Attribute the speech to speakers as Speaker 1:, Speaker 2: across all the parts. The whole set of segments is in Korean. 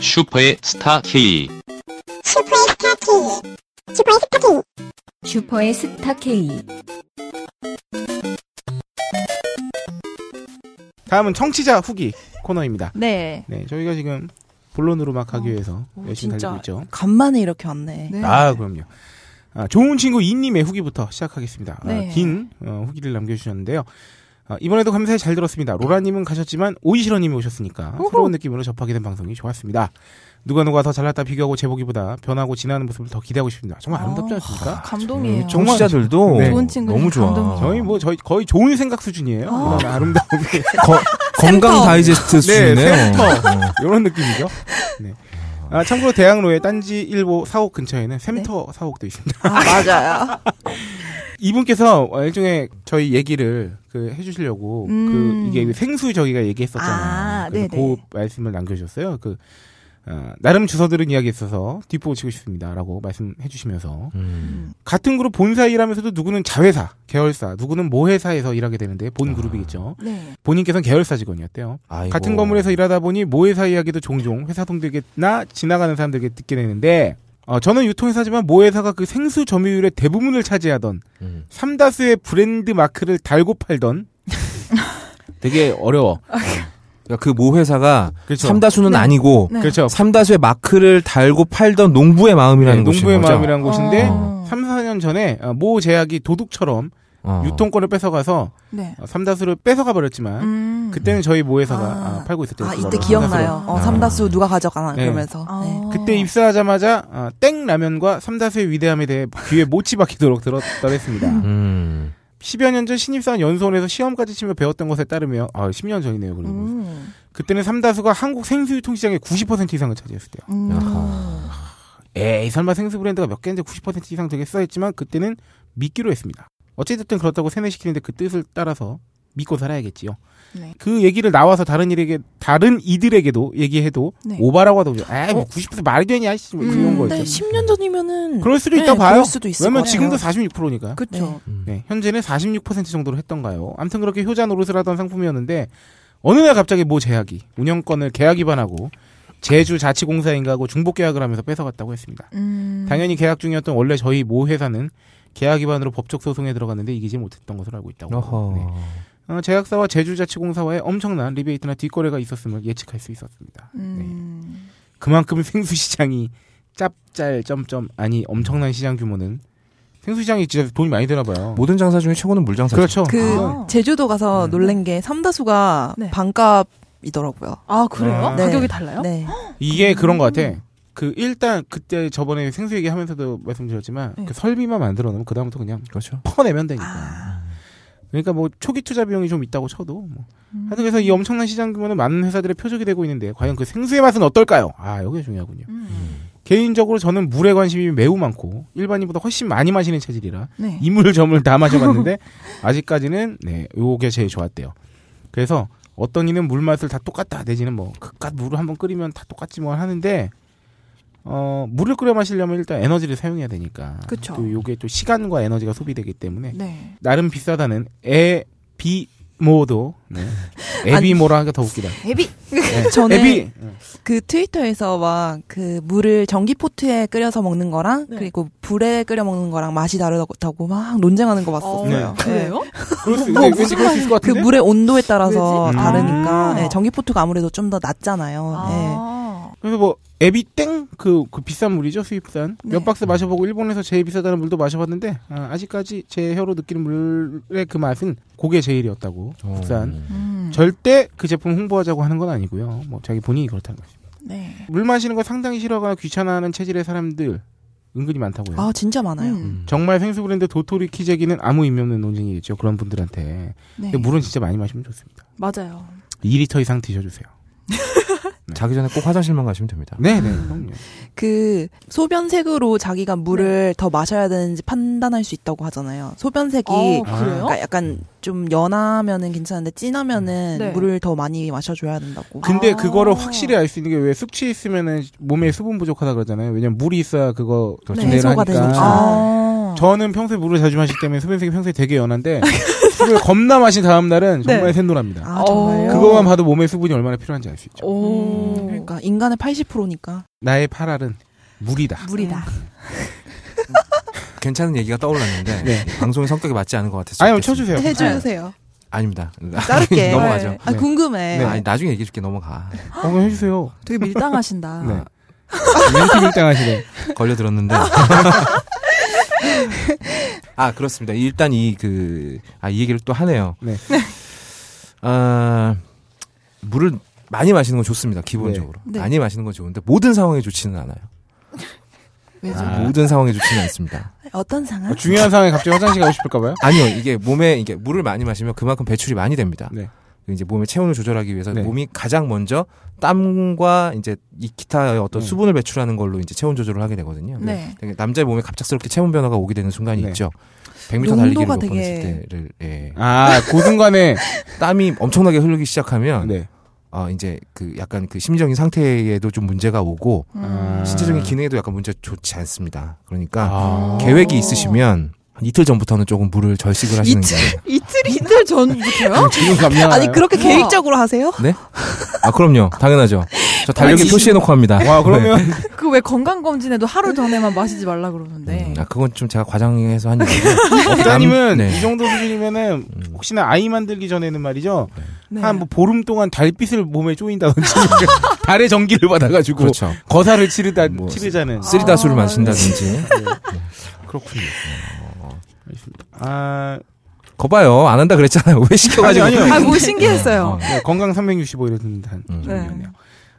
Speaker 1: 슈퍼의 스타 K.
Speaker 2: 슈퍼의 스타 K. 슈퍼의 스타 K.
Speaker 3: 슈퍼의 스타 K.
Speaker 1: 네.
Speaker 4: 다음은 청취자 후기 코너입니다.
Speaker 5: 네.
Speaker 4: 네, 저희가 지금 본론으로 막 가기 위해서
Speaker 5: 어,
Speaker 4: 열심히
Speaker 5: 진짜.
Speaker 4: 달리고 있죠.
Speaker 6: 간만에 이렇게 왔네.
Speaker 5: 네.
Speaker 4: 아, 그럼요. 아, 좋은 친구 이님의 후기부터 시작하겠습니다. 아,
Speaker 5: 네.
Speaker 4: 긴 어, 후기를 남겨주셨는데요. 아, 이번에도 감사히 잘 들었습니다. 로라님은 가셨지만 오이시러님이 오셨으니까 새로운 느낌으로 접하게 된 방송이 좋았습니다. 누가 누가 더 잘났다 비교하고 제보기보다 변하고 진화하는 모습을 더 기대하고 싶습니다. 정말 아름답지
Speaker 6: 어.
Speaker 5: 아,
Speaker 4: 않습니까?
Speaker 5: 감동이에요.
Speaker 4: 음, 정말
Speaker 7: 청취자들도
Speaker 4: 네.
Speaker 5: 좋은 친구들
Speaker 7: 너무 좋아.
Speaker 5: 감동이에요.
Speaker 4: 저희 뭐 저희 거의 좋은 생각 수준이에요.
Speaker 6: 어.
Speaker 5: 아.
Speaker 4: 이런 아름다운 게.
Speaker 7: 거- 건강
Speaker 5: 샘터.
Speaker 7: 다이제스트 수준이네요.
Speaker 4: 샘터.
Speaker 7: 어.
Speaker 4: 이런 느낌이죠. 네. 아, 참고로 대학로의 딴지 일보 사옥 근처에는 샘터
Speaker 5: 네.
Speaker 4: 사옥도 있습니다.
Speaker 6: 아, 맞아요.
Speaker 4: 이분께서 일종의 저희 얘기를 그 해주시려고
Speaker 5: 음.
Speaker 4: 그 이게 생수 저희가 얘기했었잖아요.
Speaker 5: 아,
Speaker 4: 그래서 그
Speaker 5: 네네.
Speaker 4: 말씀을 남겨주셨어요. 그 어, 나름 주서들은 이야기에 있어서 뒷보고 치고 싶습니다라고 말씀해주시면서
Speaker 7: 음.
Speaker 4: 같은 그룹 본사 일하면서도 누구는 자회사, 계열사, 누구는 모회사에서 일하게 되는데 본
Speaker 7: 아.
Speaker 4: 그룹이겠죠.
Speaker 5: 네.
Speaker 4: 본인께서는 계열사 직원이었대요.
Speaker 7: 아이고.
Speaker 4: 같은 건물에서 일하다 보니 모회사 이야기도 종종 회사 동들에나 지나가는 사람들에게 듣게 되는데 어, 저는 유통회사지만 모회사가 그 생수 점유율의 대부분을 차지하던
Speaker 7: 음.
Speaker 4: 삼다수의 브랜드 마크를 달고 팔던 되게 어려워.
Speaker 7: 그러니까 그 모회사가
Speaker 4: 그렇죠.
Speaker 7: 삼다수는
Speaker 5: 네.
Speaker 7: 아니고
Speaker 5: 네.
Speaker 4: 그렇죠.
Speaker 7: 삼다수의 마크를 달고 팔던 농부의
Speaker 4: 네,
Speaker 7: 마음이라는
Speaker 4: 농부의
Speaker 7: 곳인 거죠.
Speaker 4: 마음이라는 곳인데
Speaker 5: 어.
Speaker 4: 삼 3, 4년 전에 어, 모 제약이 도둑처럼
Speaker 7: 어.
Speaker 4: 유통권을 뺏어가서
Speaker 5: 네.
Speaker 4: 어, 삼다수를 뺏어가 버렸지만
Speaker 5: 음.
Speaker 4: 그때는 저희 모회사가
Speaker 6: 아.
Speaker 4: 아, 팔고 있었대요.
Speaker 6: 아, 이때
Speaker 4: 그거를. 삼다수를.
Speaker 6: 기억나요. 어,
Speaker 5: 아.
Speaker 6: 삼다수 누가 가져가나,
Speaker 4: 네.
Speaker 6: 그러면서.
Speaker 5: 아.
Speaker 6: 네.
Speaker 4: 그때 입사하자마자 어, 땡 라면과 삼다수의 위대함에 대해 귀에 못이 박히도록 들었더랬습니다.
Speaker 7: 음.
Speaker 4: 10여 년 전 신입사원 연수원에서 시험까지 치며 배웠던 것에 따르면 아, 10년 전이네요. 그리고
Speaker 5: 음.
Speaker 4: 그때는 삼다수가 한국 생수유통 시장의 90% 이상을 차지했을 때요.
Speaker 5: 음.
Speaker 7: 아하.
Speaker 4: 에이 설마 생수 브랜드가 몇 개인데 90% 이상 되겠어 했지만 그때는 믿기로 했습니다. 어찌됐든 그렇다고 세뇌시키는데 그 뜻을 따라서 믿고 살아야겠지요.
Speaker 5: 네.
Speaker 4: 그 얘기를 나와서 다른 일에게 다른 이들에게도 얘기해도
Speaker 5: 네.
Speaker 4: 오바라고 하더군요. 에이
Speaker 6: 어.
Speaker 4: 뭐90% 말이 되냐 씨, 뭐 이런
Speaker 5: 음,
Speaker 4: 거였죠.
Speaker 6: 근데 10년 전이면은.
Speaker 4: 그럴 수도
Speaker 6: 네,
Speaker 4: 있다 봐요.
Speaker 6: 그럴 수도 있을
Speaker 4: 왜냐면
Speaker 6: 것
Speaker 4: 지금도
Speaker 6: 같아요.
Speaker 4: 46%니까.
Speaker 6: 그쵸.
Speaker 7: 음.
Speaker 4: 네, 현재는 46% 정도로 했던가요. 아무튼 그렇게 효자 노릇을 하던 상품이었는데 어느 날 갑자기 모 제약이 운영권을 계약 위반하고 제주 자치공사인가 하고 중복 계약을 하면서 뺏어갔다고 했습니다.
Speaker 6: 네.
Speaker 5: 음.
Speaker 4: 당연히 계약 중이었던 원래 저희 모 회사는 계약 위반으로 법적 소송에 들어갔는데 이기지 못했던 것으로 알고 있다고.
Speaker 7: 어허.
Speaker 4: 네. 어, 제약사와 제주자치공사와의 엄청난 리베이트나 뒷거래가 있었음을 예측할 수 있었습니다. 네.
Speaker 5: 음.
Speaker 4: 그만큼 생수 시장이 짭짤 점점 아니 엄청난 시장 규모는 생수 시장이 진짜 돈이 많이 드나 봐요.
Speaker 7: 모든 장사 중에 최고는 물장사죠.
Speaker 4: 그렇죠.
Speaker 6: 그,
Speaker 5: 아.
Speaker 6: 제주도 가서
Speaker 4: 음.
Speaker 6: 놀란 게 삼다수가
Speaker 5: 네.
Speaker 6: 반값이더라고요.
Speaker 5: 아, 그래요?
Speaker 4: 아.
Speaker 6: 네.
Speaker 5: 가격이 달라요?
Speaker 6: 네.
Speaker 4: 이게 그런 것 같아. 그 일단 그때 저번에 생수 얘기하면서도 말씀드렸지만
Speaker 5: 네.
Speaker 4: 그 설비만 만들어 놓으면 그 다음부터 그냥
Speaker 7: 그렇죠.
Speaker 4: 퍼내면 되니까. 그러니까 뭐 초기 투자 비용이 좀 있다고 쳐도 뭐.
Speaker 5: 음.
Speaker 4: 하여튼 그래서 이 엄청난 시장 규모는 많은 회사들의 표적이 되고 있는데 과연 그 생수의 맛은 어떨까요? 아 여기 가 중요하군요.
Speaker 5: 음.
Speaker 4: 개인적으로 저는 물에 관심이 매우 많고 일반인보다 훨씬 많이 마시는 체질이라
Speaker 5: 네.
Speaker 4: 이물저물 다 마셔봤는데 아직까지는 네 요게 제일 좋았대요. 그래서 어떤 이는 물 맛을 다 똑같다 내지는 뭐 그깟 물을 한번 끓이면 다 똑같지 뭐 하는데 어 물을 끓여 마시려면 일단 에너지를 사용해야 되니까
Speaker 5: 그쵸.
Speaker 4: 또 요게 또 시간과 에너지가 소비되기 때문에
Speaker 5: 네.
Speaker 4: 나름 비싸다는 에비모도 네. 에비모라 하기가 더 웃기다.
Speaker 5: 데뷔.
Speaker 4: 네.
Speaker 6: 저는
Speaker 4: 에비
Speaker 6: 그 트위터에서 막 그 물을 전기포트에 끓여서 먹는 거랑
Speaker 5: 네.
Speaker 6: 그리고 불에 끓여 먹는 거랑 맛이 다르다고 막 논쟁하는 거 봤었어요.
Speaker 4: 네.
Speaker 6: 네.
Speaker 5: 그래요?
Speaker 4: 그럴 수 있는데 왠지 그럴 수 있을 것
Speaker 6: 그
Speaker 4: 같은데.
Speaker 6: 물의 온도에 따라서
Speaker 4: 왜지?
Speaker 6: 다르니까
Speaker 5: 음.
Speaker 6: 네, 전기포트가 아무래도 좀 더 낫잖아요. 네.
Speaker 5: 아.
Speaker 4: 그래서 뭐 에비땡 그, 그 비싼 물이죠 수입산
Speaker 5: 네.
Speaker 4: 몇 박스 마셔보고 일본에서 제일 비싸다는 물도 마셔봤는데 아, 직까지제 혀로 느끼는 물의 그 맛은 그게 제일이었다고
Speaker 7: 어.
Speaker 4: 국산
Speaker 5: 음.
Speaker 4: 절대 그 제품 홍보하자고 하는 건 아니고요 뭐 자기 본인이 그렇다는 거죠
Speaker 5: 네.
Speaker 4: 물 마시는 거 상당히 싫어하거나 귀찮아하는 체질의 사람들 은근히
Speaker 7: 네.
Speaker 4: 많다고요
Speaker 6: 아 진짜 많아요.
Speaker 5: 음.
Speaker 4: 정말 생수 브랜드 도토리 키재기는 아무 의미 없는 논쟁이겠죠 그런 분들한테
Speaker 5: 네.
Speaker 4: 근데 물은 진짜 많이 마시면 좋습니다
Speaker 5: 맞아요.
Speaker 4: 2리터 이상 드셔주세요
Speaker 7: 자기 전에 꼭 화장실만 가시면 됩니다.
Speaker 4: 네네
Speaker 6: 음.
Speaker 4: 그럼요
Speaker 6: 그 소변색으로 자기가 물을 더 마셔야 되는지 판단할 수 있다고 하잖아요. 소변색이
Speaker 5: 어,
Speaker 4: 아.
Speaker 5: 그래요?
Speaker 6: 그러니까 약간 좀 연하면은 괜찮은데 진하면은
Speaker 5: 네.
Speaker 6: 물을 더 많이 마셔줘야 된다고.
Speaker 4: 근데
Speaker 5: 아.
Speaker 4: 그거를 확실히 알 수 있는 게 왜 숙취 있으면은 몸에 수분 부족하다 그러잖아요. 왜냐면 물이 있어야 그거
Speaker 7: 그렇죠.
Speaker 4: 진행을
Speaker 6: 네, 해소가
Speaker 4: 하니까.
Speaker 6: 되니까.
Speaker 5: 아.
Speaker 4: 저는 평소에 물을 자주 마시기 때문에 소변색이 평소에 되게 연한데 술을 겁나 마신 다음 날은 정말
Speaker 6: 네.
Speaker 4: 샛노랍니다.
Speaker 6: 아 정말요?
Speaker 4: 어. 그거만 봐도 몸에 수분이 얼마나 필요한지 알 수 있죠.
Speaker 6: 음,
Speaker 1: 오.
Speaker 6: 그러니까 인간의 80%니까
Speaker 4: 나의 팔알은 물이다.
Speaker 6: 네.
Speaker 1: 물이다.
Speaker 7: 괜찮은 얘기가 떠올랐는데
Speaker 4: 네.
Speaker 7: 방송의 성격에 맞지 않은 것 같아서.
Speaker 4: 아니, 한번
Speaker 7: 좋겠습니다.
Speaker 6: 네.
Speaker 4: 쳐주세요.
Speaker 6: 해주세요.
Speaker 7: 아닙니다.
Speaker 6: 자를게.
Speaker 7: 넘어가죠.
Speaker 6: 아
Speaker 4: 네.
Speaker 6: 궁금해.
Speaker 4: 네.
Speaker 7: 아니 나중에 얘기해줄게 넘어가.
Speaker 4: 어, 그럼 해주세요.
Speaker 1: 되게
Speaker 6: 아.
Speaker 1: 밀당하신다.
Speaker 4: 네. 멘트 밀당하시네.
Speaker 7: 걸려 들었는데. 아 그렇습니다. 일단 이 그 아 이 얘기를 또 하네요.
Speaker 4: 네.
Speaker 7: 아 물을 많이 마시는 건 좋습니다. 기본적으로
Speaker 1: 네. 네.
Speaker 7: 많이 마시는 건 좋은데 모든 상황에 좋지는 않아요.
Speaker 6: 왜죠?
Speaker 4: 아.
Speaker 7: 모든 상황에 좋지는 않습니다.
Speaker 6: 어떤 상황?
Speaker 4: 어, 중요한 상황에 갑자기 화장실 가고 싶을까봐요?
Speaker 7: 아니요, 이게 몸에 이게 물을 많이 마시면 그만큼 배출이 많이 됩니다.
Speaker 4: 네.
Speaker 7: 이제 몸의 체온을 조절하기 위해서
Speaker 4: 네.
Speaker 7: 몸이 가장 먼저 땀과 이제 이 기타의 어떤
Speaker 4: 네.
Speaker 7: 수분을 배출하는 걸로 이제 체온 조절을 하게 되거든요.
Speaker 1: 네.
Speaker 7: 되게 남자의 몸에 갑작스럽게 체온 변화가 오게 되는 순간이
Speaker 4: 네.
Speaker 7: 있죠. 100m 달리기를
Speaker 6: 농도가
Speaker 7: 몇 번
Speaker 6: 되게-
Speaker 7: 했을 때를 예.
Speaker 4: 아, 그 순간에.
Speaker 7: 땀이 엄청나게 흐르기 시작하면
Speaker 4: 네.
Speaker 7: 어, 이제 그 약간 그 심리적인 상태에도 좀 문제가 오고
Speaker 6: 음.
Speaker 4: 아.
Speaker 7: 신체적인 기능에도 약간 문제 가 좋지 않습니다. 그러니까
Speaker 4: 아.
Speaker 7: 계획이 있으시면 한 이틀 전부터는 조금 물을 절식을 하시는 게
Speaker 1: 이틀 이틀 전부터요?
Speaker 4: 지금 감량.
Speaker 6: 어? 아니 그렇게
Speaker 1: 우와.
Speaker 6: 계획적으로 하세요?
Speaker 7: 아 그럼요 당연하죠 저 달력에
Speaker 4: 아니,
Speaker 7: 표시해놓고 합니다
Speaker 4: 와, 그러면.
Speaker 1: 그 왜 건강 검진에도 하루 전에만 마시지 말라
Speaker 7: 네.
Speaker 1: 그러는데.
Speaker 7: 음, 아 그건 좀 제가 과장해서 한 얘기고
Speaker 4: 업자님은
Speaker 7: 네.
Speaker 4: 이 정도 수준이면은
Speaker 7: 음.
Speaker 4: 혹시나 아이 만들기 전에는 말이죠.
Speaker 1: 네.
Speaker 4: 한 뭐 보름 동안 달빛을 몸에 쪼인다든지 달의 전기를 받아가지고
Speaker 7: 그렇죠
Speaker 4: 거사를 치르다
Speaker 7: 뭐,
Speaker 4: 치르자는
Speaker 1: 아,
Speaker 4: 네.
Speaker 7: 쓰리다수를
Speaker 1: 네.
Speaker 7: 마신다든지
Speaker 4: 그렇군요. 알겠습니다. 아
Speaker 7: 거봐요 안 한다 그랬잖아요 왜 시켜가지고
Speaker 4: 아니, 아니요.
Speaker 1: 아, 뭐 신기했어요.
Speaker 4: 네, 건강 365 이런 단.
Speaker 7: 음.
Speaker 4: 네.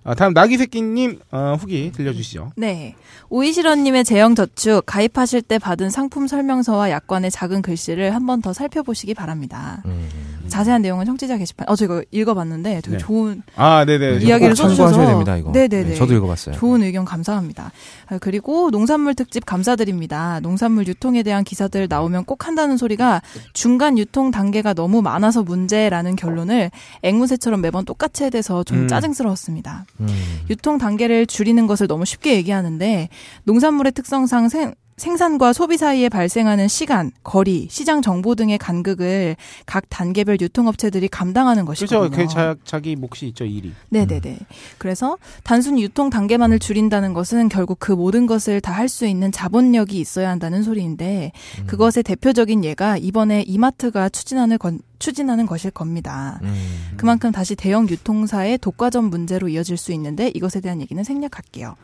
Speaker 4: 아, 다음 나기새끼님 어, 후기 들려주시죠.
Speaker 1: 네. 오이시런님의 제형저축 가입하실 때 받은 상품 설명서와 약관의 작은 글씨를 한 번 더 살펴보시기 바랍니다.
Speaker 7: 음.
Speaker 1: 자세한 내용은 청취자 게시판. 어, 제가 읽어봤는데 되게
Speaker 4: 네.
Speaker 1: 좋은
Speaker 4: 아 네네.
Speaker 1: 음. 이야기- 이야기를
Speaker 7: 꼭 참고하셔야
Speaker 1: 써주셔서-
Speaker 7: 됩니다 이거
Speaker 1: 네네네.
Speaker 7: 네, 저도 읽어봤어요
Speaker 1: 좋은 의견 감사합니다. 아, 그리고 농산물 특집 감사드립니다. 농산물 유통에 대한 기사들 나오면 꼭 한다는 소리가 중간 유통 단계가 너무 많아서 문제라는 결론을 앵무새처럼 매번 똑같이 해대서 좀
Speaker 4: 음.
Speaker 1: 짜증스러웠습니다.
Speaker 7: 음.
Speaker 1: 유통 단계를 줄이는 것을 너무 쉽게 얘기하는데 농산물의 특성상 생 생산과 소비 사이에 발생하는 시간, 거리, 시장 정보 등의 간극을 각 단계별 유통업체들이 감당하는 것이거든요.
Speaker 4: 그렇죠. 그 자, 자기 몫이 있죠 일이.
Speaker 1: 네네네.
Speaker 4: 음.
Speaker 1: 그래서 단순히 유통 단계만을 줄인다는 것은 결국 그 모든 것을 다 할 수 있는 자본력이 있어야 한다는 소리인데
Speaker 4: 음.
Speaker 1: 그것의 대표적인 예가 이번에 이마트가 추진하는 건, 추진하는 것일 겁니다.
Speaker 7: 음.
Speaker 1: 그만큼 다시 대형 유통사의 독과점 문제로 이어질 수 있는데 이것에 대한 얘기는 생략할게요.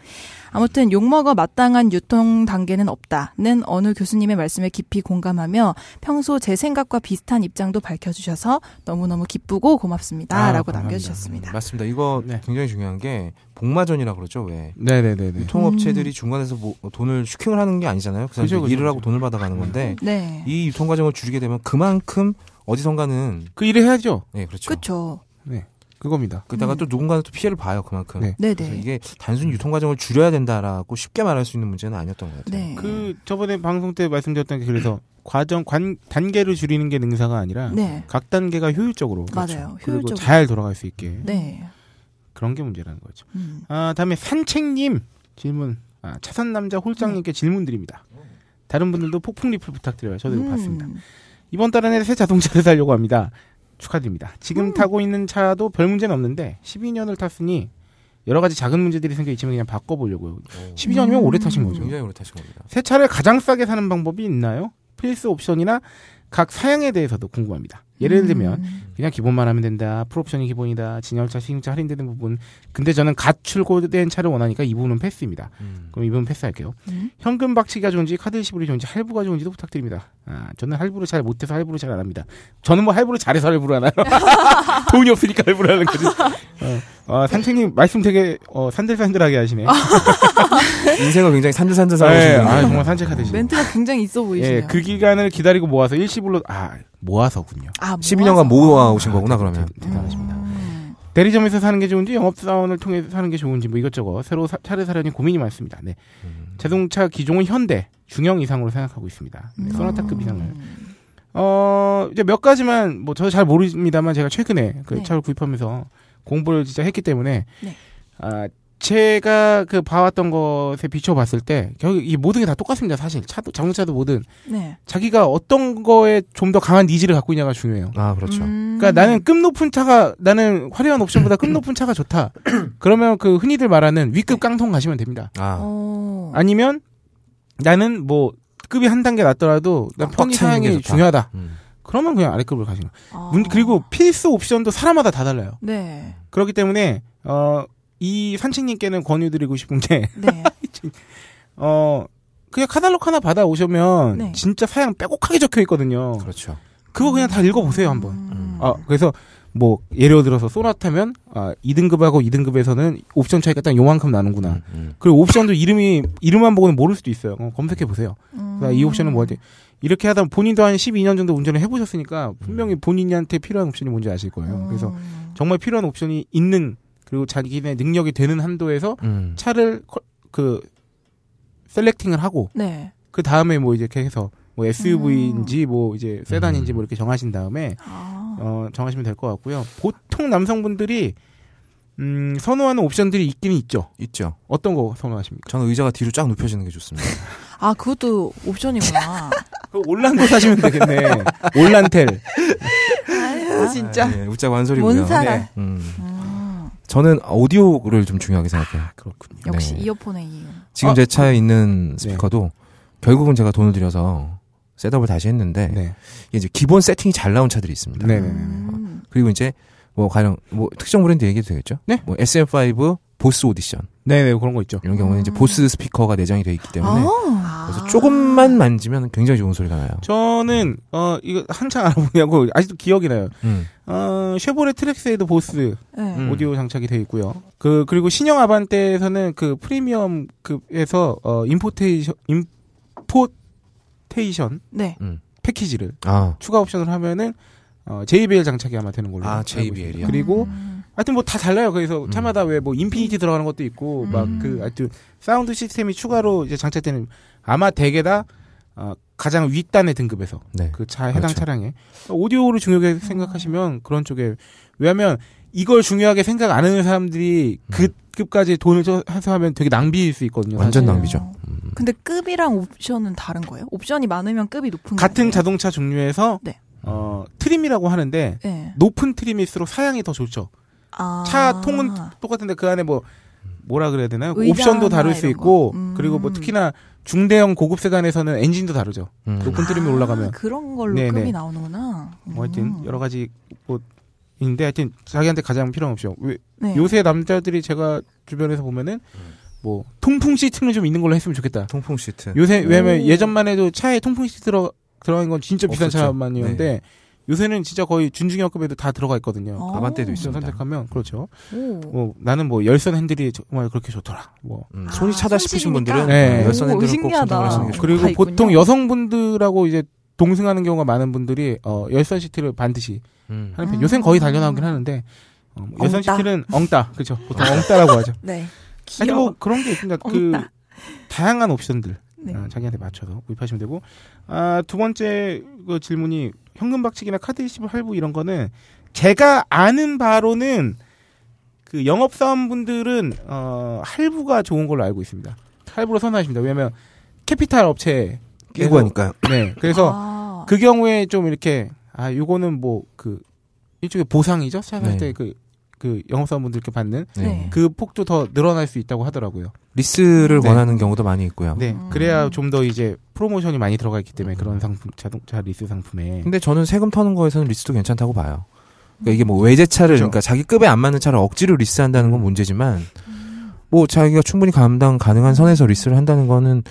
Speaker 1: 아무튼 욕먹어 마땅한 유통 단계는 없다는 어느 교수님의 말씀에 깊이 공감하며 평소 제 생각과 비슷한 입장도 밝혀주셔서 너무너무 기쁘고 고맙습니다.
Speaker 4: 아,
Speaker 1: 라고
Speaker 4: 감사합니다.
Speaker 1: 남겨주셨습니다.
Speaker 7: 맞습니다 이거
Speaker 4: 네.
Speaker 7: 굉장히 중요한 게 복마전이라 그러죠 왜
Speaker 4: 네네네네.
Speaker 7: 유통업체들이
Speaker 1: 음.
Speaker 7: 중간에서 뭐 돈을 슈킹을 하는 게 아니잖아요 그 사람들이
Speaker 4: 그죠, 그죠,
Speaker 7: 일을 하고
Speaker 4: 그죠.
Speaker 7: 돈을 받아가는 건데
Speaker 1: 네.
Speaker 7: 이 유통 과정을 줄이게 되면 그만큼 어디선가는
Speaker 4: 그 일을 해야죠.
Speaker 7: 네 그렇죠
Speaker 1: 그쵸.
Speaker 4: 그겁니다.
Speaker 7: 그러다가
Speaker 1: 음.
Speaker 7: 또 누군가는 또 피해를 봐요 그만큼
Speaker 4: 네.
Speaker 7: 그래서
Speaker 1: 네네.
Speaker 7: 이게 단순 유통 과정을 줄여야 된다라고 쉽게 말할 수 있는 문제는 아니었던 것 같아요.
Speaker 1: 네.
Speaker 4: 그 저번에 방송 때 말씀드렸던 게 그래서 과정 관 단계를 줄이는 게 능사가 아니라
Speaker 1: 네.
Speaker 4: 각 단계가 효율적으로 그렇죠.
Speaker 1: 맞아요.
Speaker 4: 그리고
Speaker 1: 효율적으로.
Speaker 4: 잘 돌아갈 수 있게
Speaker 1: 네.
Speaker 4: 그런 게 문제라는 거죠.
Speaker 1: 음.
Speaker 4: 아 다음에 산책님 질문 아, 차산 남자
Speaker 1: 음.
Speaker 4: 홀장님께 질문 드립니다. 다른 분들도 폭풍 리플 부탁드려요. 저도 이거
Speaker 1: 음.
Speaker 4: 봤습니다. 이번 달 안에 새 자동차를 사려고 합니다. 축하드립니다. 지금 타고 있는 차도 별 문제는 없는데 12년을 탔으니 여러 가지 작은 문제들이 생겨 있지만 그냥 바꿔보려고요. 12년이면 오래 타신 거죠.
Speaker 7: 굉장히 오래 타신 겁니다.
Speaker 4: 새 차를 가장 싸게 사는 방법이 있나요? 필수 옵션이나 각 사양에 대해서도 궁금합니다. 예를 들면
Speaker 1: 음.
Speaker 4: 그냥 기본만 하면 된다. 풀옵션이 기본이다. 진열차, 승용차 할인되는 부분. 근데 저는 갓 출고된 차를 원하니까 이 부분은 패스입니다. 그럼 이 부분 패스할게요.
Speaker 1: 음.
Speaker 4: 현금 박치기가 좋은지 카드 시불이 좋은지 할부가 좋은지도 부탁드립니다. 아, 저는 할부를 잘 못해서 할부를 잘 안 합니다. 저는 뭐 할부를 잘해서 할부를 안 하요. 돈이 없으니까 할부를 하는 거지. 어, 어, 산책님 말씀 되게 어, 산들산들하게 하시네.
Speaker 1: 아, 네.
Speaker 7: 인생을 굉장히 산들산들
Speaker 4: 네,
Speaker 7: 살아오신
Speaker 4: 아,
Speaker 7: 분이에요.
Speaker 4: 정말 산책하듯이.
Speaker 1: 멘트가 굉장히 있어 보이시네요.
Speaker 4: 예, 그 기간을 기다리고 모아서 일시불로 아 모아서군요.
Speaker 1: 아,
Speaker 7: 12년간 모아 오신 거구나 그러면.
Speaker 4: 네, 대- 대단하십니다.
Speaker 1: 음.
Speaker 4: 대리점에서 사는 게 좋은지 영업사원을 통해 사는 게 좋은지 뭐 이것저것 새로 사- 차를 사려니 고민이 많습니다. 네,
Speaker 7: 음.
Speaker 4: 자동차 기종은 현대 중형 이상으로 생각하고 있습니다.
Speaker 1: 음.
Speaker 4: 네, 소나타급 이상을. 어 이제 몇 가지만 뭐 저도 잘 모릅니다만 제가 최근에 그
Speaker 1: 네.
Speaker 4: 차를 구입하면서 공부를 진짜 했기 때문에
Speaker 1: 네.
Speaker 4: 아 제가 그 봐왔던 것에 비춰봤을 때 결국 이 모든 게 다 똑같습니다. 사실 차도 자동차도 뭐든
Speaker 1: 네.
Speaker 4: 자기가 어떤 거에 좀 더 강한 니즈를 갖고 있냐가 중요해요.
Speaker 7: 아 그렇죠.
Speaker 1: 음.
Speaker 4: 그러니까 나는 급 높은 차가 나는 화려한 옵션보다 급 높은 차가 좋다. 그러면 그 흔히들 말하는 위급 깡통 가시면 됩니다.
Speaker 7: 아
Speaker 1: 어.
Speaker 4: 아니면 나는 뭐 급이 한 단계 낮더라도 난
Speaker 7: 꽉
Speaker 4: 편의
Speaker 7: 차이는 게
Speaker 4: 사양이
Speaker 7: 좋다.
Speaker 4: 중요하다.
Speaker 7: 음.
Speaker 4: 그러면 그냥 아래급을 가시는. 거예요.
Speaker 1: 아.
Speaker 4: 문- 그리고 필수 옵션도 사람마다 다 달라요.
Speaker 1: 네.
Speaker 4: 그렇기 때문에 어 이 산책님께는 권유드리고 싶은 게
Speaker 1: 네.
Speaker 4: 어 그냥 카달록 하나 받아 오시면
Speaker 1: 네.
Speaker 4: 진짜 사양 빼곡하게 적혀 있거든요.
Speaker 7: 그렇죠.
Speaker 4: 그거 그냥 다 읽어보세요 한번.
Speaker 1: 음.
Speaker 4: 아 그래서 뭐 예를 들어서 소나타면 아 2등급하고 2등급에서는 옵션 차이가 딱 요만큼 나는구나.
Speaker 7: 음, 음.
Speaker 4: 그리고 옵션도 이름이 이름만 보고는 모를 수도 있어요. 그럼 검색해 보세요.
Speaker 1: 음.
Speaker 4: 이 옵션은 뭐지? 이렇게 하다 보면 본인도 한 12년 정도 운전을 해보셨으니까 분명히 본인한테 필요한 옵션이 뭔지 아실 거예요. 그래서
Speaker 1: 음.
Speaker 4: 정말 필요한 옵션이 있는 그리고 자기네 능력이 되는 한도에서
Speaker 7: 음.
Speaker 4: 차를 컬- 그 셀렉팅을 하고
Speaker 1: 네.
Speaker 4: 그 다음에 뭐 이제 이렇게 해서 뭐 SUV인지 뭐 이제 세단인지 뭐 이렇게 정하신 다음에
Speaker 1: 아.
Speaker 4: 어 정하시면 될 것 같고요. 보통 남성분들이 음 선호하는 옵션들이 있기는 있죠.
Speaker 7: 있죠.
Speaker 4: 어떤 거 선호하십니까?
Speaker 7: 저는 의자가 뒤로 쫙 눕혀지는 게 좋습니다.
Speaker 1: 아, 그것도 옵션이구나.
Speaker 4: 그 올란도 사시면 되겠네. 올란텔.
Speaker 6: 아유, 진짜.
Speaker 7: 네, 웃자고 한 소리고요.
Speaker 6: 뭔 사람.
Speaker 4: 네.
Speaker 7: 음.
Speaker 1: 음.
Speaker 7: 저는 오디오를 좀 중요하게 생각해요.
Speaker 4: 아, 그렇군요.
Speaker 1: 역시
Speaker 7: 네.
Speaker 1: 이어폰의 이유.
Speaker 7: 지금
Speaker 4: 아.
Speaker 7: 제 차에 있는 스피커도 결국은 제가 돈을 들여서 셋업을 다시 했는데
Speaker 4: 네.
Speaker 7: 이게 이제 기본 세팅이 잘 나온 차들이 있습니다.
Speaker 4: 네.
Speaker 1: 음.
Speaker 7: 그리고 이제 뭐 가령 뭐 특정 브랜드 얘기해도 되겠죠?
Speaker 4: 네.
Speaker 7: 뭐 SM5 보스 오디션
Speaker 4: 네, 네, 그런 거 있죠.
Speaker 7: 이런 경우는 이제
Speaker 1: 음.
Speaker 7: 보스 스피커가 내장이 되어 있기 때문에
Speaker 1: 아.
Speaker 7: 그래서 조금만 만지면 굉장히 좋은 소리가 나요.
Speaker 4: 저는 어 이거 한창 알아보냐고 아직도 기억이 나요.
Speaker 7: 음.
Speaker 4: 어 쉐보레 트랙스에도 보스
Speaker 1: 네.
Speaker 7: 음.
Speaker 4: 오디오 장착이 돼 있고요. 그 그리고 신형 아반떼에서는 그 프리미엄 급에서 어 임포테이션 임포테이션
Speaker 1: 네.
Speaker 7: 음.
Speaker 4: 패키지를
Speaker 7: 아,
Speaker 4: 추가 옵션을 하면은 어 JBL 장착이 아마 되는 걸로
Speaker 7: 아,
Speaker 4: 알고
Speaker 7: JBL 이요?
Speaker 4: 있어요. 그리고
Speaker 1: 음.
Speaker 4: 하여튼 뭐 다 달라요. 그래서
Speaker 7: 음.
Speaker 4: 차마다 왜 뭐 인피니티 들어가는 것도 있고
Speaker 1: 음.
Speaker 4: 막 그 하여튼 사운드 시스템이 추가로 이제 장착되는 아마 대개 다 어, 가장 윗단의 등급에서
Speaker 7: 네.
Speaker 4: 그 차 해당
Speaker 7: 그렇죠.
Speaker 4: 차량에 오디오를 중요하게 생각하시면 그런 쪽에 왜냐하면 이걸 중요하게 생각 안 하는 사람들이
Speaker 7: 음.
Speaker 4: 그 급까지 돈을 저- 해서하면 되게 낭비일 수 있거든요.
Speaker 7: 완전
Speaker 4: 사실은.
Speaker 1: 맞아요.
Speaker 7: 낭비죠. 음.
Speaker 1: 어. 근데 급이랑 옵션은 다른 거예요? 옵션이 많으면 급이 높은
Speaker 4: 같은
Speaker 1: 거예요?
Speaker 4: 자동차 종류에서
Speaker 1: 네.
Speaker 4: 어, 트림이라고 하는데
Speaker 1: 네.
Speaker 4: 높은 트림일수록 사양이 더 좋죠.
Speaker 1: 아.
Speaker 4: 차 통은 똑같은데 그 안에 뭐 뭐라 그래야 되나요?
Speaker 1: 의자나
Speaker 4: 옵션도 다를 수
Speaker 1: 이런
Speaker 4: 있고
Speaker 1: 거. 음.
Speaker 4: 그리고 뭐 특히나 중대형 고급 세단에서는 엔진도 다르죠.
Speaker 7: 음.
Speaker 4: 높은 트림이
Speaker 1: 아,
Speaker 4: 올라가면
Speaker 1: 그런 걸로
Speaker 4: 네,
Speaker 1: 급이
Speaker 4: 네.
Speaker 1: 나오는구나.
Speaker 4: 뭐 하여튼
Speaker 1: 음.
Speaker 4: 여러 가지 뭐 인데 하여튼 자기한테 가장 필요한 옵션. 왜-
Speaker 1: 네.
Speaker 4: 요새 남자들이 제가 주변에서 보면은 뭐 통풍 시트는 좀 있는 걸로 했으면 좋겠다.
Speaker 7: 통풍 시트.
Speaker 4: 요새 왜냐면
Speaker 1: 네. 오.
Speaker 4: 예전만 해도 차에 통풍 시트 들어 들어간 건 진짜 비싼
Speaker 7: 없었죠. 네.
Speaker 4: 차만이었는데 요새는 진짜 거의 준중형급에도 다 들어가 있거든요.
Speaker 1: 어.
Speaker 7: 아반떼도
Speaker 4: 옵션
Speaker 7: 있습니다.
Speaker 4: 선택하면 그렇죠.
Speaker 1: 오.
Speaker 4: 뭐 나는 뭐 열선 핸들이 정말 그렇게 좋더라. 뭐
Speaker 7: 음.
Speaker 1: 아,
Speaker 7: 손이 차다 싶으신
Speaker 1: 손실이니까?
Speaker 7: 분들은
Speaker 4: 네. 음.
Speaker 7: 열선
Speaker 1: 오,
Speaker 7: 핸들을 꼭
Speaker 1: 신기하다.
Speaker 7: 선택을 하시는 게
Speaker 1: 어,
Speaker 7: 좋아요.
Speaker 1: 다
Speaker 4: 그리고
Speaker 1: 있군요.
Speaker 4: 보통 여성분들하고 이제 동승하는 경우가 많은 분들이 어 열선 시트를 반드시
Speaker 7: 음.
Speaker 4: 하는 편.
Speaker 1: 음.
Speaker 4: 요새는 거의 달려 나오긴 하는데 어, 뭐 열선
Speaker 6: 엉따.
Speaker 4: 시트는 엉따 그렇죠. 보통
Speaker 7: 아.
Speaker 4: 엉따라고 하죠.
Speaker 6: 네.
Speaker 4: 아니 뭐 그런 게 있습니다. 그
Speaker 1: 엉따.
Speaker 4: 다양한 옵션들
Speaker 1: 네.
Speaker 4: 어, 자기한테 맞춰서 구입하시면 되고 아, 두 번째 그 질문이 현금 박치기나 카드 리시브 할부 이런 거는 제가 아는 바로는 그 영업사원분들은 어, 할부가 좋은 걸로 알고 있습니다. 할부로 선호하십니다. 왜냐하면 캐피탈 업체
Speaker 7: 끼고 하니까요.
Speaker 4: 네 그래서
Speaker 1: 아.
Speaker 4: 그 경우에 좀 이렇게 아 요거는 뭐 그 일종의 보상이죠
Speaker 7: 네.
Speaker 4: 차살 때그 그 영업사원분들께 받는
Speaker 1: 네.
Speaker 7: 네.
Speaker 4: 그 폭도 더 늘어날 수 있다고 하더라고요.
Speaker 7: 리스를
Speaker 4: 네.
Speaker 7: 원하는 경우도 많이 있고요.
Speaker 4: 네, 그래야 좀 더 이제 프로모션이 많이 들어가 있기 때문에 그런 상품 자동차 리스 상품에
Speaker 7: 근데 저는 세금 터는 거에서는 리스도 괜찮다고 봐요. 그러니까 이게 뭐 외제차를
Speaker 4: 그렇죠. 음.
Speaker 7: 그러니까 자기 급에 안 맞는 차를 억지로 리스한다는 건 문제지만 뭐 자기가 충분히 감당 가능한 선에서 리스를 한다는 거는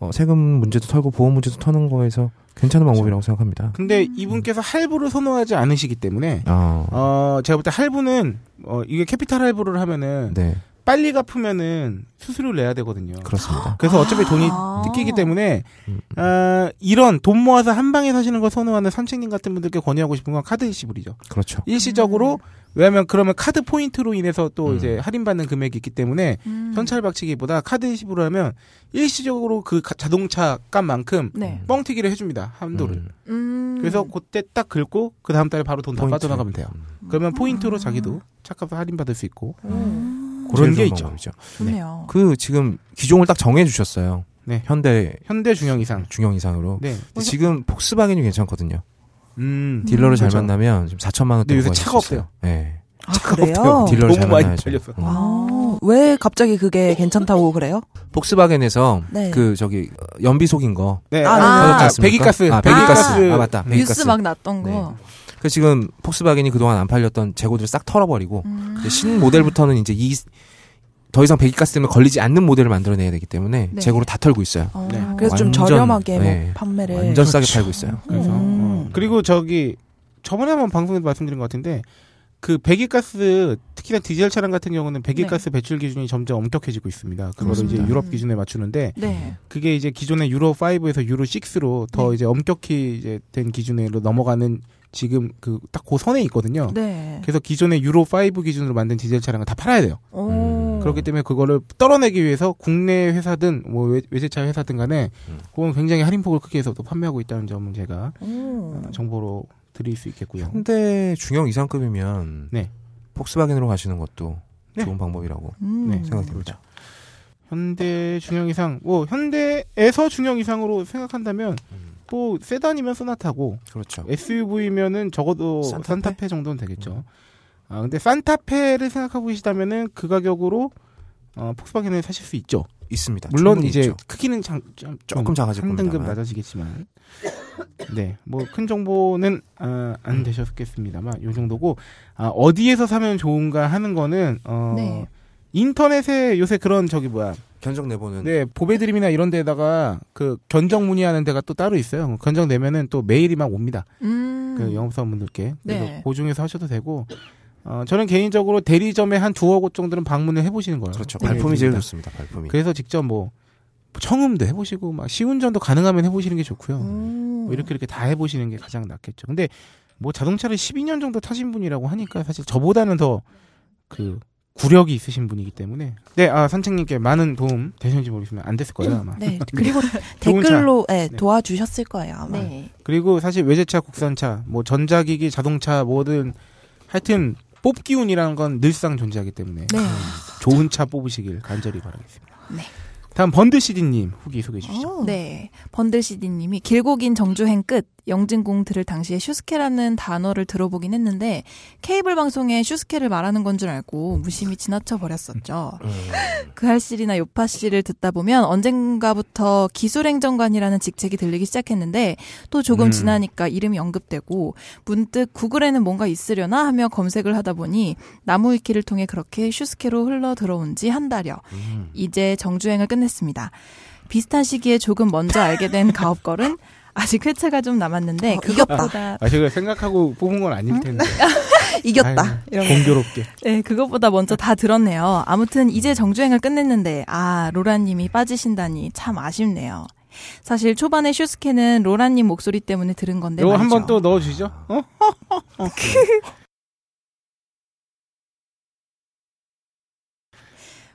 Speaker 7: 어, 세금 문제도 털고 보험 문제도 터는 거에서 괜찮은
Speaker 4: 그렇죠.
Speaker 7: 방법이라고 생각합니다.
Speaker 4: 근데 이분께서 할부를 선호하지 않으시기 때문에
Speaker 7: 아,
Speaker 4: 어 제가 볼 때 할부는 어 이게 캐피탈 할부를 하면은
Speaker 7: 네
Speaker 4: 빨리 갚으면은 수수료를 내야 되거든요.
Speaker 7: 그렇습니다.
Speaker 4: 그래서 어차피 돈이
Speaker 1: 아.
Speaker 4: 뜯기기 때문에
Speaker 7: 음,
Speaker 4: 어, 이런 돈 모아서 한 방에 사시는 걸 선호하는 삼촌님 같은 분들께 권유하고 싶은 건 카드 리시블이죠.
Speaker 7: 그렇죠.
Speaker 4: 일시적으로 왜냐하면 그러면 카드 포인트로 인해서 또
Speaker 7: 음.
Speaker 4: 이제 할인받는 금액이 있기 때문에
Speaker 1: 음.
Speaker 4: 현찰 박치기보다 카드 리시브로 하면 일시적으로 그 가- 자동차 값만큼
Speaker 1: 네.
Speaker 4: 뻥튀기를 해줍니다 한도를.
Speaker 7: 음,
Speaker 1: 음.
Speaker 4: 그래서 그때 딱 긁고 그 다음 달에 바로 돈 다
Speaker 7: 포인트.
Speaker 4: 빠져나가면 돼요.
Speaker 7: 음.
Speaker 4: 그러면 포인트로 자기도 차값을 할인받을 수 있고
Speaker 1: 음.
Speaker 4: 그런
Speaker 7: 제일
Speaker 4: 게
Speaker 7: 좋은
Speaker 4: 있죠.
Speaker 7: 방법이죠.
Speaker 1: 좋네요.
Speaker 7: 그 지금 기종을 딱 정해 주셨어요.
Speaker 4: 네.
Speaker 7: 현대
Speaker 4: 현대 중형 이상.
Speaker 7: 중형 이상으로.
Speaker 4: 네.
Speaker 7: 근데 지금 폭스바겐이 괜찮거든요.
Speaker 4: 음.
Speaker 7: 딜러를 잘
Speaker 4: 그렇죠.
Speaker 7: 만나면 지금 4천만 원대
Speaker 4: 근데 요새 차가
Speaker 7: 네.
Speaker 6: 아,
Speaker 4: 없대요.
Speaker 6: 그래요?
Speaker 7: 딜러를
Speaker 4: 어. 너무
Speaker 7: 잘
Speaker 4: 많이
Speaker 7: 만나야죠.
Speaker 4: 팔렸어.
Speaker 7: 음.
Speaker 6: 아, 왜 갑자기 그게 괜찮다고 그래요?
Speaker 7: 폭스바겐에서
Speaker 6: 네.
Speaker 7: 그 저기 어, 연비 속인 거
Speaker 4: 네.
Speaker 6: 아,
Speaker 4: 아,
Speaker 6: 아,
Speaker 7: 사줬지 않습니까?
Speaker 4: 배기가스.
Speaker 7: 아,
Speaker 4: 배기가스. 음.
Speaker 7: 배기가스. 아, 맞다. 배기가스.
Speaker 1: 뉴스 막 났던
Speaker 7: 네.
Speaker 1: 거.
Speaker 7: 그 지금 폭스바겐이 그동안 안 팔렸던 재고들을 싹 털어버리고
Speaker 1: 음.
Speaker 7: 이제 신 모델부터는 이제 이 더 이상 배기가스 때문에 걸리지 않는 모델을 만들어내야 되기 때문에
Speaker 1: 네.
Speaker 7: 재고를 다 털고 있어요.
Speaker 1: 어.
Speaker 4: 네.
Speaker 6: 그래서 좀
Speaker 7: 완전,
Speaker 6: 저렴하게 뭐
Speaker 7: 네.
Speaker 6: 판매를
Speaker 7: 완전 싸게
Speaker 4: 그렇죠.
Speaker 7: 팔고 있어요.
Speaker 4: 그래서
Speaker 6: 음.
Speaker 4: 어. 그리고 저기 저번에 한번 방송에서 말씀드린 것 같은데 그 배기가스 특히나 디젤 차량 같은 경우는 배기가스 배출 기준이 점점 엄격해지고 있습니다. 그거를 이제
Speaker 7: 그렇습니다.
Speaker 4: 유럽 기준에 맞추는데
Speaker 1: 네.
Speaker 4: 그게 이제 기존의 유로 5에서 유로 6로 더 이제 엄격히 이제 된 기준으로 넘어가는 지금 그 딱 그 선에 있거든요.
Speaker 1: 네.
Speaker 4: 그래서 기존의 유로 5 기준으로 만든 디젤 차량을 다 팔아야 돼요.
Speaker 1: 오.
Speaker 6: 어.
Speaker 7: 음.
Speaker 4: 그렇기 때문에 그거를 떨어내기 위해서 국내 회사든 뭐 외- 외제차 회사든 간에
Speaker 7: 음.
Speaker 4: 그건 굉장히 할인폭을 크게 해서 또 판매하고 있다는 점은 제가
Speaker 6: 오.
Speaker 4: 어, 정보로 드릴 수 있겠고요.
Speaker 7: 음. 현대 중형 이상급이면
Speaker 4: 네.
Speaker 7: 폭스바겐으로 가시는 것도
Speaker 4: 네.
Speaker 7: 좋은 방법이라고
Speaker 1: 음.
Speaker 4: 네.
Speaker 7: 생각됩니다.
Speaker 4: 현대 중형 이상, 뭐 현대에서 중형 이상으로 생각한다면 뭐 세단이면 소나타고
Speaker 7: 그렇죠.
Speaker 4: SUV면은 적어도 산타페,
Speaker 7: 산타페? 음.
Speaker 4: 정도는 되겠죠. 아 근데 산타페를 생각하고 계시다면은 그 가격으로 어, 폭스바겐을 사실 수 있죠.
Speaker 7: 있습니다.
Speaker 4: 물론
Speaker 7: 충분히
Speaker 4: 이제
Speaker 7: 있죠.
Speaker 4: 크기는 장, 좀,
Speaker 7: 조금 작아질
Speaker 4: 3등급
Speaker 7: 겁니다만.
Speaker 4: 낮아지겠지만 네뭐 큰 정보는 아, 안 되셨겠습니다만 요 정도고 아, 어디에서 사면 좋은가 하는 거는 어,
Speaker 1: 네.
Speaker 4: 인터넷에 요새 그런 저기 뭐야
Speaker 7: 견적 내보는
Speaker 4: 네 보배드림이나 이런 데다가 그 견적 문의하는 데가 또 따로 있어요 견적 내면은 또 메일이 막 옵니다
Speaker 1: 음.
Speaker 4: 그 영업사원분들께 그래서
Speaker 1: 네.
Speaker 4: 그 중에서 하셔도 되고 어, 저는 개인적으로 대리점에 한 두어 곳 정도는 방문을 해보시는 거예요
Speaker 7: 그렇죠.
Speaker 4: 네,
Speaker 7: 발품이 제일
Speaker 4: 그렇습니다.
Speaker 7: 좋습니다. 발품이.
Speaker 4: 그래서 직접 뭐 청음도 해보시고 막 시운전도 가능하면 해보시는 게 좋고요.
Speaker 1: 음.
Speaker 6: 음.
Speaker 4: 뭐 이렇게 이렇게 다 해보시는 게 가장 낫겠죠. 근데 뭐 자동차를 12년 정도 타신 분이라고 하니까 사실 저보다는 더 그 구력이 있으신 분이기 때문에 네, 아 산책님께 많은 도움 되셨는지 모르겠으면 안 됐을
Speaker 1: 음.
Speaker 4: 거예요 아마.
Speaker 6: 네.
Speaker 4: 그리고 좋은 차.
Speaker 6: 댓글로 예,
Speaker 4: 네.
Speaker 6: 도와주셨을 거예요 아마.
Speaker 1: 네.
Speaker 4: 그리고 사실 외제차, 국산차, 뭐 전자기기, 자동차 뭐든 하여튼 뽑기운이라는 건 늘상 존재하기 때문에
Speaker 1: 네.
Speaker 4: 좋은 차 뽑으시길 간절히 바라겠습니다.
Speaker 1: 네.
Speaker 4: 다음 번드 CD님 후기 소개해 주시죠.
Speaker 6: 오.
Speaker 1: 네. 번들 CD님이 길고 긴 정주행 끝 영진공 들을 당시에 슈스케라는 단어를 들어보긴 했는데 케이블 방송에 슈스케를 말하는 건 줄 알고 무심히 지나쳐 버렸었죠. 그 할실이나 요파 씨를 듣다 보면 언젠가부터 기술행정관이라는 직책이 들리기 시작했는데 또 조금
Speaker 4: 음.
Speaker 1: 지나니까 이름이 언급되고 문득 구글에는 뭔가 있으려나 하며 검색을 하다 보니 나무위키를 통해 그렇게 슈스케로 흘러 들어온 지 한 달여.
Speaker 4: 음.
Speaker 1: 이제 정주행을 끝냈습니다. 비슷한 시기에 조금 먼저 알게 된 가업걸은 아직 회차가 좀 남았는데
Speaker 6: 어,
Speaker 1: 그것보다
Speaker 4: 아, 제가 생각하고 뽑은 건
Speaker 1: 음?
Speaker 4: 아닐 텐데.
Speaker 6: 네. 이겼다.
Speaker 4: 아유, 공교롭게.
Speaker 1: 네, 그것보다 먼저 다 들었네요. 아무튼 이제 정주행을 끝냈는데 아 로라님이 빠지신다니 참 아쉽네요. 사실 초반에 슈스케는 로라님 목소리 때문에 들은 건데
Speaker 4: 이거
Speaker 1: 말이죠.
Speaker 4: 한 번 또 넣어주시죠.
Speaker 7: 아,
Speaker 4: 어?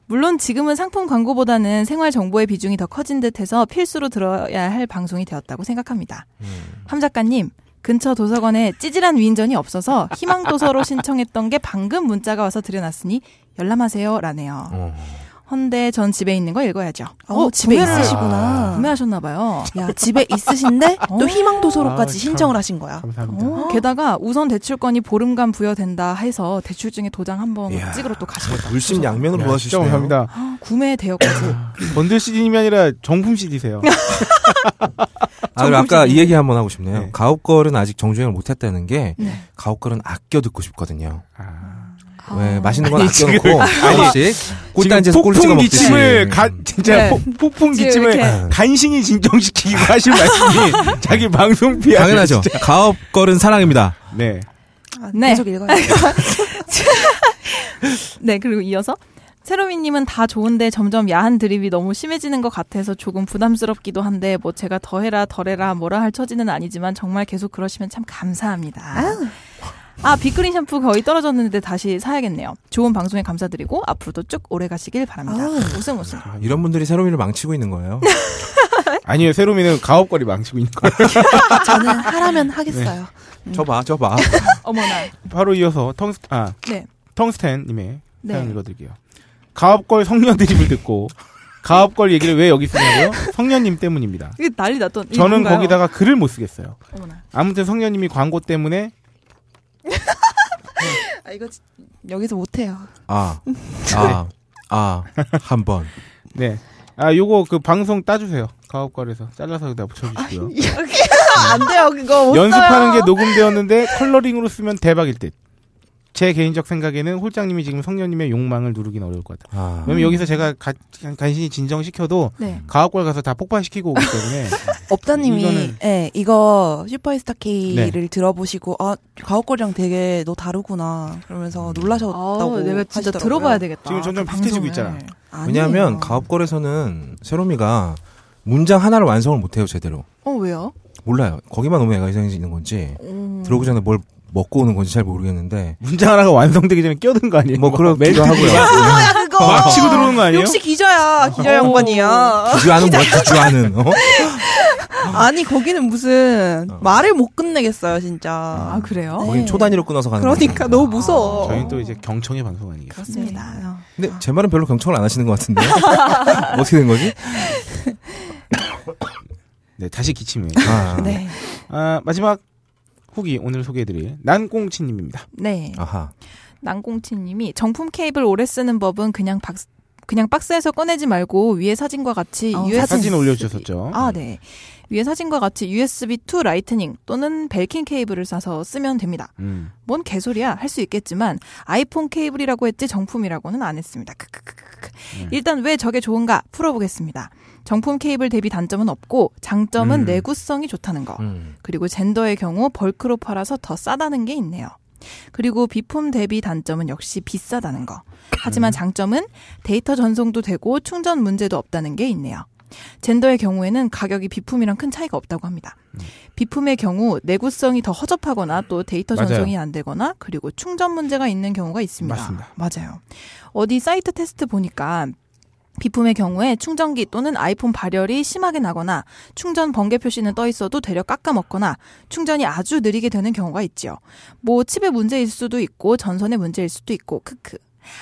Speaker 1: 물론 지금은 상품 광고보다는 생활 정보의 비중이 더 커진 듯해서 필수로 들어야 할 방송이 되었다고 생각합니다.
Speaker 7: 음.
Speaker 1: 함 작가님. 근처 도서관에 찌질한 위인전이 없어서 희망 도서로 신청했던 게 방금 문자가 와서 들여놨으니 열람하세요 라네요.
Speaker 7: 어.
Speaker 1: 헌데 전 집에 있는 거 읽어야죠.
Speaker 6: 어, 집에
Speaker 1: 구매를-
Speaker 6: 있으시구나.
Speaker 1: 구매하셨나 봐요.
Speaker 6: 야, 집에 있으신데
Speaker 1: 어.
Speaker 6: 또 희망 도서로까지
Speaker 4: 아,
Speaker 6: 신청을 하신 거야.
Speaker 4: 감사합니다.
Speaker 1: 게다가 우선 대출권이 보름간 부여된다 해서 대출증에 도장 한 번
Speaker 7: 이야.
Speaker 1: 찍으러 또 가시겠다.
Speaker 7: 물심양면으로
Speaker 4: 야, 네, 진짜 감사합니다.
Speaker 1: 아, 구매 대여까지.
Speaker 4: 번들 CD님이 아니라 정품 CD세요.
Speaker 7: 아, 그리고 아까 이 얘기 한번 하고 싶네요.
Speaker 4: 네.
Speaker 7: 가옥걸은 아직 정주행을 못했다는 게
Speaker 1: 네.
Speaker 7: 가옥걸은 아껴 듣고 싶거든요.
Speaker 4: 아,
Speaker 7: 왜 맛있는 건
Speaker 4: 아니,
Speaker 7: 아껴놓고 조금씩 꿀단지에서 꿀 찍어
Speaker 4: 폭풍
Speaker 7: 먹듯이. 음.
Speaker 4: 기침을 가, 진짜
Speaker 1: 네.
Speaker 4: 폭- 폭풍
Speaker 1: 지금
Speaker 4: 기침을
Speaker 1: 이렇게.
Speaker 4: 간신히 진정시키고 하신 말씀이 자기 방송비 아니에요,
Speaker 7: 당연하죠.
Speaker 4: 진짜.
Speaker 7: 가옥걸은 사랑입니다.
Speaker 4: 네.
Speaker 6: 아,
Speaker 1: 네.
Speaker 6: 계속 읽어야 돼.
Speaker 1: 네, 그리고 이어서 세로미님은 다 좋은데 점점 야한 드립이 너무 심해지는 것 같아서 조금 부담스럽기도 한데 뭐 제가 더해라 덜해라 뭐라 할 처지는 아니지만 정말 계속 그러시면 참 감사합니다. 아, 비크린 샴푸 거의 떨어졌는데 다시 사야겠네요. 좋은 방송에 감사드리고 앞으로도 쭉 오래 가시길 바랍니다.
Speaker 6: 아우.
Speaker 1: 웃음 웃음.
Speaker 7: 이런 분들이 새로미를 망치고 있는 거예요.
Speaker 4: 아니요, 세로미는 가업거리 망치고 있는 거예요.
Speaker 6: 저는 하라면 하겠어요.
Speaker 7: 저 봐, 저 봐.
Speaker 1: 어머나.
Speaker 4: 바로 이어서 텅스, 아,
Speaker 1: 네.
Speaker 4: 텅스텐님의
Speaker 1: 네.
Speaker 4: 사연 읽어드릴게요. 가업걸 성녀 드립을 듣고 가업걸 얘기를 왜 여기 쓰냐고요? 성녀님 때문입니다.
Speaker 1: 이게 난리 났던 이게
Speaker 4: 저는
Speaker 1: 뭔가요?
Speaker 4: 거기다가 글을 못 쓰겠어요.
Speaker 1: 어머나.
Speaker 4: 아무튼 성녀님이 광고 때문에
Speaker 6: 아, 이거 지- 여기서 못해요.
Speaker 7: 아, 아, 아, 한 번.
Speaker 4: 네. 아 요거 그 방송 따주세요. 가업걸에서 잘라서 여기다 붙여주시고요.
Speaker 6: 예. 안 돼요, 그거. 못 써요.
Speaker 4: 연습하는 게 녹음되었는데 컬러링으로 쓰면 대박일 듯. 제 개인적 생각에는 홀장님이 지금 성녀님의 욕망을 누르긴 어려울 것 같아요.
Speaker 7: 아,
Speaker 4: 왜냐면 여기서 제가 가- 간신히 진정시켜도
Speaker 1: 네.
Speaker 4: 가업걸 가서 다 폭발시키고 오기 때문에
Speaker 6: 업다님이
Speaker 4: 이거는- 네.
Speaker 6: 예, 이거 슈퍼스타 K를 들어보시고 아 가옥걸이랑 되게 너 다르구나 그러면서 놀라셨다고
Speaker 1: 아우, 어, 내가 진짜
Speaker 6: 하시더라고요.
Speaker 1: 들어봐야 되겠다.
Speaker 4: 네. 지금 점점
Speaker 1: 그
Speaker 4: 비슷해지고
Speaker 1: 방송을.
Speaker 4: 있잖아.
Speaker 6: 아니에요.
Speaker 7: 왜냐하면 가업걸에서는 세롬이가 문장 하나를 완성을 못해요 제대로.
Speaker 1: 어 왜요?
Speaker 7: 몰라요. 거기만 오면 애가 이상해지는 건지 들어오기 전에 뭘 먹고 오는 건지 잘 모르겠는데
Speaker 4: 문장 하나가 완성되기 전에 끼어든 거 아니에요?
Speaker 7: 뭐 그렇기도 하고요.
Speaker 6: 뭐야 아, 그거
Speaker 4: 막 치고 들어오는 거 아니에요?
Speaker 6: 역시 기자야 기자 양반이야
Speaker 7: 주주하는 뭐 주주하는 어?
Speaker 6: 아니 거기는 무슨
Speaker 4: 어.
Speaker 6: 말을 못 끝내겠어요 진짜
Speaker 1: 아 그래요?
Speaker 7: 거긴 초단위로 끊어서 가는
Speaker 6: 그러니까
Speaker 7: 거니까.
Speaker 6: 너무 무서워
Speaker 4: 아, 저희는 또 이제 경청의 방송 아니겠어요?
Speaker 6: 그렇습니다
Speaker 7: 근데 제 말은 별로 경청을 안 하시는 것 같은데 뭐 어떻게 된 거지?
Speaker 4: 네, 다시 기침해.
Speaker 7: 아,
Speaker 6: 네
Speaker 4: 아, 마지막 후기 오늘 소개해드릴 난꽁치님입니다.
Speaker 1: 네.
Speaker 7: 아하.
Speaker 1: 난꽁치님이 정품 케이블 오래 쓰는 법은 그냥 박 그냥 박스에서 꺼내지 말고 위에 사진과 같이
Speaker 6: 어,
Speaker 1: USB
Speaker 4: 사진 올려주셨었죠.
Speaker 1: 아 네. 위에 사진과 같이 USB to 라이트닝 또는 벨킨 케이블을 사서 쓰면 됩니다.
Speaker 4: 음.
Speaker 1: 뭔 개소리야 할 수 있겠지만 아이폰 케이블이라고 했지 정품이라고는 안 했습니다. 크크크크크.
Speaker 4: 음.
Speaker 1: 일단 왜 저게 좋은가 풀어보겠습니다. 정품 케이블 대비 단점은 없고 장점은
Speaker 7: 음.
Speaker 1: 내구성이 좋다는 거.
Speaker 7: 음.
Speaker 1: 그리고 젠더의 경우 벌크로 팔아서 더 싸다는 게 있네요. 그리고 비품 대비 단점은 역시 비싸다는 거. 하지만 장점은 데이터 전송도 되고 충전 문제도 없다는 게 있네요. 젠더의 경우에는 가격이 비품이랑 큰 차이가 없다고 합니다. 비품의 경우 내구성이 더 허접하거나 또 데이터
Speaker 4: 맞아요.
Speaker 1: 전송이 안 되거나 그리고 충전 문제가 있는 경우가 있습니다.
Speaker 4: 맞습니다.
Speaker 1: 맞아요. 어디 사이트 테스트 보니까 비품의 경우에 충전기 또는 아이폰 발열이 심하게 나거나 충전 번개 표시는 떠 있어도 되려 깎아먹거나 충전이 아주 느리게 되는 경우가 있지요. 뭐 칩의 문제일 수도 있고 전선의 문제일 수도 있고 크크.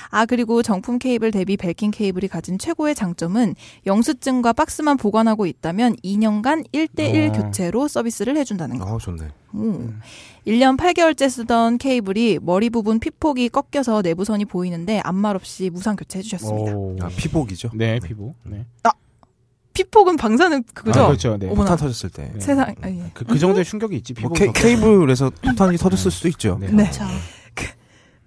Speaker 1: 아 그리고 정품 케이블 대비 벨킨 케이블이 가진 최고의 장점은 영수증과 박스만 보관하고 있다면 2년간 1대1
Speaker 4: 어.
Speaker 1: 교체로 서비스를 해준다는 거.
Speaker 7: 아 좋네.
Speaker 1: 오. 음. 1년 8개월째 쓰던 케이블이 머리 부분 피폭이 꺾여서 내부선이 보이는데 아무 말 없이 무상 교체해주셨습니다.
Speaker 7: 아,
Speaker 4: 아, 피-
Speaker 7: 피복이죠.
Speaker 4: 네, 피부. 네.
Speaker 1: 피폭은 방사능 그거죠?
Speaker 4: 아, 그렇죠. 네.
Speaker 1: 어머. 어머나.
Speaker 7: 폭탄 터졌을 때.
Speaker 4: 네.
Speaker 1: 세상 아, 예.
Speaker 4: 그, 그 정도의 충격이 있지, 피부.
Speaker 7: 뭐 케, 케이블에서 폭탄이 터졌을 수도 있죠.
Speaker 4: 네.
Speaker 1: 네.
Speaker 6: 그렇죠.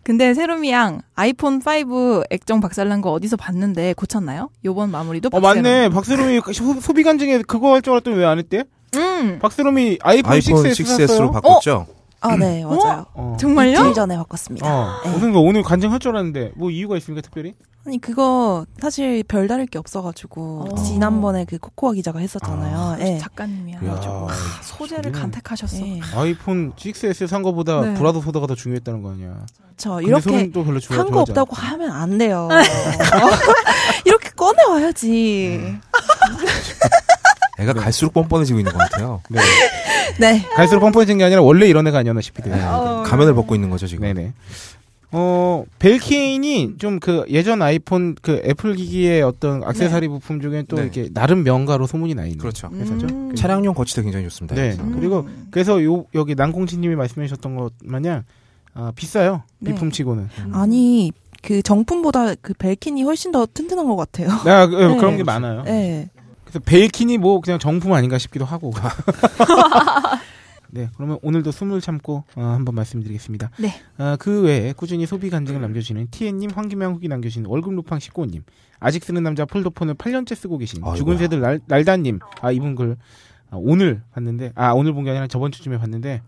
Speaker 1: 근데 세롬이 양 아이폰 5 액정 박살난 거 어디서 봤는데 고쳤나요? 요번 마무리도
Speaker 4: 어, 맞네. 박세롬이 소- 소비 간증에 그거 할 줄 알았더니 왜 안 했대?
Speaker 1: 음.
Speaker 4: 박세롬이 아이폰,
Speaker 7: 아이폰
Speaker 4: 6S
Speaker 7: 6S로
Speaker 4: 샀어요?
Speaker 7: 바꿨죠.
Speaker 6: 아네 맞아요
Speaker 4: 어.
Speaker 1: 정말요?
Speaker 6: 이틀 전에 바꿨습니다
Speaker 4: 어.
Speaker 6: 네.
Speaker 4: 무슨 거 오늘 간증할 줄 알았는데 뭐 이유가 있습니까 특별히?
Speaker 6: 아니 그거 사실 별다를 게 없어가지고
Speaker 1: 어.
Speaker 6: 지난번에 그 코코아 기자가 했었잖아요 예.
Speaker 1: 작가님이야.
Speaker 4: 이야,
Speaker 7: 그렇죠.
Speaker 6: 아.
Speaker 1: 아, 소재를
Speaker 4: 우리는-
Speaker 1: 간택하셨어.
Speaker 6: 예.
Speaker 4: 아, 아이폰 6S 산 거보다
Speaker 1: 네.
Speaker 4: 브라더 소다가 더 중요했다는 거 아니야?
Speaker 6: 저
Speaker 4: 근데
Speaker 6: 이렇게
Speaker 4: 소는 또 별로 좋아
Speaker 6: 산 거
Speaker 4: 좋아하지 않아.
Speaker 6: 없다고 하면 안 돼요. 이렇게 꺼내 와야지.
Speaker 4: 음.
Speaker 7: 애가 갈수록 뻔뻔해지고 있는 것 같아요.
Speaker 4: 네.
Speaker 6: 네.
Speaker 4: 갈수록 뻔뻔해진 게 아니라 원래 이런 애가 아니었나 싶기도
Speaker 7: 네.
Speaker 4: 해요.
Speaker 7: 가면을 벗고 있는 거죠 지금.
Speaker 4: 네네. 어 벨케인이 좀 그 예전 아이폰 그 애플 기기의 어떤 액세서리 부품 중에 또
Speaker 7: 네.
Speaker 4: 이렇게 나름 명가로 소문이 나 있는
Speaker 7: 그렇죠.
Speaker 4: 회사죠.
Speaker 1: 음.
Speaker 7: 차량용 거치대 굉장히 좋습니다.
Speaker 4: 네.
Speaker 7: 그래서.
Speaker 4: 그리고 그래서 요 여기 난공치님이 말씀해주셨던 것 마냥 아, 비싸요
Speaker 1: 네.
Speaker 4: 비품치고는.
Speaker 6: 아니 그 정품보다 그 벨킨이 훨씬 더 튼튼한 것 같아요.
Speaker 4: 나 그,
Speaker 6: 네.
Speaker 4: 그런 게 많아요.
Speaker 6: 네.
Speaker 4: 그래서 베이킨이 뭐 그냥 정품 아닌가 싶기도 하고. 네, 그러면 오늘도 숨을 참고 어, 한번 말씀드리겠습니다.
Speaker 1: 네.
Speaker 4: 아, 그 외에 꾸준히 소비 간증을 남겨주시는 TN님, 황기명 후기 남겨주시는 월급루팡 19님, 아직 쓰는 남자 폴더폰을 8년째 쓰고 계신
Speaker 7: 아이고야.
Speaker 4: 죽은 새들 날, 날다님, 아 이분 글 아, 오늘 봤는데, 아 오늘 본 게 아니라 저번 주쯤에 봤는데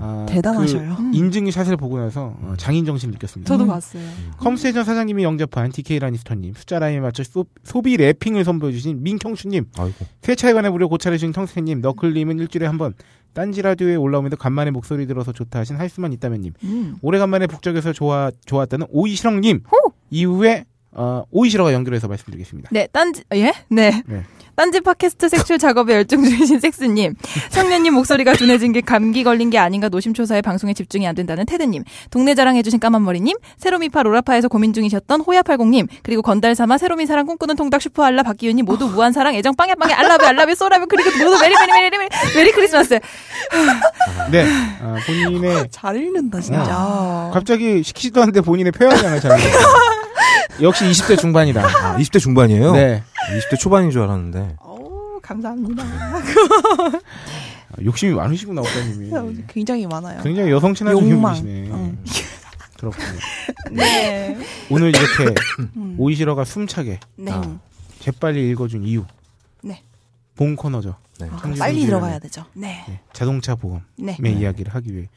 Speaker 4: 아,
Speaker 6: 대단하셔요. 음.
Speaker 4: 그 인증샷을 보고 나서 어, 장인 정신을 느꼈습니다.
Speaker 1: 저도 봤어요.
Speaker 6: 음.
Speaker 4: 컴스테이션 사장님이 영접한 DK 라니스터님, 숫자 라인에 맞춰 소, 소비 래핑을 선보여주신 민경춘님,
Speaker 7: 아이고.
Speaker 4: 세차에 관해 무료 고찰해주신 청스님, 너클님은 일주일에 한 번, 딴지 라디오에 올라오면서 간만에 목소리 들어서 좋다 하신 할수만 있다면님,
Speaker 1: 음.
Speaker 4: 오래간만에 북적에서 좋아, 좋았다는 오이시렁님, 이후에 어, 오이시러가 연결해서 말씀드리겠습니다.
Speaker 1: 네, 딴지, 예? 네.
Speaker 4: 네.
Speaker 1: 딴지 팟캐스트 색출 작업에 열중 중이신 섹스님. 청년님 목소리가 둔해진 게 감기 걸린 게 아닌가 노심초사에 방송에 집중이 안 된다는 테드님. 동네 자랑해주신 까만머리님. 세로미파 로라파에서 고민 중이셨던 호야팔공님. 그리고 건달삼아 세로미 사랑 꿈꾸는 통닭 슈퍼알라 박기윤님. 모두 무한사랑 애정 빵야빵야 알라뷰 알라뷰 쏘라뷰 그리고 모두 메리 메리 메리 메리 메리 크리스마스.
Speaker 4: 네. 어, 본인의
Speaker 6: 잘 읽는다 진짜.
Speaker 4: 갑자기 시키지도 않는데 본인의 표현량을 잘. 역시 20대 중반이다.
Speaker 7: 아, 20대 중반이에요?
Speaker 4: 네.
Speaker 7: 20대 초반인 줄 알았는데.
Speaker 6: 오, 감사합니다.
Speaker 4: 아, 욕심이 많으시구나 오빠님이.
Speaker 6: 굉장히 많아요.
Speaker 4: 굉장히 여성친한
Speaker 6: 욕망.
Speaker 4: 분이시네.
Speaker 6: 응.
Speaker 4: 그렇군요.
Speaker 1: 네.
Speaker 4: 오늘 이렇게 오이시러가 숨차게
Speaker 1: 네.
Speaker 7: 아,
Speaker 4: 재빨리 읽어준 이유.
Speaker 1: 네.
Speaker 4: 본 코너죠.
Speaker 7: 네.
Speaker 6: 아,
Speaker 4: 청소년
Speaker 6: 빨리
Speaker 4: 주변에.
Speaker 6: 들어가야 되죠.
Speaker 1: 네.
Speaker 4: 네, 자동차 보험의
Speaker 1: 네.
Speaker 4: 이야기를 하기 위해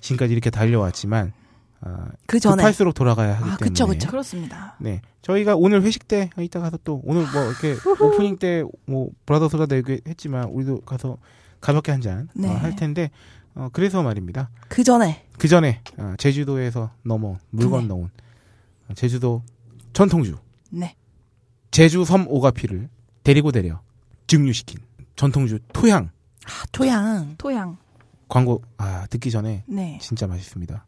Speaker 4: 지금까지 이렇게 달려왔지만 아,
Speaker 6: 그 전에
Speaker 4: 급할수록 돌아가야 하기
Speaker 6: 아,
Speaker 4: 때문에.
Speaker 6: 그쵸, 그쵸.
Speaker 1: 그렇습니다.
Speaker 4: 네, 저희가 오늘 회식 때 아, 이따 가서 또 오늘 뭐 이렇게 오프닝 때 뭐 브라더스가 되게 했지만 우리도 가서 가볍게 한 잔 할
Speaker 1: 네.
Speaker 4: 텐데 어, 그래서 말입니다.
Speaker 6: 그 전에
Speaker 4: 그 전에 아, 제주도에서 넘어
Speaker 6: 네.
Speaker 4: 물건 넣은 아, 제주도 전통주
Speaker 1: 네.
Speaker 4: 제주섬 오가피를 데리고 데려 증류시킨 전통주 토양
Speaker 6: 아, 토양
Speaker 1: 토양.
Speaker 4: 광고 아 듣기 전에
Speaker 1: 네.
Speaker 4: 진짜 맛있습니다.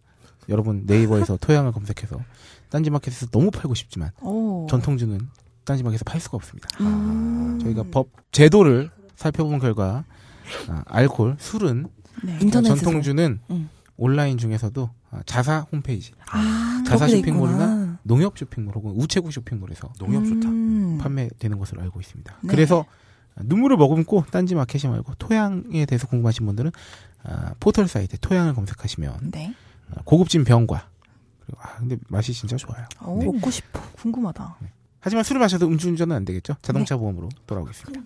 Speaker 4: 여러분 네이버에서 토양을 검색해서 딴지마켓에서 너무 팔고 싶지만
Speaker 1: 오.
Speaker 4: 전통주는 딴지마켓에서 팔 수가 없습니다. 아,
Speaker 1: 음.
Speaker 4: 저희가 법 제도를 살펴본 결과 아, 알콜 술은 아,
Speaker 1: 네.
Speaker 6: 인터넷에서
Speaker 4: 전통주는
Speaker 6: 음.
Speaker 4: 온라인 중에서도 아, 자사 홈페이지
Speaker 6: 아,
Speaker 4: 자사
Speaker 6: 그렇게 돼
Speaker 4: 쇼핑몰이나
Speaker 6: 있구나.
Speaker 4: 농협 쇼핑몰 혹은 우체국 쇼핑몰에서
Speaker 7: 농협 좋다.
Speaker 1: 음.
Speaker 4: 판매되는 것으로 알고 있습니다.
Speaker 1: 네.
Speaker 4: 그래서 눈물을 머금고 딴지마켓이 말고 토양에 대해서 궁금하신 분들은 아, 포털 사이트 토양을 검색하시면
Speaker 1: 네.
Speaker 4: 아, 고급진 병과 그리고 아 근데 맛이 진짜 좋아요.
Speaker 1: 오,
Speaker 4: 네.
Speaker 1: 먹고 싶어. 궁금하다.
Speaker 4: 하지만 술을 마셔도 음주운전은 안 되겠죠. 자동차 보험으로 돌아오겠습니다.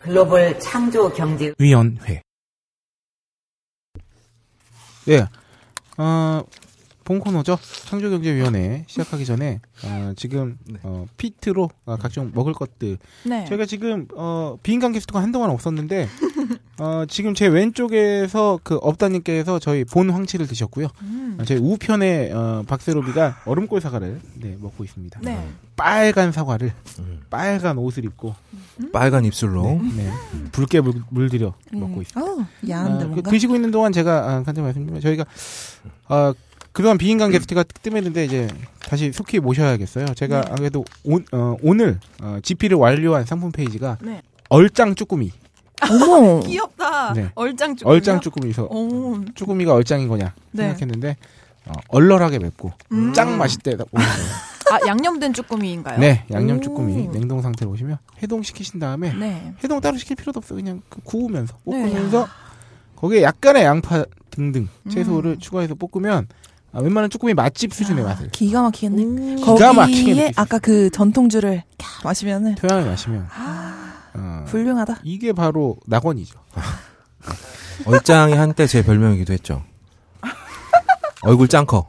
Speaker 5: 글로벌 창조 경제
Speaker 4: 위원회. 예. 어, 본 코너죠. 창조경제위원회 시작하기 전에 어, 지금
Speaker 7: 네.
Speaker 4: 어, 피트로 아, 각종 먹을 것들
Speaker 1: 네.
Speaker 4: 저희가 지금 어, 비인간 게스트가 한동안 없었는데 어, 지금 제 왼쪽에서 그 업다님께서 저희 본 황치를 드셨고요.
Speaker 1: 음.
Speaker 4: 어, 저희 우편에 어, 박세로비가 얼음골 사과를 네, 먹고 있습니다.
Speaker 1: 네.
Speaker 4: 빨간 사과를
Speaker 7: 음.
Speaker 4: 빨간 옷을 입고
Speaker 7: 빨간 입술로.
Speaker 4: 네, 붉게 물, 물들여
Speaker 6: 음.
Speaker 4: 먹고 있습니다.
Speaker 6: 어우,
Speaker 4: 아,
Speaker 6: 야한데
Speaker 4: 그
Speaker 6: 뭔가.
Speaker 4: 드시고 있는 동안 제가 아, 간단히 말씀드리면 저희가 아, 그동안
Speaker 1: 음.
Speaker 4: 비인간 게스트가 뜸했는데 이제 다시 속히 모셔야겠어요. 제가
Speaker 1: 네.
Speaker 4: 아무래도 오, 늘 어, GP를 완료한 상품 페이지가
Speaker 1: 네.
Speaker 4: 얼짱 쭈꾸미,
Speaker 6: 어머.
Speaker 1: 귀엽다.
Speaker 4: 네.
Speaker 1: 얼짱 쭈꾸미.
Speaker 4: 얼짱 쭈꾸미에서
Speaker 1: 오.
Speaker 4: 쭈꾸미가 얼짱인 거냐
Speaker 1: 어. 네.
Speaker 4: 생각했는데 어, 얼얼하게 맵고
Speaker 1: 음.
Speaker 4: 짱 맛있대다.
Speaker 1: 아, 양념된 쭈꾸미인가요?
Speaker 4: 네, 양념 쭈꾸미
Speaker 1: 오.
Speaker 4: 냉동 상태로 오시면 해동시키신 다음에
Speaker 1: 네.
Speaker 4: 해동 따로 시킬 필요도 없어 그냥 그 구우면서
Speaker 1: 네.
Speaker 4: 볶으면서 거기에 약간의 양파 등등
Speaker 1: 음.
Speaker 4: 채소를 추가해서 볶으면 아, 웬만한 쭈꾸미 맛집
Speaker 6: 아.
Speaker 4: 수준의 맛을
Speaker 6: 기가 막히겠네.
Speaker 4: 기가 막히게
Speaker 6: 거기에
Speaker 4: 느낄 수
Speaker 6: 아까 그 전통주를 캬, 마시면은
Speaker 4: 토양을 마시면
Speaker 6: 아.
Speaker 4: 어,
Speaker 6: 훌륭하다.
Speaker 4: 이게 바로 낙원이죠.
Speaker 7: 얼짱이 한때 제 별명이기도 했죠. 얼굴 짱커.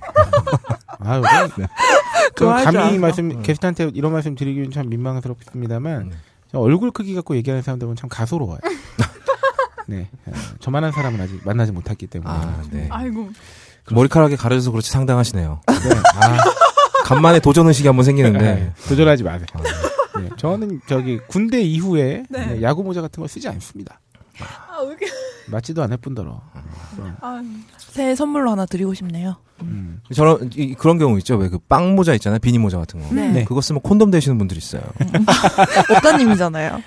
Speaker 4: 아유, 그건- 저는
Speaker 6: 좋아할 줄
Speaker 4: 감히
Speaker 6: 알았어.
Speaker 4: 말씀 게스트한테 이런 말씀 드리기는 참 민망스럽습니다만
Speaker 7: 음. 네.
Speaker 4: 저 얼굴 크기 갖고 얘기하는 사람들은 참 가소로워요. 네, 어, 저만한 사람은 아직 만나지 못했기 때문에
Speaker 7: 아, 네.
Speaker 1: 아이고.
Speaker 7: 머리카락에 가려져서 그렇지 상당하시네요.
Speaker 4: 네, 아,
Speaker 7: 간만에 도전 의식이 한번 생기는데.
Speaker 4: 네. 도전하지 마세요.
Speaker 7: 아,
Speaker 4: 네, 저는 저기 군대 이후에
Speaker 1: 네.
Speaker 4: 네, 야구 모자 같은 걸 쓰지 않습니다.
Speaker 1: 아, 이게
Speaker 4: 맞지도 않을 뿐더러.
Speaker 1: 아.
Speaker 6: 새해 선물로 하나 드리고 싶네요.
Speaker 4: 음.
Speaker 7: 저런 이- 그런 경우 있죠. 왜 그 빵 모자 있잖아요. 비니 모자 같은 거.
Speaker 1: 네.
Speaker 4: 네.
Speaker 7: 그거 쓰면 콘돔 되시는 분들 있어요.
Speaker 6: 업다님이잖아요.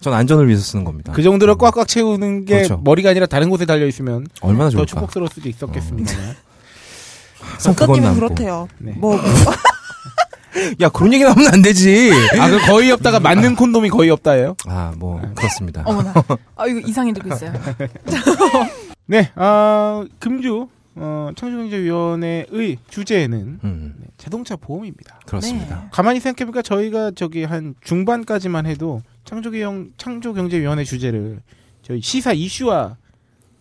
Speaker 7: 전 안전을 위해서 쓰는 겁니다.
Speaker 4: 그 정도로 꽉꽉 채우는 게
Speaker 7: 아, 음. 그렇죠.
Speaker 4: 머리가 아니라 다른 곳에 달려 있으면
Speaker 7: 얼마나
Speaker 4: 더
Speaker 7: 좋을까. 어,
Speaker 4: 축복스러울 수도 있었겠습니다만.
Speaker 7: 항상 그건
Speaker 6: 업다님은
Speaker 7: 남고.
Speaker 6: 그렇대요.
Speaker 7: 음.
Speaker 4: 네.
Speaker 6: 뭐
Speaker 7: 야 그런 얘기 나오면 안 되지.
Speaker 4: 아, 그 거의 없다가 맞는 콘돔이 거의 없다예요?
Speaker 7: 아 뭐 그렇습니다.
Speaker 1: 어머나. 아, 이거 이상해지고 있어요.
Speaker 4: 네, 아, 금주 어, 청소년경제위원회의 주제는
Speaker 7: 음
Speaker 4: 네, 자동차 보험입니다.
Speaker 7: 그렇습니다.
Speaker 1: 네.
Speaker 4: 가만히 생각해보니까 저희가 저기 한 중반까지만 해도 창조경 창조경제위원회 주제를 저희 시사 이슈화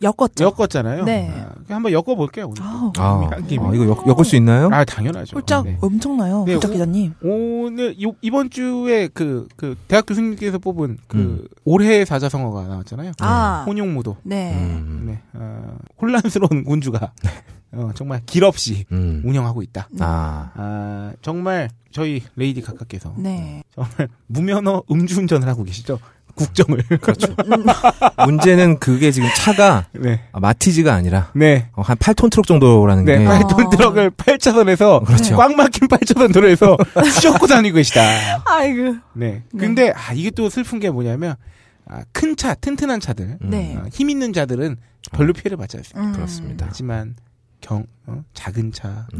Speaker 6: 엮었죠.
Speaker 4: 엮었잖아요.
Speaker 1: 네.
Speaker 4: 아, 그냥 한번 엮어볼게요. 오늘.
Speaker 6: 아우,
Speaker 7: 아,
Speaker 4: 한 김에.
Speaker 7: 아, 이거 엮, 엮을 수 있나요?
Speaker 4: 아 당연하죠.
Speaker 6: 홀짝
Speaker 4: 네.
Speaker 6: 엄청나요.
Speaker 4: 네,
Speaker 6: 홀짝
Speaker 4: 오-
Speaker 6: 기자님.
Speaker 4: 오늘 요- 이번 주에 그, 그 대학 교수님께서 뽑은 그
Speaker 7: 음.
Speaker 4: 올해의 사자성어가 나왔잖아요.
Speaker 1: 아,
Speaker 4: 혼용무도.
Speaker 1: 네.
Speaker 7: 음.
Speaker 4: 네. 어, 혼란스러운 군주가 어, 정말 길 없이
Speaker 7: 음.
Speaker 4: 네. 운영하고 있다.
Speaker 7: 아,
Speaker 4: 아 정말 저희 레이디 각하께서
Speaker 1: 네.
Speaker 4: 무면허 음주운전을 하고 계시죠. 국정을.
Speaker 7: 그렇죠. 문제는 그게 지금 차가
Speaker 4: 네.
Speaker 7: 아, 마티즈가 아니라
Speaker 4: 네.
Speaker 7: 어, 한 8톤 트럭 정도라는
Speaker 4: 네,
Speaker 7: 게
Speaker 1: 아,
Speaker 4: 팔톤 트럭을 8차선에서
Speaker 7: 그렇죠.
Speaker 4: 꽉 막힌 8차선 도로에서 휘젓고 다니고 계시다.
Speaker 1: 아이고.
Speaker 4: 네. 근데 아 이게 또 슬픈 게 뭐냐면 아, 큰 차, 튼튼한 차들,
Speaker 7: 음, 아,
Speaker 1: 네.
Speaker 4: 아, 힘 있는 자들은 별로 피해를 받지 않습니다.
Speaker 1: 음.
Speaker 7: 그렇습니다.
Speaker 4: 하지만 경 어? 작은 차,
Speaker 7: 음.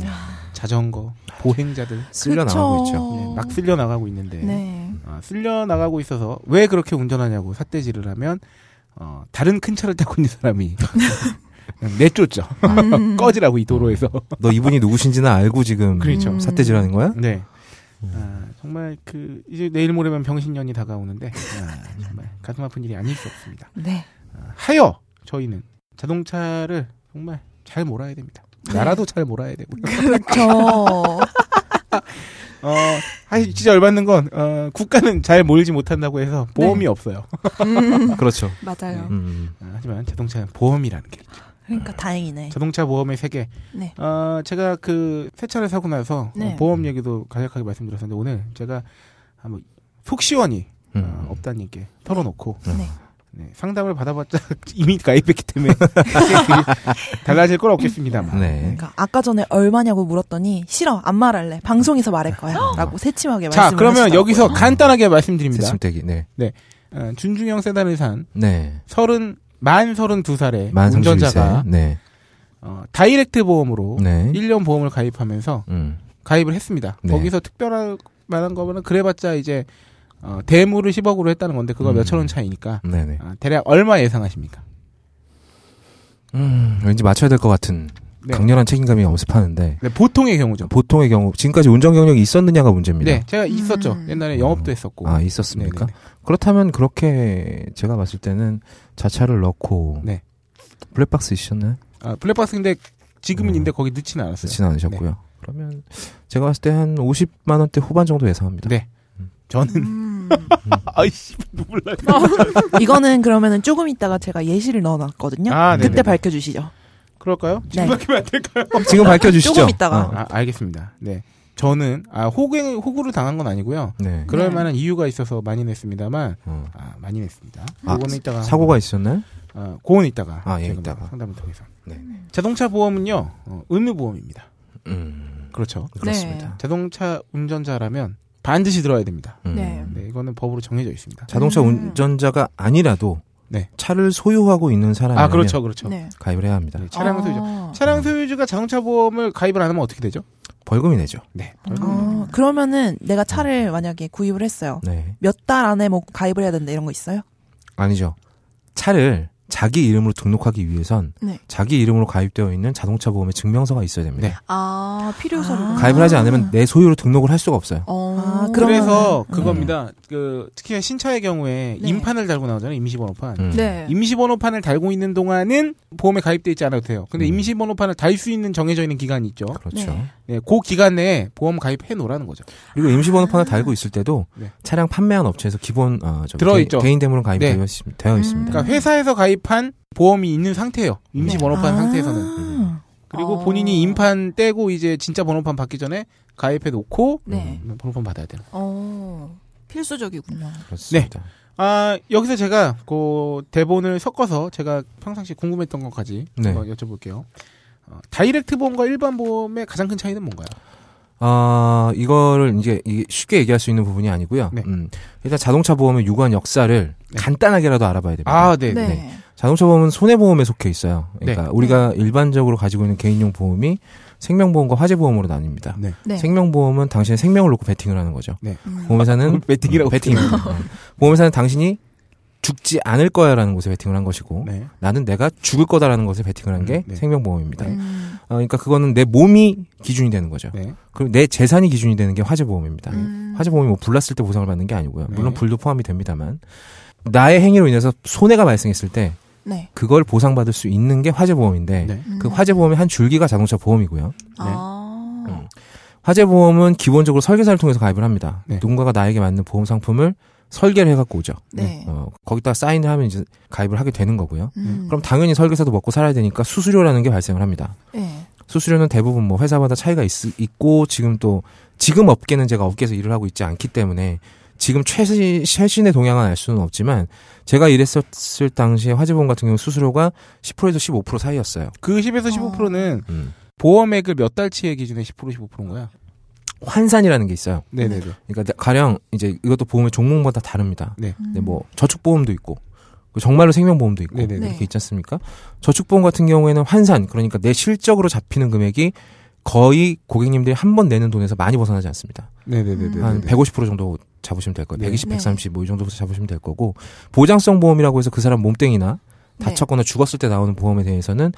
Speaker 4: 자전거, 보행자들
Speaker 7: 쓸려 나가고 있죠.
Speaker 6: 음.
Speaker 4: 네, 막 쓸려 나가고 있는데
Speaker 1: 네.
Speaker 4: 아, 쓸려 나가고 있어서 왜 그렇게 운전하냐고 삿대질을 하면 어, 다른 큰 차를 타고 있는 사람이 내쫓죠.
Speaker 1: 음.
Speaker 4: 꺼지라고 이 도로에서.
Speaker 7: 너 이분이 누구신지는 알고 지금
Speaker 4: 그렇죠.
Speaker 1: 음.
Speaker 7: 삿대질하는 거야?
Speaker 4: 네. 아, 정말 그 이제 내일 모레면 병신년이 다가오는데 아, 정말 가슴 아픈 일이 아닐 수 없습니다.
Speaker 1: 네.
Speaker 4: 하여 저희는 자동차를 정말 잘 몰아야 됩니다. 나라도 잘 몰아야 되고.
Speaker 1: 네. 그렇죠.
Speaker 4: 어, 사실 진짜 열받는 건 어, 국가는 잘 몰지 못한다고 해서 보험이 없어요.
Speaker 1: 음,
Speaker 7: 그렇죠.
Speaker 1: 맞아요.
Speaker 7: 음.
Speaker 4: 아, 하지만 자동차는 보험이라는 게 있죠.
Speaker 6: 그러니까 다행이네.
Speaker 4: 자동차 보험의 세계.
Speaker 1: 네.
Speaker 4: 어, 제가 그 새 차를 사고 나서
Speaker 1: 네.
Speaker 4: 어, 보험 얘기도 간략하게 말씀드렸었는데 오늘 제가 한번 속 시원히 어,
Speaker 7: 음.
Speaker 4: 업다님께 털어놓고
Speaker 1: 네.
Speaker 4: 네, 상담을 받아봤자 이미 가입했기 때문에 크게 달라질 건 없겠습니다만.
Speaker 7: 네.
Speaker 6: 그러니까 아까 전에 얼마냐고 물었더니 싫어 안 말할래 방송에서 말할 거야라고 새침하게
Speaker 4: 자,
Speaker 6: 말씀을
Speaker 4: 그러면
Speaker 6: 하시더라고요.
Speaker 4: 여기서 간단하게 말씀드립니다.
Speaker 7: 새침대기. 네.
Speaker 4: 어, 준중형 세단을 산
Speaker 7: 네.
Speaker 4: 서른 만 서른 두 살의
Speaker 7: 만 31세.
Speaker 4: 운전자가
Speaker 7: 네.
Speaker 4: 어, 다이렉트 보험으로
Speaker 7: 네.
Speaker 4: 1년 보험을 가입하면서
Speaker 7: 음.
Speaker 4: 가입을 했습니다.
Speaker 7: 네.
Speaker 4: 거기서 특별할 만한 거는 그래봤자 이제 어, 대물을 10억으로 했다는 건데 그거
Speaker 7: 음.
Speaker 4: 몇천 원 차이니까
Speaker 7: 네네.
Speaker 4: 아, 대략 얼마 예상하십니까?
Speaker 7: 음, 왠지 맞춰야 될 것 같은
Speaker 4: 네.
Speaker 7: 강렬한 책임감이 엄습하는데
Speaker 4: 네, 보통의 경우죠.
Speaker 7: 보통의 경우 지금까지 운전 경력이 있었느냐가 문제입니다.
Speaker 4: 네, 제가 있었죠.
Speaker 1: 음.
Speaker 4: 옛날에 영업도 했었고.
Speaker 7: 아 있었습니까?
Speaker 4: 네네네.
Speaker 7: 그렇다면 그렇게 제가 봤을 때는 자차를 넣고
Speaker 4: 네.
Speaker 7: 블랙박스 있으셨나요?
Speaker 4: 아, 블랙박스인데 지금은
Speaker 7: 음.
Speaker 4: 인데 거기 넣지는 않았어요.
Speaker 7: 쓰진 않으셨고요. 그러면 제가 봤을 때 한 50만 원대 후반 정도 예상합니다.
Speaker 4: 네. 저는
Speaker 1: 음.
Speaker 4: 아이씨 눈물 나.
Speaker 6: 이거는 그러면은 조금 있다가 제가 예시를 넣어놨거든요.
Speaker 4: 아, 네네네.
Speaker 6: 그때 밝혀주시죠.
Speaker 4: 그럴까요?
Speaker 6: 네.
Speaker 7: 지금 밝혀주시죠.
Speaker 6: 조금 있다가.
Speaker 7: 어.
Speaker 4: 아, 알겠습니다. 네. 저는 아, 호갱 호구를 당한 건 아니고요.
Speaker 7: 네.
Speaker 4: 그럴
Speaker 6: 네.
Speaker 4: 만한 이유가 있어서 많이 냈습니다만
Speaker 7: 어.
Speaker 4: 아, 많이 냈습니다.
Speaker 7: 아,
Speaker 4: 그거는 이따가
Speaker 7: 사고가 있었나요?
Speaker 4: 아, 그건 이따가
Speaker 7: 아, 예,
Speaker 4: 제가
Speaker 7: 이따가.
Speaker 4: 상담을 통해서.
Speaker 7: 네.
Speaker 4: 자동차 보험은요. 어, 의무 보험입니다.
Speaker 7: 음,
Speaker 4: 그렇죠.
Speaker 7: 그렇습니다.
Speaker 4: 자동차 운전자라면 반드시 들어야 됩니다.
Speaker 7: 음.
Speaker 1: 네.
Speaker 4: 네, 이거는 법으로 정해져 있습니다.
Speaker 7: 자동차
Speaker 1: 음.
Speaker 7: 운전자가 아니라도
Speaker 4: 네.
Speaker 7: 차를 소유하고 있는 사람이
Speaker 4: 아, 그렇죠. 그렇죠.
Speaker 1: 네.
Speaker 7: 가입을 해야 합니다.
Speaker 4: 네, 차량 소유자.
Speaker 1: 아.
Speaker 4: 차량 소유주가 자동차 보험을 가입을 안 하면 어떻게 되죠?
Speaker 7: 벌금이 내죠.
Speaker 4: 네.
Speaker 1: 음.
Speaker 6: 어, 그러면은 내가 차를 만약에 구입을 했어요.
Speaker 7: 네.
Speaker 6: 몇 달 안에 뭐 가입을 해야 된다 이런 거 있어요?
Speaker 7: 아니죠. 차를 자기 이름으로 등록하기 위해선
Speaker 1: 네.
Speaker 7: 자기 이름으로 가입되어 있는 자동차 보험의 증명서가 있어야 됩니다.
Speaker 4: 네.
Speaker 1: 아, 필요서로.
Speaker 6: 아.
Speaker 7: 가입을 하지 않으면 내 소유로 등록을 할 수가 없어요.
Speaker 1: 어.
Speaker 6: 아, 그럼-
Speaker 4: 그래서
Speaker 6: 그러면은-
Speaker 4: 그겁니다. 그 특히 신차의 경우에
Speaker 1: 네.
Speaker 4: 임판을 달고 나오잖아요. 임시번호판.
Speaker 7: 음.
Speaker 1: 네.
Speaker 4: 임시번호판을 달고 있는 동안은 보험에 가입돼 있지 않아도 돼요. 근데
Speaker 7: 음.
Speaker 4: 임시번호판을 달 수 있는 정해져 있는 기간이 있죠.
Speaker 7: 그렇죠.
Speaker 1: 네.
Speaker 4: 네, 그 기간 내에 보험 가입해 놓으라는 거죠.
Speaker 7: 그리고
Speaker 1: 아.
Speaker 7: 임시번호판을 달고 있을 때도
Speaker 4: 네.
Speaker 7: 차량 판매한 업체에서 기본 아, 저
Speaker 4: 들어있죠.
Speaker 7: 개, 인 대물은 가입되어
Speaker 4: 네.
Speaker 7: 있- 되어
Speaker 1: 음.
Speaker 7: 있습니다.
Speaker 4: 그러니까 회사에서 가입한 보험이 있는 상태예요. 임시번호판
Speaker 6: 아.
Speaker 4: 상태에서는. 그리고
Speaker 1: 어.
Speaker 4: 본인이 임판 떼고 이제 진짜 번호판 받기 전에 가입해 놓고 음,
Speaker 1: 네.
Speaker 4: 번호판 받아야 돼요.
Speaker 1: 어. 필수적이군요.
Speaker 7: 그렇습니다.
Speaker 4: 아 여기서 제가 그 대본을 섞어서 제가 평상시 궁금했던 것까지
Speaker 7: 네.
Speaker 4: 한번 여쭤볼게요. 어, 다이렉트 보험과 일반 보험의 가장 큰 차이는 뭔가요?
Speaker 7: 아, 이거를 이제 이게 쉽게 얘기할 수 있는 부분이 아니고요.
Speaker 4: 네.
Speaker 7: 음, 일단 자동차 보험의 유관 역사를
Speaker 4: 네.
Speaker 7: 간단하게라도 알아봐야 됩니다.
Speaker 4: 아, 네.
Speaker 1: 네.
Speaker 7: 자동차 보험은 손해보험에 속해 있어요. 그러니까 우리가 일반적으로 가지고 있는 개인용 보험이 생명보험과 화재보험으로 나뉩니다.
Speaker 4: 네.
Speaker 1: 네.
Speaker 7: 생명보험은 당신의 생명을 놓고 베팅을 하는 거죠.
Speaker 4: 네.
Speaker 1: 음.
Speaker 7: 보험회사는
Speaker 4: 베팅이라고
Speaker 7: 베팅입니다. 어. 보험회사는 당신이 죽지 않을 거야라는 곳에 베팅을 한 것이고
Speaker 4: 네.
Speaker 7: 나는 내가 죽을 거다라는 것에 베팅을 한 게
Speaker 4: 음, 네.
Speaker 7: 생명보험입니다.
Speaker 1: 음.
Speaker 7: 어, 그러니까 그거는 내 몸이 기준이 되는 거죠.
Speaker 4: 네.
Speaker 7: 그리고 내 재산이 기준이 되는 게 화재보험입니다.
Speaker 1: 음.
Speaker 7: 화재보험이 뭐 불났을 때 보상을 받는 게 아니고요.
Speaker 4: 네.
Speaker 7: 물론 불도 포함이 됩니다만 나의 행위로 인해서 손해가 발생했을 때
Speaker 1: 네.
Speaker 7: 그걸 보상받을 수 있는 게 화재 보험인데
Speaker 4: 네.
Speaker 7: 그 화재 보험의 한 줄기가 자동차 보험이고요.
Speaker 6: 아.
Speaker 7: 음. 화재 보험은 기본적으로 설계사를 통해서 가입을 합니다.
Speaker 4: 네.
Speaker 7: 누군가가 나에게 맞는 보험 상품을 설계를 해갖고 오죠.
Speaker 1: 네.
Speaker 7: 어, 거기다가 사인을 하면 이제 가입을 하게 되는 거고요.
Speaker 1: 음.
Speaker 7: 그럼 당연히 설계사도 먹고 살아야 되니까 수수료라는 게 발생을 합니다.
Speaker 1: 네.
Speaker 7: 수수료는 대부분 뭐 회사마다 차이가 있, 있고 지금 또 지금 업계는 제가 업계에서 일을 하고 있지 않기 때문에 지금 최신, 최신의 동향은 알 수는 없지만 제가 일했었을 당시에 화재보험 같은 경우 수수료가 10%에서 15% 사이였어요.
Speaker 4: 그 10에서 15%는
Speaker 7: 음.
Speaker 4: 보험액을 몇 달치의 기준에 10% 15%인 거야.
Speaker 7: 환산이라는 게 있어요.
Speaker 4: 네네네.
Speaker 7: 그러니까 가령 이제 이것도 보험의 종목마다 다릅니다.
Speaker 4: 네.
Speaker 7: 근데 뭐 저축보험도 있고 그 정말로 생명보험도 있고
Speaker 4: 네네네.
Speaker 1: 네.
Speaker 7: 이렇게 있지 않습니까? 저축보험 같은 경우에는 환산 그러니까 내 실적으로 잡히는 금액이 거의 고객님들이 한 번 내는 돈에서 많이 벗어나지 않습니다.
Speaker 4: 네네네네.
Speaker 7: 한 150% 정도 잡으시면 될 거예요.
Speaker 4: 네.
Speaker 7: 120,
Speaker 1: 네.
Speaker 7: 130 뭐 이 정도부터 잡으시면 될 거고 보장성 보험이라고 해서 그 사람 몸땡이나
Speaker 1: 네.
Speaker 7: 다쳤거나 죽었을 때 나오는 보험에 대해서는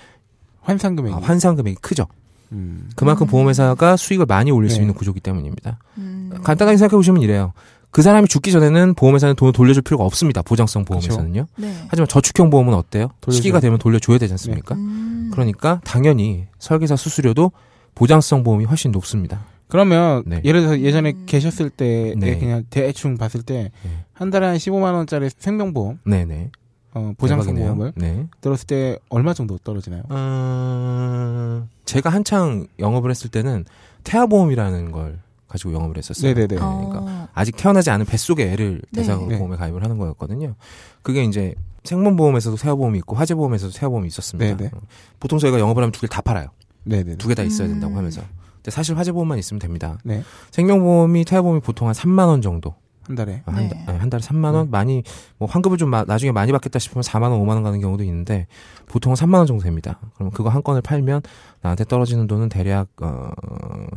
Speaker 4: 환산 금액.
Speaker 7: 아, 환산 금액이 크죠.
Speaker 4: 네. 음.
Speaker 7: 그만큼
Speaker 1: 음.
Speaker 7: 보험회사가 수익을 많이 올릴 수
Speaker 4: 네.
Speaker 7: 있는 구조이기 때문입니다.
Speaker 1: 음.
Speaker 7: 간단하게 생각해 보시면 이래요. 그 사람이 죽기 전에는 보험회사는 돈을 돌려줄 필요가 없습니다. 보장성 보험에서는요.
Speaker 1: 네.
Speaker 7: 하지만 저축형 보험은 어때요?
Speaker 4: 돌려줘요. 네.
Speaker 7: 시기가 되면 돌려줘야 되지 않습니까?
Speaker 1: 음.
Speaker 7: 그러니까 당연히 설계사 수수료도 보장성 보험이 훨씬 높습니다.
Speaker 4: 그러면
Speaker 7: 네.
Speaker 4: 예를 들어서 예전에
Speaker 1: 음.
Speaker 4: 계셨을 때
Speaker 7: 네.
Speaker 4: 그냥 대충 봤을 때
Speaker 7: 네.
Speaker 4: 한 달에 한 15만 원짜리 생명보험
Speaker 7: 네네.
Speaker 4: 어, 보장성
Speaker 7: 대박이네요. 아,
Speaker 4: 보험을
Speaker 7: 네.
Speaker 4: 들었을 때 얼마 정도 떨어지나요?
Speaker 7: 음, 제가 한창 영업을 했을 때는 태아보험이라는 걸 가지고 영업을 했었어요.
Speaker 4: 네네네.
Speaker 7: 네, 그러니까 아직 태어나지 않은 뱃속의 애를 대상으로
Speaker 4: 네.
Speaker 7: 보험에 가입을 하는 거였거든요. 그게 이제 생명보험에서도 태아보험이 있고 화재보험에서도 태아보험이 있었습니다. 어.
Speaker 4: 네, 네.
Speaker 7: 보통 저희가 영업을 하면 두 개 다 팔아요.
Speaker 4: 네네네.
Speaker 7: 두 개 다 있어야
Speaker 1: 음.
Speaker 7: 된다고 하면서. 근데 사실 화재보험만 있으면 됩니다.
Speaker 4: 네.
Speaker 7: 생명보험이 태아보험이 보통 한 3만 원 정도.
Speaker 4: 한 달에.
Speaker 7: 아, 한,
Speaker 1: 네.
Speaker 7: 달- 네, 한 달에 3만 원 많이 뭐 환급을 좀 마- 나중에 많이 받겠다 싶으면 4만 원, 5만 원 가는 경우도 있는데 보통은 3만 원 정도 됩니다. 그럼 그거 한 건을 팔면 나한테 떨어지는 돈은 대략 어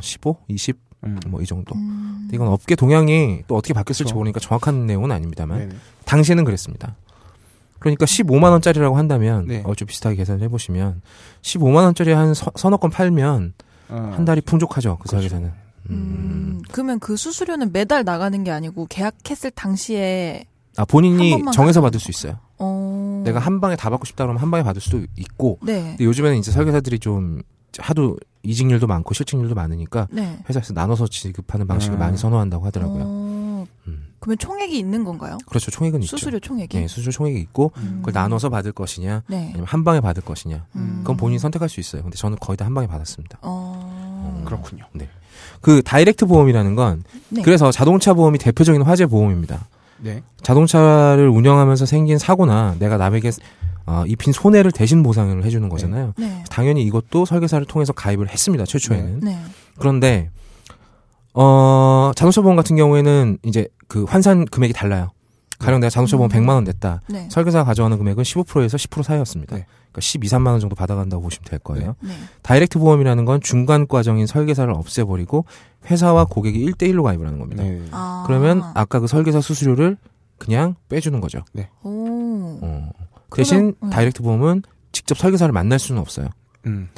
Speaker 7: 15, 20 뭐 이
Speaker 4: 음.
Speaker 7: 정도.
Speaker 1: 음.
Speaker 7: 근데 이건 업계 동향이 또 어떻게 바뀌었을지
Speaker 4: 그렇죠.
Speaker 7: 모르니까 정확한 내용은 아닙니다만
Speaker 1: 음.
Speaker 4: 네네.
Speaker 7: 당시에는 그랬습니다. 그러니까 15만 원짜리라고 한다면
Speaker 4: 네.
Speaker 7: 어좀 비슷하게 계산을 해보시면 15만 원짜리 한 서, 서너 건 팔면
Speaker 4: 어.
Speaker 7: 한 달이 풍족하죠 그
Speaker 4: 그렇죠.
Speaker 7: 설계사는. 음.
Speaker 1: 음, 그러면 그 수수료는 매달 나가는 게 아니고 계약했을 당시에
Speaker 7: 아
Speaker 1: 한
Speaker 7: 본인이
Speaker 1: 번만
Speaker 7: 정해서
Speaker 1: 가는
Speaker 7: 받을 수 있어요.
Speaker 1: 어
Speaker 7: 내가 한 방에 다 받고 싶다 그러면 한 방에 받을 수도 있고
Speaker 1: 네.
Speaker 7: 근데 요즘에는 이제 설계사들이 좀 하도 이직률도 많고 실직률도 많으니까
Speaker 1: 네.
Speaker 7: 회사에서 나눠서 지급하는 방식을
Speaker 4: 음.
Speaker 7: 많이 선호한다고 하더라고요.
Speaker 1: 어,
Speaker 7: 음.
Speaker 1: 그러면 총액이 있는 건가요?
Speaker 7: 그렇죠. 총액은 있죠.
Speaker 1: 수수료 총액이.
Speaker 7: 네, 수수료 총액이 있고
Speaker 1: 음.
Speaker 7: 그걸 나눠서 받을 것이냐
Speaker 1: 네.
Speaker 7: 아니면 한 방에 받을 것이냐
Speaker 1: 음.
Speaker 7: 그건 본인이 선택할 수 있어요. 근데 저는 거의 다 한 방에 받았습니다.
Speaker 1: 어.
Speaker 4: 그렇군요.
Speaker 7: 그 다이렉트 보험이라는 건
Speaker 1: 네.
Speaker 7: 그래서 자동차 보험이 대표적인 화재 보험입니다.
Speaker 4: 네.
Speaker 7: 자동차를 운영하면서 생긴 사고나 내가 남에게 어, 입힌 손해를 대신 보상을 해주는 거잖아요.
Speaker 1: 네.
Speaker 7: 당연히 이것도 설계사를 통해서 가입을 했습니다. 최초에는.
Speaker 1: 네.
Speaker 7: 그런데 어 자동차 보험 같은 경우에는 이제 그 환산 금액이 달라요. 가령 내가 자동차 보험
Speaker 1: 음.
Speaker 7: 100만 원 냈다.
Speaker 1: 네.
Speaker 7: 설계사가 가져가는 금액은 15%에서 10% 사이였습니다.
Speaker 4: 네.
Speaker 7: 그러니까 12, 3만 원 정도 받아간다고 보시면 될 거예요.
Speaker 1: 네.
Speaker 7: 다이렉트 보험이라는 건 중간 과정인 설계사를 없애버리고 회사와
Speaker 1: 음.
Speaker 7: 고객이 1대1로 가입을 하는 겁니다.
Speaker 4: 네.
Speaker 1: 아.
Speaker 7: 그러면 아까 그 설계사 수수료를 그냥 빼주는 거죠.
Speaker 1: 오.
Speaker 7: 어.
Speaker 1: 그러면-
Speaker 7: 대신
Speaker 1: 음.
Speaker 7: 다이렉트 보험은 직접 설계사를 만날 수는 없어요.
Speaker 4: 음.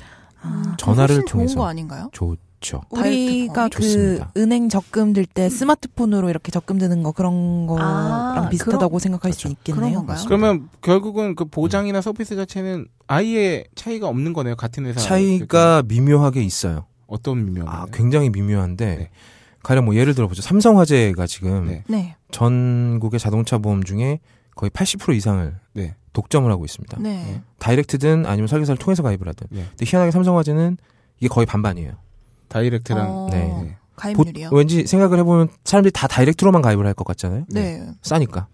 Speaker 1: 아,
Speaker 7: 전화를
Speaker 1: 훨씬 좋은
Speaker 7: 통해서.
Speaker 1: 거 아닌가요?
Speaker 7: 좋죠.
Speaker 6: 우리가
Speaker 1: 다이어트
Speaker 6: 그
Speaker 7: 좋습니다.
Speaker 6: 은행 적금 들 때 스마트폰으로 이렇게 적금 드는 거 그런 거랑
Speaker 1: 아,
Speaker 6: 비슷하다고 생각할
Speaker 7: 그렇죠.
Speaker 6: 수
Speaker 1: 그런
Speaker 6: 있겠네요.
Speaker 1: 건가요?
Speaker 4: 그러면 결국은 그 보장이나 서비스 자체는 아예 차이가 없는 거네요. 같은 회사. 그러니까
Speaker 7: 차이가 미묘하게 있어요.
Speaker 4: 어떤 미묘한
Speaker 7: 아,
Speaker 4: 거예요?
Speaker 7: 굉장히 미묘한데
Speaker 4: 네.
Speaker 7: 가령 뭐 예를 들어보죠. 삼성화재가 지금
Speaker 4: 네.
Speaker 1: 네.
Speaker 7: 전국의 자동차 보험 중에 거의 80% 이상을
Speaker 4: 네.
Speaker 7: 독점을 하고 있습니다.
Speaker 1: 네.
Speaker 7: 다이렉트든 아니면 설계사를 통해서 가입을 하든.
Speaker 4: 네.
Speaker 7: 근데 희한하게 삼성화재는 이게 거의 반반이에요.
Speaker 4: 다이렉트랑
Speaker 1: 어,
Speaker 7: 네.
Speaker 4: 네.
Speaker 7: 보-
Speaker 1: 가입률이요?
Speaker 7: 왠지 생각을 해보면 사람들이 다 다이렉트로만 가입을 할 것 같잖아요.
Speaker 1: 네.
Speaker 7: 싸니까.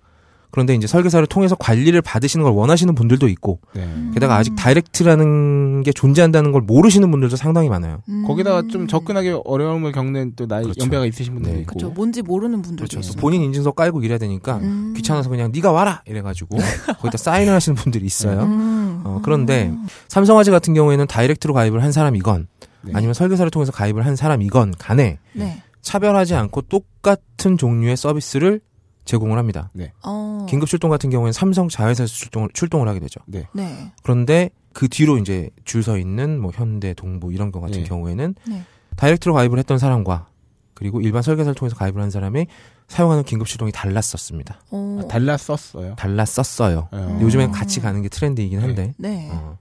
Speaker 7: 그런데 이제 설계사를 통해서 관리를 받으시는 걸 원하시는 분들도 있고,
Speaker 4: 네.
Speaker 1: 음.
Speaker 7: 게다가 아직 다이렉트라는 게 존재한다는 걸 모르시는 분들도 상당히 많아요.
Speaker 1: 음.
Speaker 4: 거기다가 좀 접근하기 어려움을 겪는 또 나이
Speaker 7: 그렇죠.
Speaker 4: 연배가 있으신 분들도
Speaker 7: 네.
Speaker 4: 있고.
Speaker 1: 그렇죠. 뭔지 모르는 분들도
Speaker 7: 그래서
Speaker 1: 있어요.
Speaker 7: 본인 인증서 깔고 이래야 되니까
Speaker 1: 음.
Speaker 7: 귀찮아서 그냥 네가 와라 이래가지고 거기다 사인을 하시는 분들이 있어요.
Speaker 1: 음.
Speaker 7: 어, 그런데 삼성화재 같은 경우에는 다이렉트로 가입을 한 사람이건
Speaker 4: 네.
Speaker 7: 아니면 설계사를 통해서 가입을 한 사람이건 간에
Speaker 1: 네.
Speaker 7: 차별하지 않고 똑같은 종류의 서비스를 제공을 합니다.
Speaker 1: 어.
Speaker 7: 긴급 출동 같은 경우에는 삼성 자회사에서 출동을, 출동을 하게 되죠.
Speaker 1: 네.
Speaker 7: 그런데 그 뒤로 이제 줄 서 있는 뭐 현대, 동부 이런 거 같은
Speaker 4: 네.
Speaker 7: 경우에는
Speaker 1: 네.
Speaker 7: 다이렉트로 가입을 했던 사람과 그리고 일반 설계사를 통해서 가입을 한 사람이 사용하는 긴급 시동이 달랐었습니다.
Speaker 1: 뭐.
Speaker 6: 어,
Speaker 4: 아, 달랐었어요.
Speaker 7: 달랐었어요.
Speaker 1: 음.
Speaker 4: 예.
Speaker 7: 요즘엔 같이 가는 게 트렌드이긴 한데.
Speaker 1: 네.
Speaker 7: 어.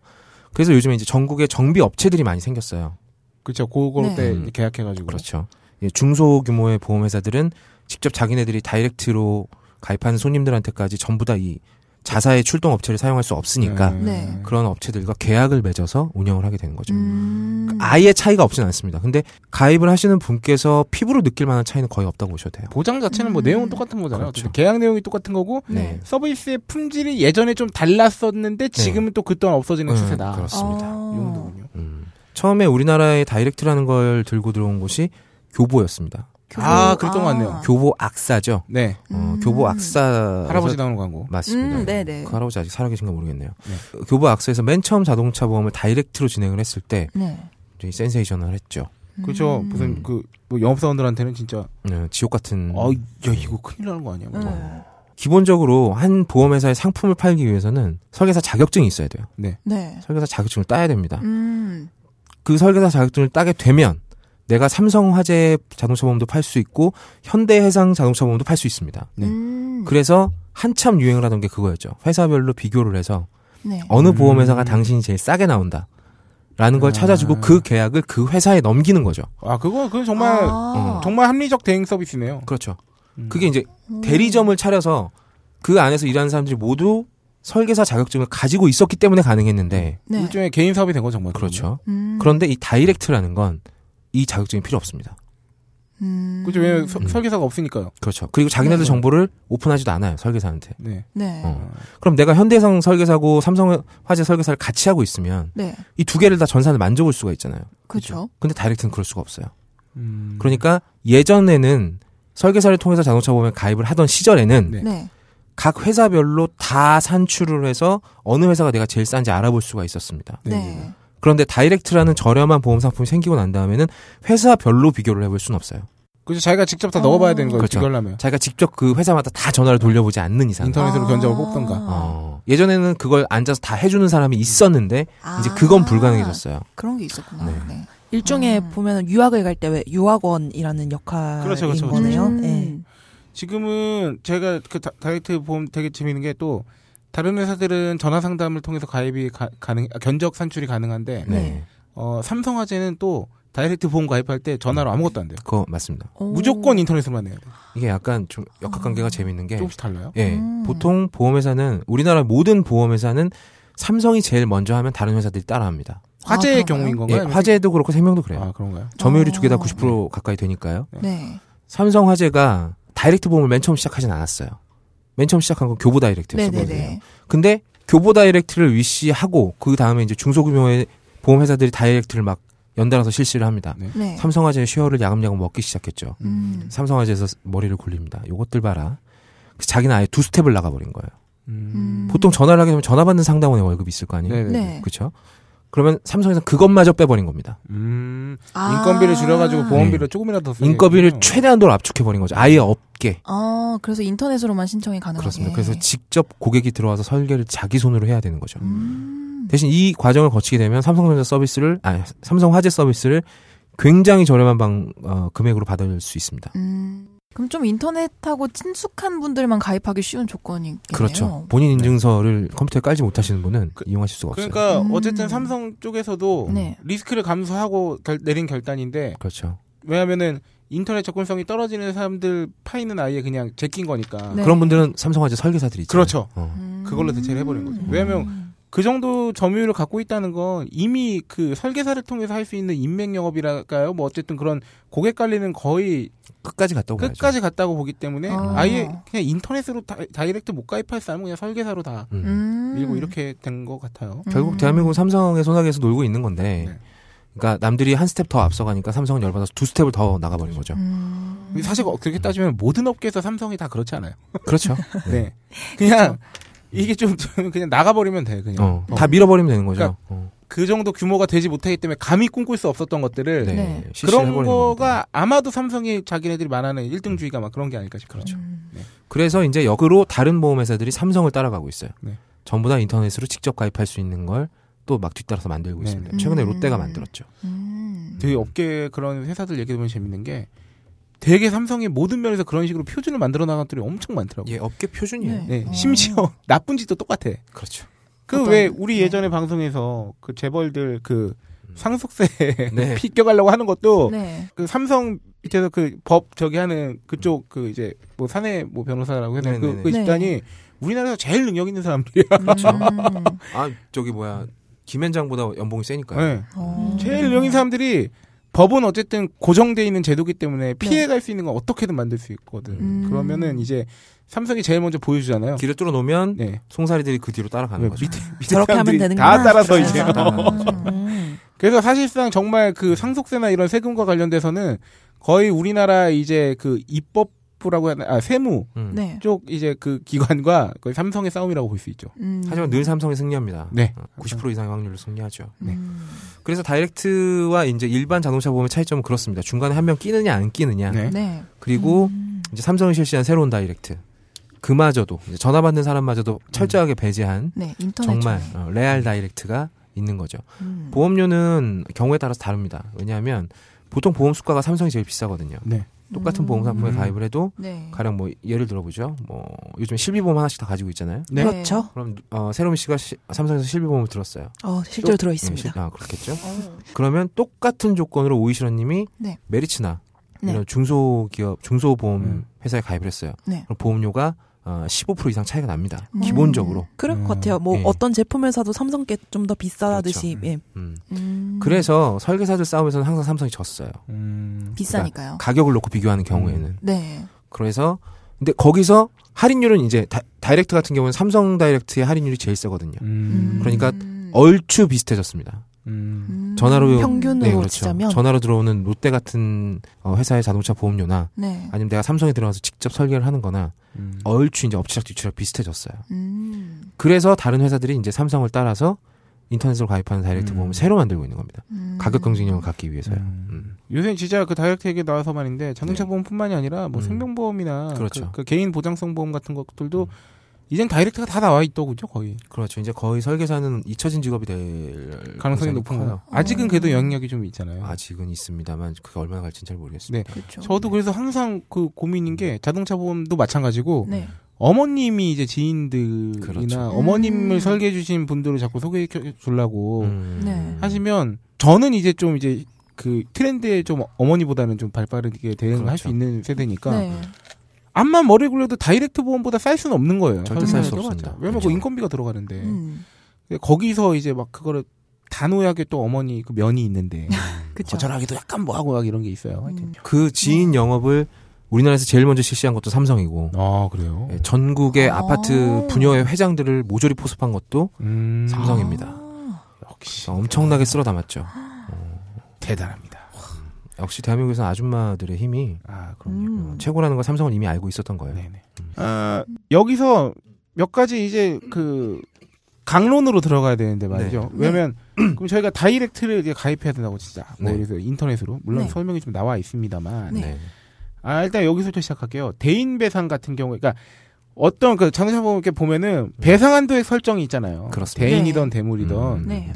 Speaker 7: 그래서 요즘에 이제 전국에 정비 업체들이 많이 생겼어요.
Speaker 4: 그렇죠. 그걸
Speaker 1: 네.
Speaker 4: 때
Speaker 7: 음.
Speaker 4: 계약해가지고
Speaker 7: 그렇죠. 예, 중소 규모의 보험 회사들은 직접 자기네들이 다이렉트로 가입한 손님들한테까지 전부 다 이 자사의 출동 업체를 사용할 수 없으니까
Speaker 4: 예.
Speaker 1: 네.
Speaker 7: 그런 업체들과 계약을 맺어서 운영을 하게 되는 거죠.
Speaker 1: 음.
Speaker 7: 아예 차이가 없진 않습니다. 근데 가입을 하시는 분께서 피부로 느낄 만한 차이는 거의 없다고 보셔도 돼요.
Speaker 4: 보장 자체는 뭐
Speaker 1: 음.
Speaker 4: 내용은 똑같은 거잖아요.
Speaker 7: 그렇죠.
Speaker 4: 어쨌든 계약 내용이 똑같은 거고
Speaker 7: 네.
Speaker 4: 서비스의 품질이 예전에 좀 달랐었는데 지금은 또 그 또한 없어지는
Speaker 7: 음,
Speaker 4: 추세다.
Speaker 7: 네.
Speaker 4: 아,
Speaker 7: 그렇습니다.
Speaker 1: 어.
Speaker 4: 이 정도군요.
Speaker 7: 음. 처음에 우리나라에 다이렉트라는 걸 들고 들어온 곳이 교보였습니다.
Speaker 1: 교보.
Speaker 4: 아, 그럴 것 같네요.
Speaker 1: 아.
Speaker 7: 교보 악사죠.
Speaker 4: 네.
Speaker 7: 어,
Speaker 1: 음.
Speaker 7: 교보 악사
Speaker 4: 할아버지 나오는 광고.
Speaker 7: 맞습니다.
Speaker 1: 음, 네네.
Speaker 7: 그 할아버지 아직 살아계신가 모르겠네요. 어, 교보 악사에서 맨 처음 자동차 보험을 다이렉트로 진행을 했을 때
Speaker 1: 네.
Speaker 7: 이제 센세이션을 했죠.
Speaker 4: 그렇죠.
Speaker 1: 음.
Speaker 4: 무슨 그뭐 영업사원들한테는 진짜
Speaker 7: 음, 지옥 같은.
Speaker 4: 어, 야 이거 큰일 나는 거 아니야? 뭐.
Speaker 1: 네.
Speaker 7: 기본적으로 한 보험회사의 상품을 팔기 위해서는 설계사 자격증이 있어야 돼요.
Speaker 1: 네.
Speaker 7: 설계사 자격증을 따야 됩니다.
Speaker 1: 음.
Speaker 7: 그 설계사 자격증을 따게 되면 내가 삼성화재 자동차 보험도 팔 수 있고 현대해상 자동차 보험도 팔 수 있습니다.
Speaker 4: 네.
Speaker 1: 음.
Speaker 7: 그래서 한참 유행을 하던 게 그거였죠. 회사별로 비교를 해서
Speaker 1: 네.
Speaker 7: 어느
Speaker 4: 음.
Speaker 7: 보험회사가 당신이 제일 싸게 나온다. 라는 걸
Speaker 4: 아.
Speaker 7: 찾아주고 그 계약을 그 회사에 넘기는 거죠.
Speaker 4: 아 그거 그건 정말
Speaker 7: 어,
Speaker 1: 아.
Speaker 4: 정말 합리적 대행 서비스네요.
Speaker 7: 그렇죠.
Speaker 4: 음.
Speaker 7: 그게 이제
Speaker 1: 음.
Speaker 7: 대리점을 차려서 그 안에서 일하는 사람들이 모두 설계사 자격증을 가지고 있었기 때문에 가능했는데
Speaker 1: 네.
Speaker 4: 일종의 개인 사업이 된 거 정말
Speaker 7: 그렇죠.
Speaker 1: 음.
Speaker 7: 그런데 이 다이렉트라는 건 이 자격증이 필요 없습니다.
Speaker 1: 음.
Speaker 4: 그죠? 왜
Speaker 7: 음.
Speaker 4: 설계사가 없으니까요.
Speaker 7: 그렇죠. 그리고 자기네들
Speaker 1: 네.
Speaker 7: 정보를 오픈하지도 않아요. 설계사한테.
Speaker 4: 네.
Speaker 1: 네.
Speaker 7: 어. 그럼 내가 현대해상 설계사고 삼성 화재 설계사를 같이 하고 있으면
Speaker 1: 네.
Speaker 7: 이 두 개를 다 전산을 만져볼 수가 있잖아요.
Speaker 1: 그렇죠.
Speaker 7: 근데 다이렉트는 그럴 수가 없어요.
Speaker 4: 음.
Speaker 7: 그러니까 예전에는 설계사를 통해서 자동차 보험에 가입을 하던 시절에는
Speaker 4: 네.
Speaker 1: 네.
Speaker 7: 각 회사별로 다 산출을 해서 어느 회사가 내가 제일 싼지 알아볼 수가 있었습니다.
Speaker 1: 네.
Speaker 4: 네.
Speaker 7: 그런데 다이렉트라는 저렴한 보험 상품이 생기고 난 다음에는 회사별로 비교를 해볼 수는 없어요.
Speaker 4: 그죠? 자기가 직접 다
Speaker 1: 어.
Speaker 4: 넣어봐야 되는 거예요.
Speaker 7: 그렇죠.
Speaker 4: 그걸하면
Speaker 7: 자기가 직접 그 회사마다 다 전화를 돌려보지 않는 이상.
Speaker 4: 인터넷으로
Speaker 1: 아.
Speaker 4: 견적을 뽑던가.
Speaker 7: 어, 예전에는 그걸 앉아서 다 해주는 사람이 있었는데
Speaker 1: 아.
Speaker 7: 이제 그건 불가능해졌어요.
Speaker 1: 그런 게 있었구나.
Speaker 7: 네.
Speaker 1: 네.
Speaker 6: 일종의
Speaker 1: 음.
Speaker 6: 보면 유학을 갈 때 왜 유학원이라는 역할인
Speaker 4: 그렇죠, 그렇죠, 그렇죠.
Speaker 6: 거네요.
Speaker 1: 음.
Speaker 6: 예.
Speaker 4: 지금은 제가 그 다- 다이렉트 보험 되게 재밌는 게 또 다른 회사들은 전화 상담을 통해서 가입이 가, 능 아, 견적 산출이 가능한데
Speaker 1: 네.
Speaker 4: 어, 삼성화재는 또 다이렉트 보험 가입할 때 전화로 아무것도 안 돼요.
Speaker 7: 그거 맞습니다.
Speaker 1: 오.
Speaker 4: 무조건 인터넷으로만 해야 돼.
Speaker 7: 이게 약간 좀 역학관계가 재밌는 게
Speaker 4: 조금씩 달라요.
Speaker 7: 예,
Speaker 1: 아. 음.
Speaker 7: 보통 보험회사는 우리나라 모든 보험회사는 삼성이 제일 먼저 하면 다른 회사들이 따라합니다.
Speaker 4: 화재의
Speaker 1: 아, 그런가요?
Speaker 4: 경우인
Speaker 7: 예,
Speaker 4: 건가요? 아니면
Speaker 7: 화재도 그렇고 생명도 그래요.
Speaker 4: 아 그런가요?
Speaker 7: 점유율이 두 개 다
Speaker 1: 어.
Speaker 7: 90% 가까이 되니까요.
Speaker 1: 네.
Speaker 7: 삼성 화재가 다이렉트 보험을 맨 처음 시작하진 않았어요. 맨 처음 시작한 건 교보 다이렉트였어요.
Speaker 1: 네네네.
Speaker 7: 근데 교보 다이렉트를 위시하고 그 다음에 이제 중소규모의 보험 회사들이 다이렉트를 막 연달아서 실시를 합니다.
Speaker 4: 네.
Speaker 1: 네.
Speaker 7: 삼성 화재의 쉐어를 야금야금 먹기 시작했죠.
Speaker 1: 음.
Speaker 7: 삼성 화재에서 머리를 굴립니다. 요것들 봐라. 그래서 자기는 아예 두 스텝을 나가버린 거예요.
Speaker 1: 음.
Speaker 7: 보통 전화를 하게 되면 전화 받는 상담원의 월급이 있을 거 아니에요.
Speaker 4: 네.
Speaker 1: 네.
Speaker 7: 그렇죠? 그러면 삼성에서 그것마저 빼버린 겁니다.
Speaker 4: 음,
Speaker 1: 아.
Speaker 4: 인건비를 줄여가지고 보험비를
Speaker 7: 네.
Speaker 4: 조금이라도 더 쓰게
Speaker 7: 인건비를
Speaker 4: 했군요.
Speaker 7: 최대한도로 압축해버린 거죠. 아예 없게.
Speaker 1: 아, 그래서 인터넷으로만 신청이 가능하게.
Speaker 4: 아,
Speaker 7: 그렇습니다.
Speaker 4: 예.
Speaker 7: 그래서 직접 고객이 들어와서 설계를 자기 손으로 해야 되는 거죠.
Speaker 1: 음.
Speaker 7: 대신 이 과정을 거치게 되면 삼성전자 서비스를 아 삼성 화재 서비스를 굉장히 저렴한 방 어, 금액으로 받을 수 있습니다.
Speaker 1: 음. 그럼 좀 인터넷하고 친숙한 분들만 가입하기 쉬운 조건이겠네요.
Speaker 7: 그렇죠. 본인 인증서를 컴퓨터에 깔지 못하시는 분은
Speaker 4: 그-
Speaker 7: 이용하실 수가 없어요.
Speaker 4: 그러니까
Speaker 1: 없어요.
Speaker 4: 어쨌든
Speaker 1: 음.
Speaker 4: 삼성 쪽에서도
Speaker 1: 네.
Speaker 4: 리스크를 감수하고 결- 내린 결단인데
Speaker 7: 그렇죠.
Speaker 4: 왜냐하면은 인터넷 접근성이 떨어지는 사람들 파이는 아예 그냥 제낀 거니까
Speaker 1: 네.
Speaker 7: 그런 분들은 삼성 화재 설계사들이 있죠.
Speaker 4: 그렇죠.
Speaker 7: 어.
Speaker 1: 음.
Speaker 4: 그걸로 대체를 해버린 거죠. 왜냐하면 그 정도 점유율을 갖고 있다는 건 이미 그 설계사를 통해서 할 수 있는 인맥 영업이랄까요. 뭐 어쨌든 그런 고객 관리는 거의
Speaker 7: 끝까지 갔다고 봐야죠.
Speaker 4: 끝까지 갔다고 보기 때문에
Speaker 1: 어.
Speaker 4: 아예 그냥 인터넷으로 다, 다이렉트 못 가입할 사람은 그냥 설계사로
Speaker 7: 음.
Speaker 1: 음.
Speaker 4: 다 밀고 이렇게 된 것 같아요.
Speaker 7: 결국
Speaker 1: 음.
Speaker 7: 대한민국은 삼성의 소나기에서 놀고 있는 건데,
Speaker 4: 네.
Speaker 7: 그러니까 남들이 한 스텝 더 앞서가니까 삼성은 열받아서 두 스텝을 더 나가버린 거죠.
Speaker 1: 음.
Speaker 4: 근데 사실 그렇게 따지면 모든 업계에서 삼성이 다 그렇지 않아요.
Speaker 7: 그렇죠.
Speaker 1: 음.
Speaker 4: 네. 그냥 이게 좀, 좀 그냥 나가버리면 돼 그냥.
Speaker 7: 어,
Speaker 4: 어.
Speaker 7: 다 밀어버리면 되는 거죠.
Speaker 4: 그러니까
Speaker 7: 어.
Speaker 4: 그 정도 규모가 되지 못하기 때문에 감히 꿈꿀 수 없었던 것들을
Speaker 7: 네.
Speaker 1: 네.
Speaker 7: 실시를
Speaker 4: 그런
Speaker 7: 해버리는 겁니다.
Speaker 4: 거가 아마도 삼성이 자기네들이 말하는 1등주의가 막 그런 게 아닐까 싶어요. 그렇죠.
Speaker 7: 그래서 이제 역으로 다른 보험회사들이 삼성을 따라가고 있어요.
Speaker 4: 네.
Speaker 7: 전부 다 인터넷으로 직접 가입할 수 있는 걸 또 막 뒤따라서 만들고
Speaker 4: 네,
Speaker 7: 있습니다.
Speaker 1: 네.
Speaker 7: 최근에
Speaker 1: 음.
Speaker 7: 롯데가 만들었죠.
Speaker 1: 음.
Speaker 4: 되게 업계 그런 회사들 얘기 보면 재밌는 게 되게 삼성이 모든 면에서 그런 식으로 표준을 만들어 나간 것들이 엄청 많더라고요.
Speaker 7: 예, 업계 표준이에요.
Speaker 1: 네.
Speaker 4: 네,
Speaker 1: 어.
Speaker 4: 심지어 나쁜 짓도 똑같아.
Speaker 7: 그렇죠.
Speaker 4: 그
Speaker 1: 어떤-
Speaker 4: 왜 우리
Speaker 1: 네.
Speaker 4: 예전에 방송에서 그 재벌들 그 상속세
Speaker 7: 음. 네.
Speaker 4: 피껴가려고 하는 것도
Speaker 1: 네.
Speaker 4: 그 삼성 밑에서 그 법 저기 하는 그쪽 그 이제 뭐 사내 뭐 변호사라고 해야 되나 그,
Speaker 7: 네네네.
Speaker 4: 그 집단이 우리나라에서 제일 능력 있는 사람들이야.
Speaker 1: 음.
Speaker 7: 아 저기 뭐야 김현장보다 연봉이 세니까요.
Speaker 4: 네.
Speaker 1: 어.
Speaker 4: 제일 능력 있는 사람들이 법은 어쨌든 고정돼 있는 제도기 때문에 피해갈 수 있는 건 어떻게든 만들 수 있거든.
Speaker 1: 음.
Speaker 4: 그러면은 이제 삼성이 제일 먼저 보여주잖아요.
Speaker 7: 길을 뚫어 놓으면
Speaker 4: 네.
Speaker 7: 송사리들이 그 뒤로 따라가는
Speaker 4: 왜
Speaker 7: 거죠.
Speaker 4: 밑에, 밑에
Speaker 6: 저렇게 하면
Speaker 4: 사람들이
Speaker 6: 되는구나.
Speaker 4: 다 따라서 이제
Speaker 1: 그래서.
Speaker 4: 어.
Speaker 7: 따라가는 거죠.
Speaker 6: 음.
Speaker 4: 그래서 사실상 정말 그 상속세나 이런 세금과 관련돼서는 거의 우리나라 이제 그 입법부라고 해야 되나 아, 세무
Speaker 7: 음.
Speaker 1: 네.
Speaker 4: 쪽 이제 그 기관과 거의 삼성의 싸움이라고 볼 수 있죠.
Speaker 1: 음.
Speaker 7: 하지만 늘 삼성이 승리합니다.
Speaker 4: 네.
Speaker 7: 90% 이상의 확률로 승리하죠.
Speaker 4: 네.
Speaker 1: 음.
Speaker 7: 그래서 다이렉트와 이제 일반 자동차 보험의 차이점은 그렇습니다. 중간에 한 명 끼느냐 안 끼느냐.
Speaker 4: 네.
Speaker 1: 네.
Speaker 7: 그리고 이제 삼성이 실시한 새로운 다이렉트. 그마저도 이제 전화 받는 사람마저도 철저하게 배제한
Speaker 1: 네. 인터넷.
Speaker 7: 정말
Speaker 1: 쪽에.
Speaker 7: 어, 레알 다이렉트가 있는 거죠.
Speaker 1: 음.
Speaker 7: 보험료는 경우에 따라서 다릅니다. 왜냐하면 보통 보험 수가가 삼성이 제일 비싸거든요.
Speaker 4: 네.
Speaker 7: 똑같은 보험 상품에
Speaker 4: 음.
Speaker 7: 가입을 해도
Speaker 1: 네.
Speaker 7: 가령 뭐 예를 들어보죠. 뭐 요즘 실비보험 하나씩 다 가지고 있잖아요.
Speaker 4: 네.
Speaker 6: 그렇죠.
Speaker 7: 그럼 어, 새로미 씨가 시- 삼성에서 실비보험을 들었어요.
Speaker 6: 어, 실제로 들어
Speaker 7: 예, 실-
Speaker 6: 있습니다.
Speaker 7: 아 그렇겠죠.
Speaker 6: 어.
Speaker 7: 그러면 똑같은 조건으로 오이시런님이
Speaker 1: 네.
Speaker 7: 메리츠나
Speaker 1: 네.
Speaker 7: 이런 중소기업 중소보험
Speaker 4: 음.
Speaker 7: 회사에 가입을 했어요.
Speaker 1: 네.
Speaker 7: 그럼 보험료가 어, 15% 이상 차이가 납니다.
Speaker 6: 네.
Speaker 1: 음.
Speaker 7: 기본적으로.
Speaker 6: 그럴
Speaker 4: 음,
Speaker 6: 것 같아요. 뭐
Speaker 7: 예.
Speaker 6: 어떤 제품을 사도 삼성께 좀 더 비싸듯이
Speaker 4: 그렇죠.
Speaker 6: 예.
Speaker 7: 음.
Speaker 1: 음.
Speaker 7: 그래서 설계사들 싸움에서는 항상 삼성이 졌어요.
Speaker 4: 음.
Speaker 6: 어.
Speaker 1: 비싸니까요.
Speaker 7: 가격을 놓고 비교하는 경우에는.
Speaker 6: 음.
Speaker 1: 네.
Speaker 7: 그래서 근데 거기서 할인율은 이제 다, 이렉트 같은 경우는 삼성 다이렉트의 할인율이 제일 세거든요.
Speaker 4: 음.
Speaker 7: 그러니까
Speaker 1: 음.
Speaker 7: 얼추 비슷해졌습니다.
Speaker 4: 음.
Speaker 1: 음.
Speaker 7: 전화로
Speaker 6: 평균으로
Speaker 7: 네, 그렇죠.
Speaker 6: 치자면
Speaker 7: 전화로 들어오는 롯데 같은 어, 회사의 자동차 보험료나
Speaker 1: 네.
Speaker 7: 아니면 내가 삼성에 들어가서 직접 설계를 하는거나
Speaker 4: 음.
Speaker 7: 얼추 이제 업체랑 뒤치랑 비슷해졌어요.
Speaker 1: 음.
Speaker 7: 그래서 다른 회사들이 이제 삼성을 따라서 인터넷으로 가입하는 다이렉트
Speaker 4: 음.
Speaker 7: 보험을 새로 만들고 있는 겁니다.
Speaker 1: 음.
Speaker 7: 가격 경쟁력을 갖기 위해서요.
Speaker 4: 음.
Speaker 7: 음.
Speaker 4: 요새 진짜 그 다이렉트 얘기 나와서 말인데 자동차 보험뿐만이 아니라 뭐
Speaker 7: 네. 음.
Speaker 4: 생명보험이나
Speaker 7: 그렇죠.
Speaker 4: 그, 그 개인 보장성 보험 같은 것들도
Speaker 7: 음.
Speaker 4: 이젠 다이렉트가 다 나와 있더군요 거의
Speaker 7: 그렇죠. 이제 거의 설계사는 잊혀진 직업이 될
Speaker 4: 가능성이
Speaker 7: 가능성이
Speaker 4: 높은
Speaker 7: 네, 커요. 음.
Speaker 4: 거예요. 아직은 그래도 영향력이 좀 있잖아요.
Speaker 7: 아직은 있습니다만 그게 얼마나 갈지는 잘
Speaker 4: 네.
Speaker 7: 모르겠습니다.
Speaker 1: 그렇죠.
Speaker 7: 네.
Speaker 4: 저도 그래서 항상 그 고민인
Speaker 7: 음.
Speaker 4: 게 자동차 보험도 마찬가지고
Speaker 1: 네.
Speaker 4: 어머님이 이제 지인들이나
Speaker 7: 그렇죠.
Speaker 4: 어머님을
Speaker 1: 음.
Speaker 4: 설계해 주신 분들을 자꾸 소개해 주려고
Speaker 7: 음.
Speaker 1: 네.
Speaker 4: 하시면 저는 이제 좀 이제 그 트렌드에 좀 어머니보다는 좀 발빠르게 대응을 할 수
Speaker 7: 그렇죠.
Speaker 4: 있는 세대니까
Speaker 1: 네.
Speaker 4: 암만 머리 굴려도 다이렉트 보험보다 쌀 수는 없는 거예요.
Speaker 7: 절대
Speaker 1: 쌀수
Speaker 4: 설계하는
Speaker 7: 없습니다.
Speaker 4: 데가. 왜냐면 그
Speaker 7: 그렇죠.
Speaker 4: 인건비가 들어가는데
Speaker 1: 음.
Speaker 4: 근데 거기서 이제 막 그거를 단호하게 또 어머니 그 면이 있는데
Speaker 1: 그렇죠.
Speaker 4: 거절하기도 약간 뭐하고 막 이런 게 있어요. 하여튼.
Speaker 1: 음.
Speaker 7: 그 지인 영업을 우리나라에서 제일 먼저 실시한 것도 삼성이고
Speaker 4: 아 그래요.
Speaker 7: 예, 전국의
Speaker 1: 아.
Speaker 7: 아파트 분여의 회장들을 모조리 포섭한 것도
Speaker 4: 음,
Speaker 7: 삼성입니다.
Speaker 1: 아.
Speaker 4: 역시
Speaker 7: 엄청나게 쓸어 담았죠.
Speaker 4: 대단합니다.
Speaker 7: 역시 대한민국에서는 아줌마들의 힘이
Speaker 4: 아 그럼요.
Speaker 1: 음.
Speaker 7: 최고라는 걸 삼성은 이미 알고 있었던 거예요.
Speaker 4: 네네. 아, 여기서 몇 가지 이제 그 강론으로 들어가야 되는데 말이죠.
Speaker 1: 네.
Speaker 4: 왜냐면 그럼 저희가 다이렉트를 이제 가입해야 된다고 진짜 뭐
Speaker 7: 네.
Speaker 4: 그래서 인터넷으로 물론
Speaker 1: 네.
Speaker 4: 설명이 좀 나와 있습니다만
Speaker 1: 네.
Speaker 4: 아 일단 여기서부터 시작할게요. 대인 배상 같은 경우에 그러니까 어떤 그 자동차 보험 이렇게 보면은 배상 한도액 설정이 있잖아요.
Speaker 7: 네. 그렇습니다.
Speaker 4: 대인이던 대물이던
Speaker 7: 음.
Speaker 1: 네.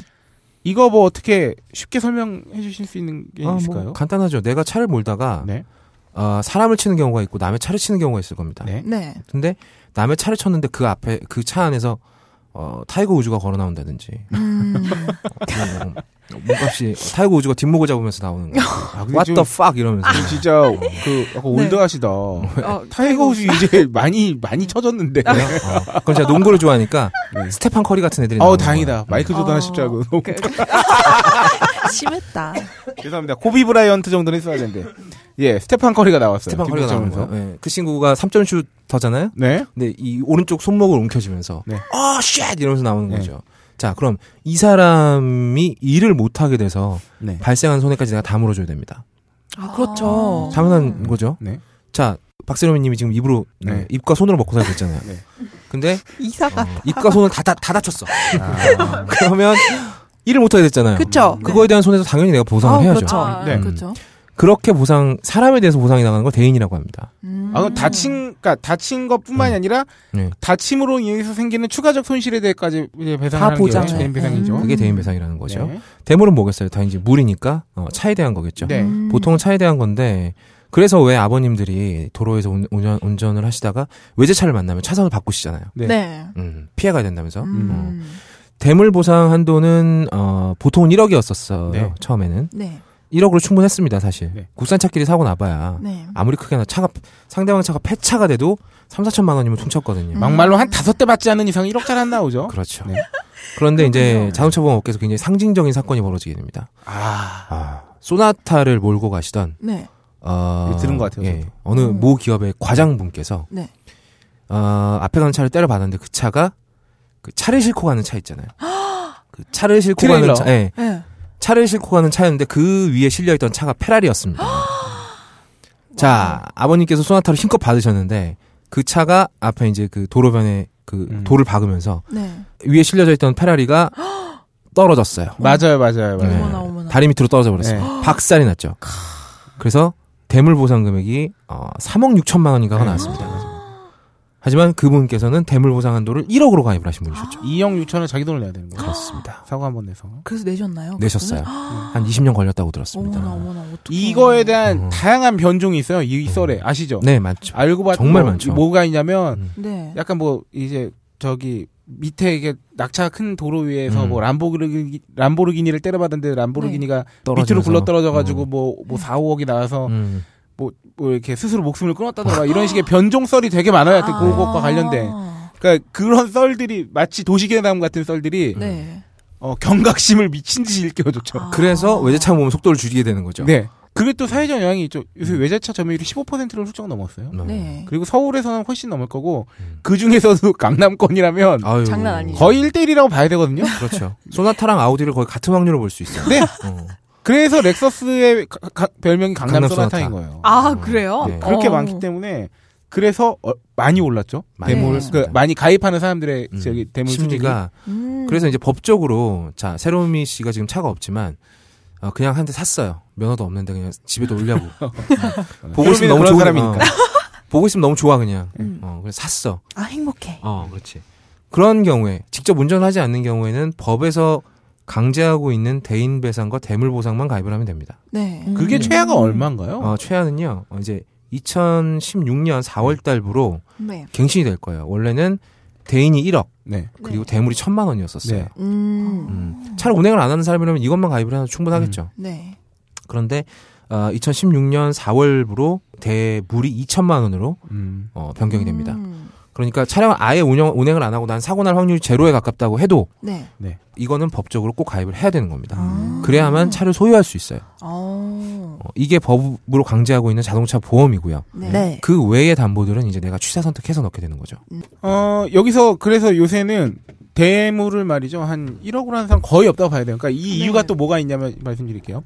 Speaker 4: 이거 뭐 어떻게 쉽게 설명해 주실 수 있는 게
Speaker 7: 아,
Speaker 4: 예, 있을까요?
Speaker 7: 뭐 간단하죠. 내가 차를 몰다가
Speaker 4: 네.
Speaker 7: 어, 사람을 치는 경우가 있고 남의 차를 치는 경우가 있을 겁니다.
Speaker 4: 네.
Speaker 1: 네.
Speaker 7: 근데 남의 차를 쳤는데 그 앞에 그 차 안에서 어, 타이거 우즈가 걸어 나온다든지
Speaker 1: 음.
Speaker 7: 어, 몸값이 타이거 우즈가 뒷목을 잡으면서 나오는 거.
Speaker 4: 아, 근데
Speaker 7: What
Speaker 4: 좀
Speaker 7: the fuck 이러면서
Speaker 4: 진짜
Speaker 7: 네.
Speaker 4: 그 약간 올드하시다.
Speaker 1: 어,
Speaker 4: 타이거 우즈 이제 많이 많이 쳐졌는데.
Speaker 7: 어, 그건 제가 농구를 좋아하니까
Speaker 4: 네.
Speaker 7: 스테판 커리 같은 애들이
Speaker 4: 어
Speaker 7: 나오는
Speaker 4: 다행이다.
Speaker 7: 거예요.
Speaker 4: 마이클 조던
Speaker 1: 어.
Speaker 4: 하실 줄 알고.
Speaker 7: 그
Speaker 4: 너무
Speaker 6: 심했다.
Speaker 4: 죄송합니다. 코비 브라이언트 정도는 있어야 되는데. 예, 스테판 커리가 나왔어요.
Speaker 7: 스테판 커리가 나오는
Speaker 4: 뒷부분에서.
Speaker 7: 거예요. 예. 그 친구가 3점 슈터잖아요.
Speaker 4: 네.
Speaker 7: 근데 이 오른쪽 손목을 움켜쥐면서
Speaker 4: 네.
Speaker 7: 아 쉣! 이러면서 나오는
Speaker 4: 네.
Speaker 7: 거죠. 자, 그럼 이 사람이 일을 못 하게 돼서
Speaker 4: 네.
Speaker 7: 발생한 손해까지 내가 다 물어줘야 됩니다.
Speaker 6: 아, 그렇죠.
Speaker 1: 아.
Speaker 7: 잘못한 거죠.
Speaker 4: 네.
Speaker 7: 자, 박세롬이님이 지금 입으로
Speaker 4: 네.
Speaker 7: 입과 손으로 먹고 살고 있잖아요.
Speaker 4: 네.
Speaker 7: 근데
Speaker 6: 이사가
Speaker 7: 입과 손을 다, 다, 다 다쳤어.
Speaker 4: 아.
Speaker 7: 그러면 일을 못 하게 됐잖아요.
Speaker 6: 그쵸.
Speaker 7: 그거에 대한 손해도 당연히 내가 보상을
Speaker 6: 아,
Speaker 7: 해야죠.
Speaker 6: 그렇죠.
Speaker 1: 아,
Speaker 4: 네.
Speaker 1: 그렇죠.
Speaker 7: 그렇게 보상 사람에 대해서 보상이 나가는 걸 대인이라고 합니다.
Speaker 1: 음.
Speaker 4: 아, 그럼 다친, 그니까 다친 것뿐만이
Speaker 7: 음.
Speaker 4: 아니라
Speaker 7: 네.
Speaker 4: 다침으로 인해서 생기는 추가적 손실에 대해까지 이제 배상하는
Speaker 7: 다
Speaker 4: 게
Speaker 7: 보장을.
Speaker 4: 개인 배상이죠.
Speaker 1: 음.
Speaker 7: 그게 대인 배상이라는 거죠.
Speaker 4: 네.
Speaker 7: 대물은 뭐겠어요? 다 이제 물이니까 어, 차에 대한 거겠죠.
Speaker 4: 네.
Speaker 1: 음.
Speaker 7: 보통은 차에 대한 건데 그래서 왜 아버님들이 도로에서 운- 운전, 운전을 하시다가 외제차를 만나면 차선을 바꾸시잖아요.
Speaker 4: 네.
Speaker 1: 네.
Speaker 7: 음, 피해가 된다면서. 어.
Speaker 1: 음.
Speaker 7: 대물 보상 한도는 어, 보통 1억이었었어요.
Speaker 4: 네.
Speaker 7: 처음에는
Speaker 1: 네.
Speaker 7: 1억으로 충분했습니다, 사실.
Speaker 4: 네.
Speaker 7: 국산차끼리 사고 나봐야
Speaker 1: 네.
Speaker 7: 아무리 크게 나 차가 상대방 차가 폐차가 돼도 3, 4천만 원이면 퉁쳤거든요.
Speaker 1: 음.
Speaker 4: 막말로 한 다섯 대 받지 않는 이상 1억짜리 안 나오죠.
Speaker 7: 그렇죠.
Speaker 4: 네.
Speaker 7: 그런데 이제 자동차 보험 업계에서 굉장히 상징적인 사건이 벌어지게 됩니다.
Speaker 4: 아,
Speaker 7: 아, 소나타를 몰고 가시던
Speaker 1: 네.
Speaker 7: 어,
Speaker 4: 이거 들은 것 같아요,
Speaker 7: 예,
Speaker 4: 저도.
Speaker 7: 어느
Speaker 1: 음.
Speaker 7: 모 기업의 과장분께서
Speaker 1: 네.
Speaker 7: 어, 앞에 가는 차를 때려봤는데 그 차가 그 차를 싣고 가는 차 있잖아요. 그 차를 싣고
Speaker 4: 트레일러.
Speaker 7: 가는 차, 예,
Speaker 1: 네.
Speaker 7: 차를 싣고 가는 차였는데 그 위에 실려 있던 차가 페라리였습니다. 자, 아버님께서 소나타를 힘껏 받으셨는데 그 차가 앞에 이제 그 도로변에 그
Speaker 4: 음.
Speaker 7: 돌을 박으면서
Speaker 1: 네.
Speaker 7: 위에 실려져 있던 페라리가 떨어졌어요.
Speaker 4: 맞아요, 맞아요, 맞아요.
Speaker 7: 네.
Speaker 1: 어머나, 네. 어머나.
Speaker 7: 다리 밑으로 떨어져 버렸어요. 박살이 났죠. 그래서 대물 보상 금액이 어, 3억 6천만 원인가가
Speaker 4: 네,
Speaker 7: 나왔습니다.
Speaker 4: 맞습니다.
Speaker 7: 하지만 그분께서는 대물 보상 한도를 1억으로 가입을 하신 분이셨죠.
Speaker 4: 2억 6천을 자기 돈을 내야 되는 거예요.
Speaker 7: 그렇습니다. 어.
Speaker 4: 사고 한 번 내서.
Speaker 1: 아, 그래서 내셨나요?
Speaker 7: 내셨어요.
Speaker 1: 그분은?
Speaker 7: 한 20년 걸렸다고 들었습니다.
Speaker 1: 어머나, 어머나. 어떡해.
Speaker 4: 이거에 대한
Speaker 7: 어.
Speaker 4: 다양한 변종이 있어요. 이 썰에 아시죠?
Speaker 7: 네, 맞죠.
Speaker 4: 알고 봤더니
Speaker 7: 정말 많죠. 음.
Speaker 4: 뭐가 있냐면
Speaker 1: 네.
Speaker 4: 약간 뭐 이제 저기 밑에 이게 낙차 큰 도로 위에서
Speaker 7: 음.
Speaker 4: 뭐 람보르기 람보르기니를 때려봤는데 람보르기니가 밑으로
Speaker 7: 떨어지면서.
Speaker 4: 굴러 떨어져가지고
Speaker 7: 음.
Speaker 4: 뭐뭐 4, 5억이 나와서
Speaker 7: 음. 아.
Speaker 4: 뭐 이렇게 스스로 목숨을 끊었다더라 이런 식의 변종 썰이 되게 많아요. 그 그것과 관련된.
Speaker 1: 아.
Speaker 4: 그러니까 그런 썰들이 마치 도시계담 같은 썰들이
Speaker 1: 네.
Speaker 4: 어, 경각심을 미친 듯이 일깨워줬죠.
Speaker 1: 아.
Speaker 7: 그래서 외제차 보면 속도를 줄이게 되는 거죠.
Speaker 4: 네. 그게 또 사회적 영향이 있죠. 요새 외제차 점유율이 15%를 훌쩍 넘었어요.
Speaker 7: 음.
Speaker 1: 네.
Speaker 4: 그리고 서울에서는 훨씬 넘을 거고 그 중에서도 강남권이라면
Speaker 7: 아유.
Speaker 1: 장난 아니죠.
Speaker 4: 거의 1대1이라고 봐야 되거든요.
Speaker 7: 그렇죠. 소나타랑 아우디를 거의 같은 확률로 볼 수 있어요.
Speaker 4: 네.
Speaker 7: 어.
Speaker 4: 그래서 렉서스의 가- 가- 별명이 강남
Speaker 7: 강남
Speaker 4: 소나타인
Speaker 7: 소나타.
Speaker 4: 거예요.
Speaker 1: 아, 그래요?
Speaker 7: 네.
Speaker 4: 그렇게
Speaker 1: 어.
Speaker 4: 많기 때문에 그래서 어, 많이 올랐죠.
Speaker 7: 많이
Speaker 4: 대물
Speaker 7: 올랐습니다.
Speaker 4: 그, 많이 가입하는 사람들의
Speaker 7: 음.
Speaker 4: 저기 대물 수준이
Speaker 7: 심리가
Speaker 1: 음.
Speaker 7: 그래서 이제 법적으로 자 세로미 씨가 지금 차가 없지만 어, 그냥 한 대 샀어요. 면허도 없는데 그냥 집에도 올려고. 어. 보고 있으면 너무
Speaker 4: 그런
Speaker 7: 좋은
Speaker 4: 사람이니까.
Speaker 7: 어. 보고 있으면 너무 좋아 그냥.
Speaker 1: 음.
Speaker 7: 어, 그래서 샀어.
Speaker 6: 아 행복해.
Speaker 7: 어, 그렇지. 그런 경우에 직접 운전을 하지 않는 경우에는 법에서 강제하고 있는 대인 배상과 대물 보상만 가입을 하면 됩니다.
Speaker 1: 네.
Speaker 6: 음.
Speaker 4: 아, 그게 최하가 얼마인가요?
Speaker 7: 어, 최하는요. 어, 이제 2016년 4월 달부로
Speaker 1: 네.
Speaker 7: 갱신이 될 거예요. 원래는 대인이 1억
Speaker 4: 네.
Speaker 7: 그리고 대물이 1천만 원이었었어요.
Speaker 4: 네.
Speaker 1: 음.
Speaker 7: 음, 차를 운행을 안 하는 사람이라면 이것만 가입을 해도 충분하겠죠.
Speaker 1: 네.
Speaker 7: 그런데 어, 2016년 4월부로 대물이 2천만 원으로
Speaker 4: 음.
Speaker 7: 어, 변경이 됩니다.
Speaker 1: 음.
Speaker 7: 그러니까 차량을 아예 운영, 운행을 안 하고 난 사고 날 확률이 제로에 가깝다고 해도
Speaker 1: 네.
Speaker 7: 이거는 법적으로 꼭 가입을 해야 되는 겁니다.
Speaker 1: 아.
Speaker 7: 그래야만 차를 소유할 수 있어요.
Speaker 1: 어.
Speaker 7: 어, 이게 법으로 강제하고 있는 자동차 보험이고요.
Speaker 1: 네.
Speaker 6: 네.
Speaker 7: 그 외의 담보들은 이제 내가 취사 선택해서 넣게 되는 거죠.
Speaker 4: 어, 여기서 그래서 요새는 대물을 말이죠. 한 1억으로 하는 사람 거의 없다고 봐야 돼요. 그러니까 이 이유가
Speaker 1: 네.
Speaker 4: 또 뭐가 있냐면 말씀드릴게요.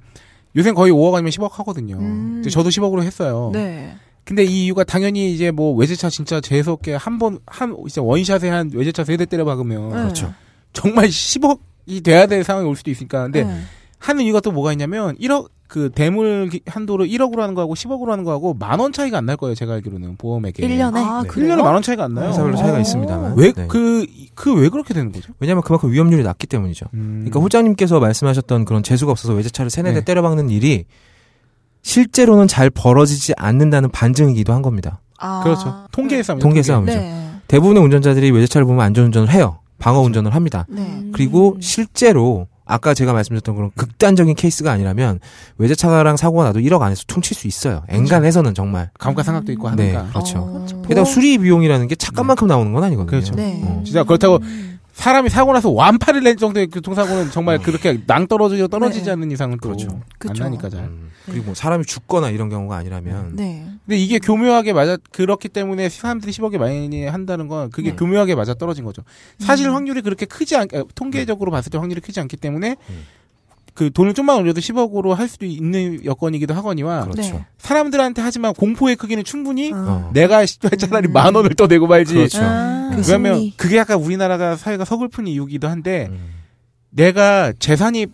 Speaker 4: 요새는 거의 5억 아니면 10억 하거든요.
Speaker 1: 음.
Speaker 4: 근데 저도 10억으로 했어요.
Speaker 1: 네.
Speaker 4: 근데 이 이유가 당연히 이제 뭐 외제차 진짜 재수없게 한 번, 한, 진짜 원샷에 한 외제차 세대 때려
Speaker 6: 음.
Speaker 4: 박으면
Speaker 1: 네.
Speaker 7: 그렇죠.
Speaker 4: 정말 10억이 돼야 될 상황이 올 수도 있으니까. 근데
Speaker 1: 네.
Speaker 4: 하는 이유가 또 뭐가 있냐면 1억 그 대물 기- 한도로 1억으로 하는 거하고 10억으로 하는 거하고 만 원 차이가 안 날 거예요. 제가 알기로는 보험액에.
Speaker 6: 1년에
Speaker 1: 아,
Speaker 7: 네.
Speaker 1: 그래요?
Speaker 4: 년에 만 원 차이가 안 나요.
Speaker 7: 회사별로 차이가 있습니다만.
Speaker 4: 왜
Speaker 7: 네.
Speaker 4: 그 그 왜 그렇게 되는 거죠?
Speaker 7: 왜냐하면 그만큼 위험률이 낮기 때문이죠. 그러니까 호장님께서 말씀하셨던 그런 재수가 없어서 외제차를 세네 대
Speaker 4: 음. 네.
Speaker 7: 때려박는 일이 실제로는 잘 벌어지지 않는다는 반증이기도 한 겁니다.
Speaker 1: 아.
Speaker 4: 그렇죠. 통계 싸움.
Speaker 7: 통계 싸움이죠.
Speaker 1: 네.
Speaker 7: 대부분의 운전자들이 외제차를 보면 안전운전을 해요. 방어
Speaker 4: 그렇죠.
Speaker 7: 운전을 합니다.
Speaker 1: 네.
Speaker 6: 음.
Speaker 7: 그리고 실제로 아까 제가 말씀드렸던 그런 극단적인 케이스가 아니라면 외제차랑 사고가 나도 1억 안에서 퉁칠 수 있어요. 엔간해서는 정말.
Speaker 4: 감가상각도 있고
Speaker 7: 네,
Speaker 4: 그렇죠. 하니까.
Speaker 7: 그렇죠. 게다가
Speaker 1: 어.
Speaker 7: 수리 비용이라는 게 차값만큼 나오는 건 아니거든요.
Speaker 4: 그렇죠.
Speaker 1: 네.
Speaker 7: 어.
Speaker 4: 진짜 그렇다고 사람이 사고 나서 완파를 낼 정도의 교통사고는 정말 그렇게 낭떨어지고 떨어지지
Speaker 1: 네.
Speaker 4: 않는 이상은 또
Speaker 7: 네. 그렇죠.
Speaker 4: 안
Speaker 1: 그렇죠.
Speaker 4: 나니까 잘.
Speaker 7: 음, 그리고 뭐 사람이 죽거나 이런 경우가 아니라면
Speaker 1: 네.
Speaker 4: 근데 이게 교묘하게 맞아 그렇기 때문에 사람들이 10억에 많이 한다는 건 그게
Speaker 1: 네.
Speaker 4: 교묘하게 맞아 떨어진 거죠. 사실
Speaker 7: 음.
Speaker 4: 확률이 그렇게 크지 않 아, 통계적으로
Speaker 7: 네.
Speaker 4: 봤을 때 확률이 크지 않기 때문에
Speaker 7: 음.
Speaker 4: 그 돈을 좀만 올려도 10억으로 할 수도 있는 여건이기도 하거니와
Speaker 7: 그렇죠.
Speaker 1: 네.
Speaker 4: 사람들한테 하지만 공포의 크기는 충분히
Speaker 1: 음.
Speaker 7: 어.
Speaker 4: 내가 차라리 만 원을 더 내고 말지
Speaker 7: 그렇죠.
Speaker 1: 아.
Speaker 7: 그
Speaker 4: 왜냐면
Speaker 6: 심리.
Speaker 4: 그게 약간 우리나라가 사회가 서글픈 이유기도 한데
Speaker 7: 음.
Speaker 4: 내가 재산이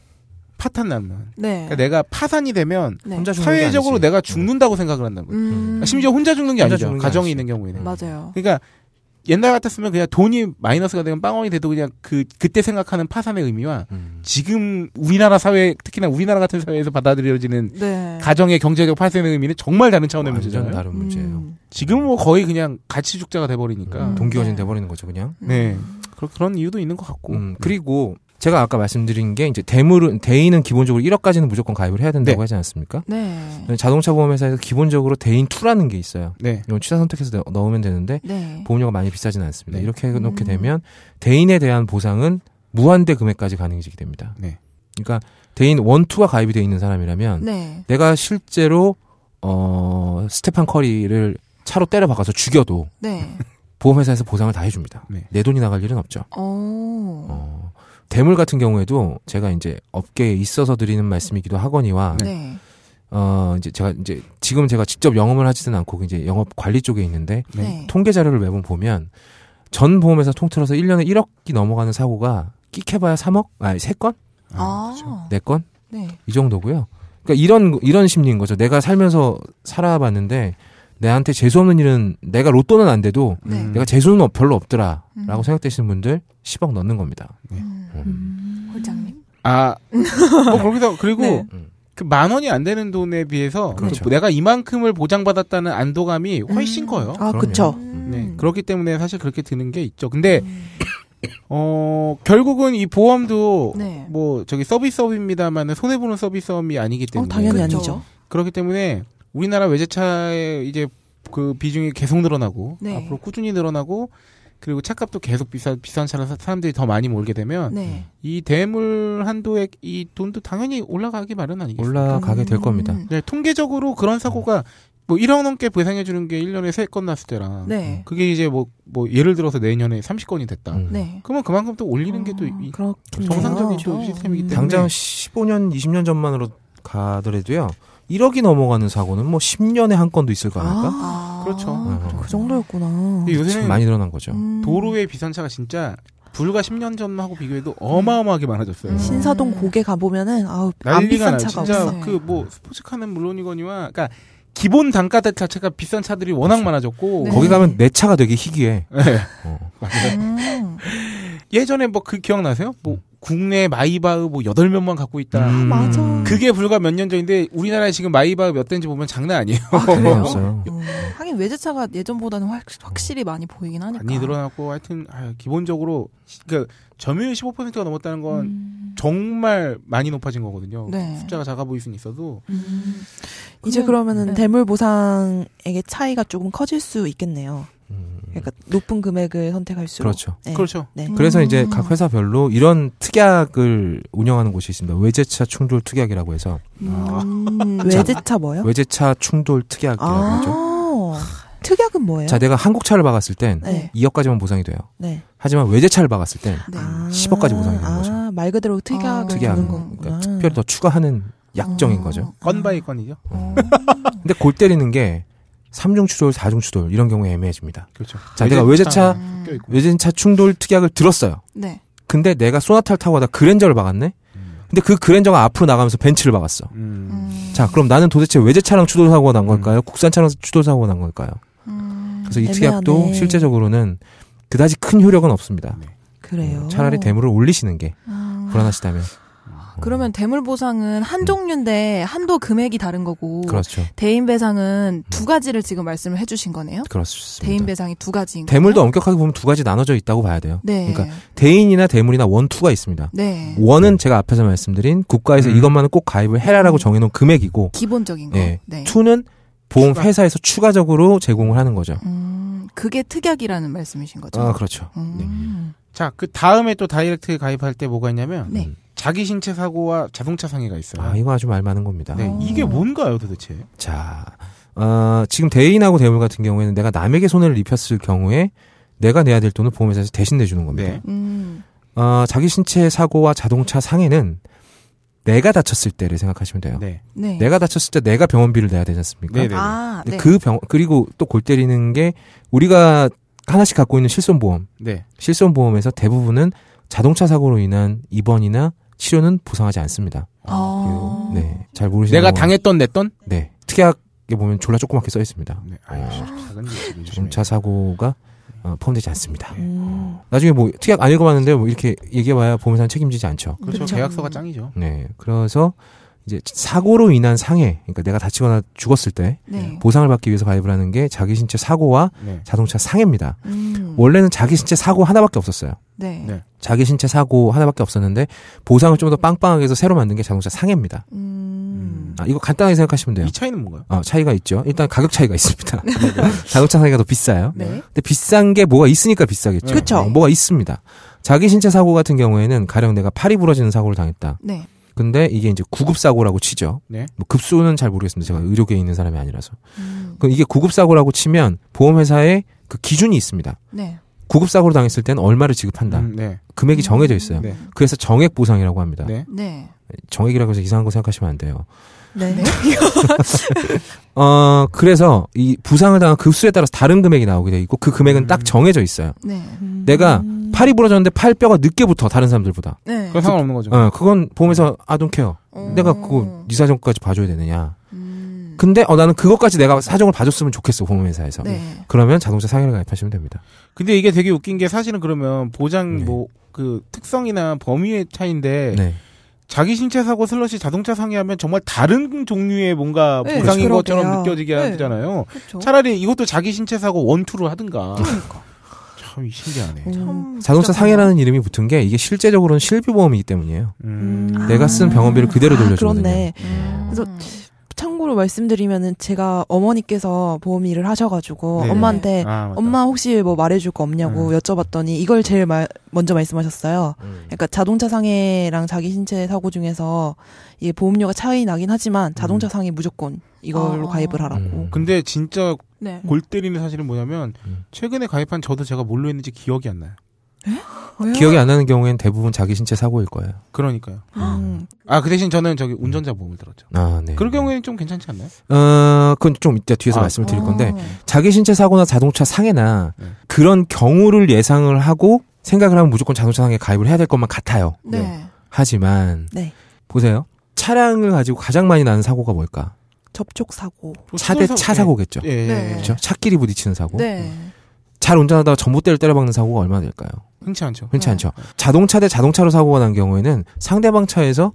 Speaker 4: 파탄 나면
Speaker 1: 네.
Speaker 4: 그러니까 내가 파산이 되면
Speaker 1: 네.
Speaker 7: 혼자 죽는 게
Speaker 4: 사회적으로
Speaker 7: 아니지. 음. 네.
Speaker 4: 내가 죽는다고 생각을 한다는 거죠.
Speaker 1: 음.
Speaker 4: 심지어 혼자 죽는 게
Speaker 7: 혼자
Speaker 4: 아니죠.
Speaker 7: 죽는 게
Speaker 4: 가정이
Speaker 7: 아니지.
Speaker 4: 있는 경우에는.
Speaker 1: 맞아요.
Speaker 4: 그러니까 옛날 같았으면 그냥 돈이 마이너스가 되면 빵원이 돼도 그냥 그 그때 생각하는 파산의 의미와
Speaker 7: 음.
Speaker 4: 지금 우리나라 사회 특히나 우리나라 같은 사회에서
Speaker 1: 그
Speaker 4: 받아들여지는
Speaker 6: 네.
Speaker 4: 가정의 경제적 파산의 의미는 정말 다른 차원의
Speaker 7: 완전
Speaker 4: 문제잖아요.
Speaker 7: 다른 문제예요. 그러니까
Speaker 6: 음.
Speaker 4: 지금 뭐 거의 그냥 같이 죽자가 돼버리니까.
Speaker 6: 음.
Speaker 7: 동기화진
Speaker 6: 네.
Speaker 7: 돼버리는 거죠 그냥.
Speaker 4: 네. 그런 그런 이유도 있는 것 같고.
Speaker 7: 음, 그리고 제가 아까 말씀드린 게 이제 대물은 대인은 기본적으로 1억까지는 무조건 가입을 해야 된다고
Speaker 4: 네.
Speaker 7: 하지 않습니까?
Speaker 1: 네.
Speaker 7: 자동차 보험회사에서 기본적으로 대인 2라는 게 있어요.
Speaker 4: 네.
Speaker 7: 이건 취사 선택해서 넣- 넣으면 되는데
Speaker 1: 네.
Speaker 7: 보험료가 많이 비싸진 않습니다.
Speaker 4: 네.
Speaker 7: 이렇게 해놓게
Speaker 1: 음.
Speaker 7: 되면 대인에 대한 보상은 무한대 금액까지 가능해지게 됩니다.
Speaker 4: 네.
Speaker 7: 그러니까 대인 1, 2가 가입이 돼 있는 사람이라면
Speaker 1: 네.
Speaker 7: 내가 실제로 어 스테판 커리를 차로 때려박아서 죽여도
Speaker 1: 네.
Speaker 7: 보험회사에서 보상을 다 해줍니다.
Speaker 4: 네.
Speaker 7: 내 돈이 나갈 일은 없죠.
Speaker 1: 어.
Speaker 7: 어, 대물 같은 경우에도 제가 이제 업계에 있어서 드리는 말씀이기도 하거니와
Speaker 1: 네.
Speaker 7: 어 이제 제가 이제 지금 제가 직접 영업을 하지는 않고 이제 영업 관리 쪽에 있는데
Speaker 4: 네.
Speaker 1: 네.
Speaker 7: 통계 자료를 매번 보면 전 보험회사 통틀어서 1년에 1억이 넘어가는 사고가 끼켜봐야 3억, 아니 3건,
Speaker 1: 아.
Speaker 4: 그렇죠.
Speaker 7: 4건
Speaker 1: 네.
Speaker 7: 이 정도고요. 그러니까 이런 이런 심리인 거죠. 내가 살면서 살아봤는데 내한테 재수 없는 일은 내가 로또는 안 돼도
Speaker 1: 네.
Speaker 7: 내가 재수는 없- 별로 없더라라고
Speaker 1: 음.
Speaker 7: 생각되시는 분들 10억 넣는 겁니다. 음.
Speaker 1: 홀장님.
Speaker 4: 아. 뭐 거기서 그리고
Speaker 6: 네.
Speaker 7: 음.
Speaker 4: 그 만 원이 안 되는 돈에 비해서
Speaker 7: 그렇죠.
Speaker 4: 그 내가 이만큼을 보장받았다는 안도감이 훨씬
Speaker 1: 음.
Speaker 4: 커요.
Speaker 6: 아,
Speaker 7: 그럼요. 음.
Speaker 6: 그쵸. 음.
Speaker 4: 네. 그렇기 때문에 사실 그렇게 드는 게 있죠. 근데 어 결국은 이 보험도
Speaker 1: 네.
Speaker 4: 뭐 저기 서비스업입니다만 손해 보는 서비스업이 아니기
Speaker 6: 어,
Speaker 4: 때문에
Speaker 6: 당연히
Speaker 1: 그쵸.
Speaker 6: 아니죠.
Speaker 4: 그렇기 때문에 우리나라 외제차의 이제 그 비중이 계속 늘어나고
Speaker 1: 네.
Speaker 4: 앞으로 꾸준히 늘어나고 그리고 차값도 계속 비싼 비싼 차를 사- 사람들이 더 많이 몰게 되면
Speaker 1: 네.
Speaker 4: 이 대물 한도액 이 돈도 당연히 올라가기 마련 아니겠습니까?
Speaker 7: 올라가게 될
Speaker 1: 음.
Speaker 7: 겁니다.
Speaker 4: 네, 통계적으로 그런 사고가 뭐 1억 넘게 배상해 주는 게 1년에 3건 났을 때랑
Speaker 1: 네.
Speaker 4: 그게 이제 뭐, 뭐 예를 들어서 내년에 30건이 됐다.
Speaker 7: 음.
Speaker 1: 네.
Speaker 4: 그러면 그만큼 또 올리는 게 또
Speaker 1: 어,
Speaker 6: 아, 그렇군요. 음.
Speaker 4: 정상적인 또
Speaker 1: 그렇죠.
Speaker 4: 시스템이기 때문에
Speaker 6: 네.
Speaker 7: 당장 15년, 20년 전만으로 가더라도요. 1억이 넘어가는 사고는 뭐 10년에 한 건도 있을 거 아닐까?
Speaker 1: 아.
Speaker 4: 그렇죠. 네.
Speaker 7: 어,
Speaker 6: 그 정도였구나.
Speaker 4: 근데
Speaker 7: 지금
Speaker 4: 요새는
Speaker 7: 음, 많이 늘어난 거죠.
Speaker 1: 음.
Speaker 4: 도로의 비상차가 진짜 불과 10년 전하고 비교해도 어마어마하게 많아졌어요.
Speaker 1: 음.
Speaker 6: 신사동
Speaker 1: 음.
Speaker 6: 고개 가보면은, 아우, 안
Speaker 4: 난리가
Speaker 6: 비싼
Speaker 4: 나요.
Speaker 6: 차가 네.
Speaker 4: 진짜
Speaker 6: 없어.
Speaker 1: 없어요.
Speaker 4: 그 뭐 스포츠카는 물론이거니와 그러니까 기본 단가 자체가 비싼 차들이 워낙 많아졌고
Speaker 1: 네.
Speaker 7: 그렇죠. 거기 가면 내 차가 되게 희귀해.
Speaker 6: 아,
Speaker 4: 네.
Speaker 7: 어.
Speaker 1: 음.
Speaker 4: 예전에 뭐 그 기억나세요? 뭐 국내 마이바흐 뭐 여덟 명만 갖고 있다.
Speaker 7: 음.
Speaker 6: 맞아.
Speaker 4: 그게 불과 몇 년 전인데 우리나라에 지금 마이바흐 몇 대인지 보면 장난 아니에요.
Speaker 1: 그래요?
Speaker 6: 그렇죠.
Speaker 7: 없어요.
Speaker 1: 음. 하긴 외제차가 예전보다는 확, 확실히 많이 보이긴 하니까.
Speaker 4: 많이 늘어났고 하여튼 아유, 기본적으로 시- 그러니까 점유율 15%가 넘었다는 건 정말 많이 높아진 거거든요.
Speaker 1: 음. 네.
Speaker 4: 숫자가 작아 보일 수는 있어도
Speaker 1: 음.
Speaker 6: 이제 그러면은
Speaker 1: 네.
Speaker 6: 대물 보상액의 차이가 조금 커질 수 있겠네요.
Speaker 7: 음,
Speaker 6: 그러니까 높은 금액을 선택할수록.
Speaker 7: 그렇죠.
Speaker 6: 네.
Speaker 4: 그렇죠.
Speaker 6: 음.
Speaker 7: 그래서 이제 각 회사별로 이런 특약을 운영하는 곳이 있습니다. 외제차 충돌 특약이라고 해서
Speaker 1: 음.
Speaker 6: 외제차 뭐요?
Speaker 7: 아. 외제차 충돌 특약이라고 하죠.
Speaker 6: 아, 특약은 뭐예요?
Speaker 7: 자, 내가 한국 차를 박았을 땐
Speaker 6: 네.
Speaker 7: 2억까지만 보상이 돼요.
Speaker 6: 네.
Speaker 7: 하지만 외제차를 박았을 땐
Speaker 1: 네.
Speaker 6: 아,
Speaker 7: 10억까지 보상이 되는
Speaker 6: 아,
Speaker 7: 거죠.
Speaker 6: 말 어, 그대로 특약을
Speaker 1: 아,
Speaker 7: 특약,
Speaker 6: 주는
Speaker 1: 거구나.
Speaker 7: 그러니까
Speaker 6: 거구나. 어.
Speaker 7: 특별히 더 추가하는 약정인 거죠.
Speaker 4: 건 바이 건이죠.
Speaker 1: 어.
Speaker 7: 근데 골 때리는 게 3중 추돌, 4중 추돌 이런 경우에 애매해집니다.
Speaker 4: 그렇죠.
Speaker 7: 자, 내가 외제차
Speaker 1: 음.
Speaker 4: 껴 있고.
Speaker 7: 외제차 충돌 특약을 들었어요.
Speaker 1: 네.
Speaker 7: 근데 내가 소나타를 타고 가다 그랜저를 박았네. 근데 그 그랜저가 앞으로 나가면서 벤츠를 박았어.
Speaker 4: 음.
Speaker 1: 음.
Speaker 7: 자, 그럼 나는 도대체 외제차랑 추돌 사고가 난 걸까요? 국산 차랑 추돌 사고가 난 걸까요?
Speaker 1: 음.
Speaker 7: 그래서 이
Speaker 6: 애매하네.
Speaker 7: 특약도 실제적으로는 그다지 큰 효력은 없습니다.
Speaker 6: 음,
Speaker 7: 음,
Speaker 6: 그래요. 아.
Speaker 7: 차라리 대물을 올리시는 게 불안하시다면
Speaker 1: 아. 그러면 대물 보상은 한 종류인데 한도 금액이 다른 거고
Speaker 7: 그렇죠.
Speaker 6: 어,
Speaker 1: 대인 배상은 두 가지를 지금 말씀을 해주신 거네요. 대인
Speaker 7: 음. 그렇습니다.
Speaker 1: 배상이 두 가지인 거예요.
Speaker 7: 대물도 엄격하게 보면 두 가지 나눠져 있다고 봐야 돼요.
Speaker 1: 네.
Speaker 7: 그러니까 음. 대인이나 대물이나 원투가 있습니다.
Speaker 1: 네.
Speaker 7: 원은 제가 앞에서 말씀드린 국가에서
Speaker 4: 음.
Speaker 7: 이것만은 꼭 가입을 해라라고 정해놓은 금액이고
Speaker 1: 기본적인 거.
Speaker 7: 예.
Speaker 4: 음.
Speaker 1: 네.
Speaker 7: 투는 보험 회사에서 추가적으로 제공을 하는 거죠.
Speaker 1: 음, 그게 특약이라는 말씀이신 거죠.
Speaker 7: 아 그렇죠.
Speaker 1: 음.
Speaker 4: 자, 그 다음에 또 다이렉트 가입할 때 뭐가 있냐면
Speaker 1: 네.
Speaker 4: 자기 신체 사고와 자동차 상해가 있어요.
Speaker 7: 아 이거 아주 말 많은 겁니다.
Speaker 1: 어.
Speaker 4: 네, 이게 뭔가요, 도대체?
Speaker 7: 자 어, 지금 대인하고 대물 같은 경우에는 내가 남에게 손해를 입혔을 경우에 내가 내야 될 돈을 보험회사에서 대신 내주는 겁니다.
Speaker 4: 네.
Speaker 1: 음.
Speaker 7: 어, 자기 신체 사고와 자동차 상해는 내가 다쳤을 때를 생각하시면 돼요.
Speaker 4: 네.
Speaker 1: 네.
Speaker 7: 내가 다쳤을 때 내가 병원비를 내야 되지 않습니까?
Speaker 4: 네, 네.
Speaker 1: 아,
Speaker 7: 근데
Speaker 1: 네.
Speaker 7: 그 병, 그리고 또 골 때리는 게 우리가 하나씩 갖고 있는 실손보험,
Speaker 4: 네.
Speaker 7: 실손보험에서 대부분은 자동차 사고로 인한 입원이나 치료는 보상하지 않습니다.
Speaker 1: 아.
Speaker 7: 네, 잘 모르시는
Speaker 4: 내가
Speaker 7: 경우는-
Speaker 4: 당했던 냈던?
Speaker 7: 네, 특약에 보면 졸라 조그맣게 써 있습니다.
Speaker 4: 아. 네. 아유, 작은 일. 좀 조심해.
Speaker 7: 자동차 사고가 어, 포함되지 않습니다.
Speaker 6: 음.
Speaker 7: 나중에 뭐 특약 안 읽어봤는데 뭐 이렇게 얘기해봐야 보험사는 책임지지 않죠.
Speaker 4: 그렇죠.
Speaker 6: 그쵸.
Speaker 4: 계약서가 짱이죠.
Speaker 7: 네, 그래서 이제 사고로 인한 상해, 그러니까 내가 다치거나 죽었을 때
Speaker 1: 네.
Speaker 7: 보상을 받기 위해서 가입을 하는 게 자기 신체 사고와
Speaker 4: 네.
Speaker 7: 자동차 상해입니다.
Speaker 1: 음.
Speaker 7: 원래는 자기 신체 사고 하나밖에 없었어요.
Speaker 1: 네.
Speaker 4: 네.
Speaker 7: 자기 신체 사고 하나밖에 없었는데 보상을 좀 더 빵빵하게 해서 새로 만든 게 자동차 상해입니다.
Speaker 1: 음.
Speaker 7: 아, 이거 간단하게 생각하시면 돼요.
Speaker 4: 이 차이는 뭔가요?
Speaker 7: 어, 차이가 있죠. 일단 가격 차이가 있습니다. 자동차 상해가 더 비싸요.
Speaker 1: 네.
Speaker 7: 근데 비싼 게 뭐가 있으니까 비싸겠죠.
Speaker 4: 그쵸.
Speaker 7: 어, 뭐가 있습니다. 자기 신체 사고 같은 경우에는 가령 내가 팔이 부러지는 사고를 당했다.
Speaker 1: 네.
Speaker 7: 근데 이게 이제 구급 사고라고 치죠.
Speaker 4: 네.
Speaker 7: 뭐 급수는 잘 모르겠습니다. 제가 의료계에 있는 사람이 아니라서.
Speaker 1: 음.
Speaker 7: 그럼 이게 구급 사고라고 치면 보험회사에 그 기준이 있습니다.
Speaker 1: 네.
Speaker 7: 구급 사고로 당했을 때는 얼마를 지급한다.
Speaker 4: 음, 네.
Speaker 7: 금액이 정해져 있어요.
Speaker 4: 네.
Speaker 7: 그래서 정액 보상이라고 합니다.
Speaker 4: 네.
Speaker 1: 네.
Speaker 7: 정액이라고 해서 이상한 거 생각하시면 안 돼요.
Speaker 6: 네.
Speaker 1: 네.
Speaker 7: 어, 그래서 이 부상을 당한 그 급수에 따라서 다른 금액이 나오게 돼 있고 그 금액은
Speaker 4: 음.
Speaker 7: 딱 정해져 있어요.
Speaker 1: 네.
Speaker 7: 내가 팔이 부러졌는데 팔뼈가 늦게 붙어 다른 사람들보다.
Speaker 1: 네.
Speaker 4: 그건 상관없는 거죠. 네.
Speaker 7: 어, 그건 보험에서 I don't care.
Speaker 1: 어.
Speaker 7: 내가 그거 네 사정까지 봐줘야 되느냐.
Speaker 1: 음.
Speaker 7: 근데 어 나는 그것까지 내가 사정을 봐줬으면 좋겠어 보험회사에서.
Speaker 1: 네.
Speaker 7: 그러면 자동차 상해를 가입하시면 됩니다.
Speaker 4: 근데 이게 되게 웃긴 게 사실은 그러면 보장
Speaker 7: 네.
Speaker 4: 뭐 그 특성이나 범위의 차인데
Speaker 7: 네.
Speaker 4: 자기 신체 사고 슬러시 자동차 상해하면 정말 다른 종류의 뭔가
Speaker 6: 네,
Speaker 4: 보상인
Speaker 6: 그러게요.
Speaker 4: 것처럼 느껴지게
Speaker 6: 네.
Speaker 4: 하잖아요.
Speaker 1: 그렇죠.
Speaker 4: 차라리 이것도 자기 신체 사고 원투로 하든가. 참 신기하네.
Speaker 6: 그러니까. 음.
Speaker 1: 그렇죠.
Speaker 7: 자동차 상해라는 이름이 붙은 게 이게 실제적으로는 실비보험이기 때문이에요.
Speaker 4: 음.
Speaker 7: 내가 쓴 병원비를 그대로
Speaker 6: 아,
Speaker 7: 돌려주거든요.
Speaker 6: 그렇네.
Speaker 1: 음.
Speaker 6: 그래서 참고로 말씀드리면은 제가 어머니께서 보험 일을 하셔가지고
Speaker 4: 네네.
Speaker 6: 엄마한테
Speaker 4: 아, 맞다.
Speaker 6: 엄마 혹시 뭐 말해줄 거 없냐고 여쭤봤더니 이걸 제일 말, 먼저 말씀하셨어요. 그러니까 자동차 상해랑 자기 신체 사고 중에서 이 보험료가 차이 나긴 하지만 자동차 상해 무조건 이걸로
Speaker 1: 아.
Speaker 6: 가입을 하라고.
Speaker 7: 음.
Speaker 4: 근데 진짜
Speaker 1: 네.
Speaker 4: 골 때리는 사실은 뭐냐면
Speaker 7: 음.
Speaker 4: 최근에 가입한 저도 제가 뭘로 했는지 기억이 안 나요. 뭐
Speaker 7: 기억이 안 나는 경우에는 대부분 자기 신체 사고일 거예요.
Speaker 4: 그러니까요.
Speaker 6: 음.
Speaker 4: 아, 그 대신 저는 저기 운전자 보험을 들었죠.
Speaker 7: 아, 네.
Speaker 4: 그럴 경우에는 좀 괜찮지 않나요?
Speaker 7: 어, 그건 좀 이따 뒤에서
Speaker 4: 아.
Speaker 7: 말씀을 드릴
Speaker 1: 어.
Speaker 7: 건데 자기 신체 사고나 자동차 상해나
Speaker 4: 네.
Speaker 7: 그런 경우를 예상을 하고 생각을 하면 무조건 자동차 상해 가입을 해야 될 것만 같아요.
Speaker 1: 네.
Speaker 7: 하지만
Speaker 6: 네.
Speaker 7: 보세요. 차량을 가지고 가장 많이 나는 사고가 뭘까?
Speaker 6: 접촉 사고.
Speaker 7: 차 대 차 사고겠죠.
Speaker 4: 뭐 예, 예, 예.
Speaker 1: 네.
Speaker 7: 그렇죠? 차끼리 부딪히는 사고.
Speaker 1: 네.
Speaker 4: 어?
Speaker 7: 잘 운전하다가 전봇대를 때려박는 사고가 얼마나 될까요?
Speaker 4: 흔치 않죠.
Speaker 7: 흔치
Speaker 1: 네.
Speaker 7: 않죠. 자동차 대 자동차로 사고가 난 경우에는 상대방 차에서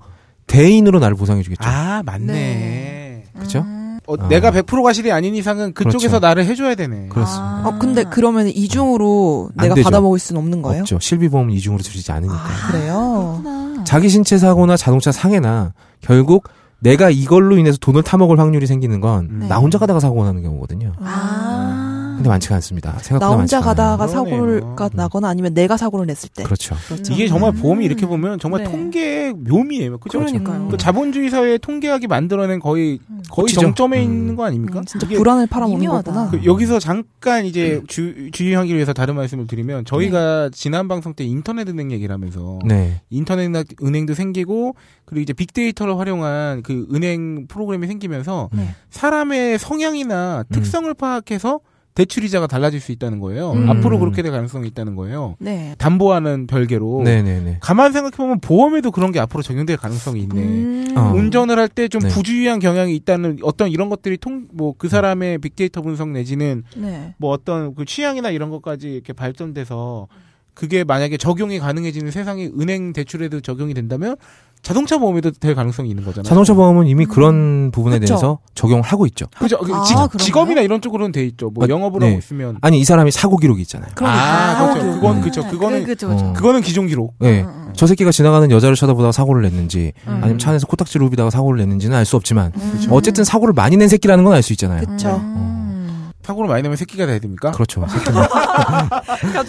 Speaker 7: 대인으로 나를 보상해 주겠죠.
Speaker 4: 아, 맞네.
Speaker 1: 네.
Speaker 7: 그렇죠?
Speaker 1: 음.
Speaker 4: 어,
Speaker 7: 아.
Speaker 4: 내가 100%가 실이 아닌 이상은 그쪽에서
Speaker 7: 그렇죠.
Speaker 4: 나를 해줘야 되네.
Speaker 7: 그렇습니다.
Speaker 1: 아.
Speaker 6: 어 근데 그러면 이중으로
Speaker 7: 안
Speaker 6: 내가
Speaker 7: 되죠.
Speaker 6: 받아먹을 수는 없는 거예요?
Speaker 7: 없죠. 그러니까. 실비보험은 이중으로 들리지 않으니까.
Speaker 6: 아, 그래요.
Speaker 1: 그렇구나.
Speaker 7: 자기 신체 사고나 자동차 상해나 결국 내가 이걸로 인해서 돈을 타먹을 확률이 생기는 건
Speaker 4: 네.
Speaker 7: 나 혼자 가다가 사고가 나는 경우거든요.
Speaker 1: 아.
Speaker 7: 근데 많지가 않습니다. 생각보다
Speaker 6: 나 혼자
Speaker 7: 많지가 않아요.
Speaker 6: 가다가
Speaker 4: 그러네요.
Speaker 6: 사고가 나거나 아니면 내가 사고를 냈을 때.
Speaker 7: 그렇죠.
Speaker 6: 그렇죠.
Speaker 4: 이게 정말
Speaker 1: 음.
Speaker 4: 보험이 이렇게 보면 정말
Speaker 1: 네.
Speaker 4: 통계의 묘미예요. 그죠?
Speaker 1: 그러니까요.
Speaker 4: 그 자본주의 사회의 통계학이 만들어낸 거의 거의
Speaker 7: 그치죠.
Speaker 4: 정점에
Speaker 7: 음.
Speaker 4: 있는 거 아닙니까?
Speaker 1: 음, 진짜
Speaker 4: 이게
Speaker 6: 불안을 팔아먹는
Speaker 1: 미묘하다.
Speaker 6: 거구나.
Speaker 4: 그 여기서 잠깐 이제 주, 주의하기 위해서 다른 말씀을 드리면 저희가 지난 방송 때 인터넷 은행 얘기를 하면서
Speaker 7: 네.
Speaker 4: 인터넷 은행도 생기고 그리고 이제 빅데이터를 활용한 그 은행 프로그램이 생기면서
Speaker 7: 네. 음.
Speaker 4: 사람의 성향이나 특성을 파악해서 대출이자가 달라질 수 있다는 거예요.
Speaker 1: 음.
Speaker 4: 앞으로 그렇게 될 가능성이 있다는 거예요.
Speaker 1: 네.
Speaker 4: 담보하는 별개로
Speaker 7: 네네네.
Speaker 4: 가만 생각해보면 보험에도 그런 게 앞으로 적용될 가능성이 있네.
Speaker 1: 음.
Speaker 7: 어.
Speaker 4: 운전을 할 때 좀
Speaker 7: 네.
Speaker 4: 부주의한 경향이 있다는 어떤 이런 것들이 통 뭐 그 사람의 빅데이터 분석 내지는
Speaker 1: 네.
Speaker 4: 뭐 어떤 그 취향이나 이런 것까지 이렇게 발전돼서 그게 만약에 적용이 가능해지는 세상이 은행 대출에도 적용이 된다면 자동차 보험에도 될 가능성이 있는 거잖아요.
Speaker 7: 자동차 보험은 이미 그런 부분에
Speaker 6: 그쵸.
Speaker 7: 대해서 적용을 하고 있죠.
Speaker 4: 그죠? 그
Speaker 1: 아,
Speaker 4: 직-
Speaker 1: 그런가요?
Speaker 4: 직업이나 이런 쪽으로는 돼 있죠. 뭐
Speaker 7: 아,
Speaker 4: 영업을
Speaker 7: 네.
Speaker 4: 하고 있으면
Speaker 7: 아니 이 사람이 사고 기록이 있잖아요.
Speaker 6: 그러니까.
Speaker 4: 아,
Speaker 1: 아,
Speaker 4: 그렇죠. 그건 그죠. 그렇죠.
Speaker 1: 아,
Speaker 4: 그거는
Speaker 1: 그, 그죠, 그죠.
Speaker 7: 어.
Speaker 4: 그거는 기존 기록.
Speaker 7: 네.
Speaker 1: 음, 음.
Speaker 7: 저 새끼가 지나가는 여자를 쳐다보다가 사고를 냈는지
Speaker 1: 음.
Speaker 7: 아니면 차 안에서 코딱지를 후비다가 사고를 냈는지는 알 수 없지만
Speaker 1: 그렇죠.
Speaker 7: 어쨌든 사고를 많이 낸 새끼라는 건 알 수 있잖아요.
Speaker 6: 음. 그쵸.
Speaker 4: 어.
Speaker 6: 아,
Speaker 1: 음.
Speaker 4: 사고를 많이 내면 새끼가 돼야 됩니까?
Speaker 7: 그렇죠.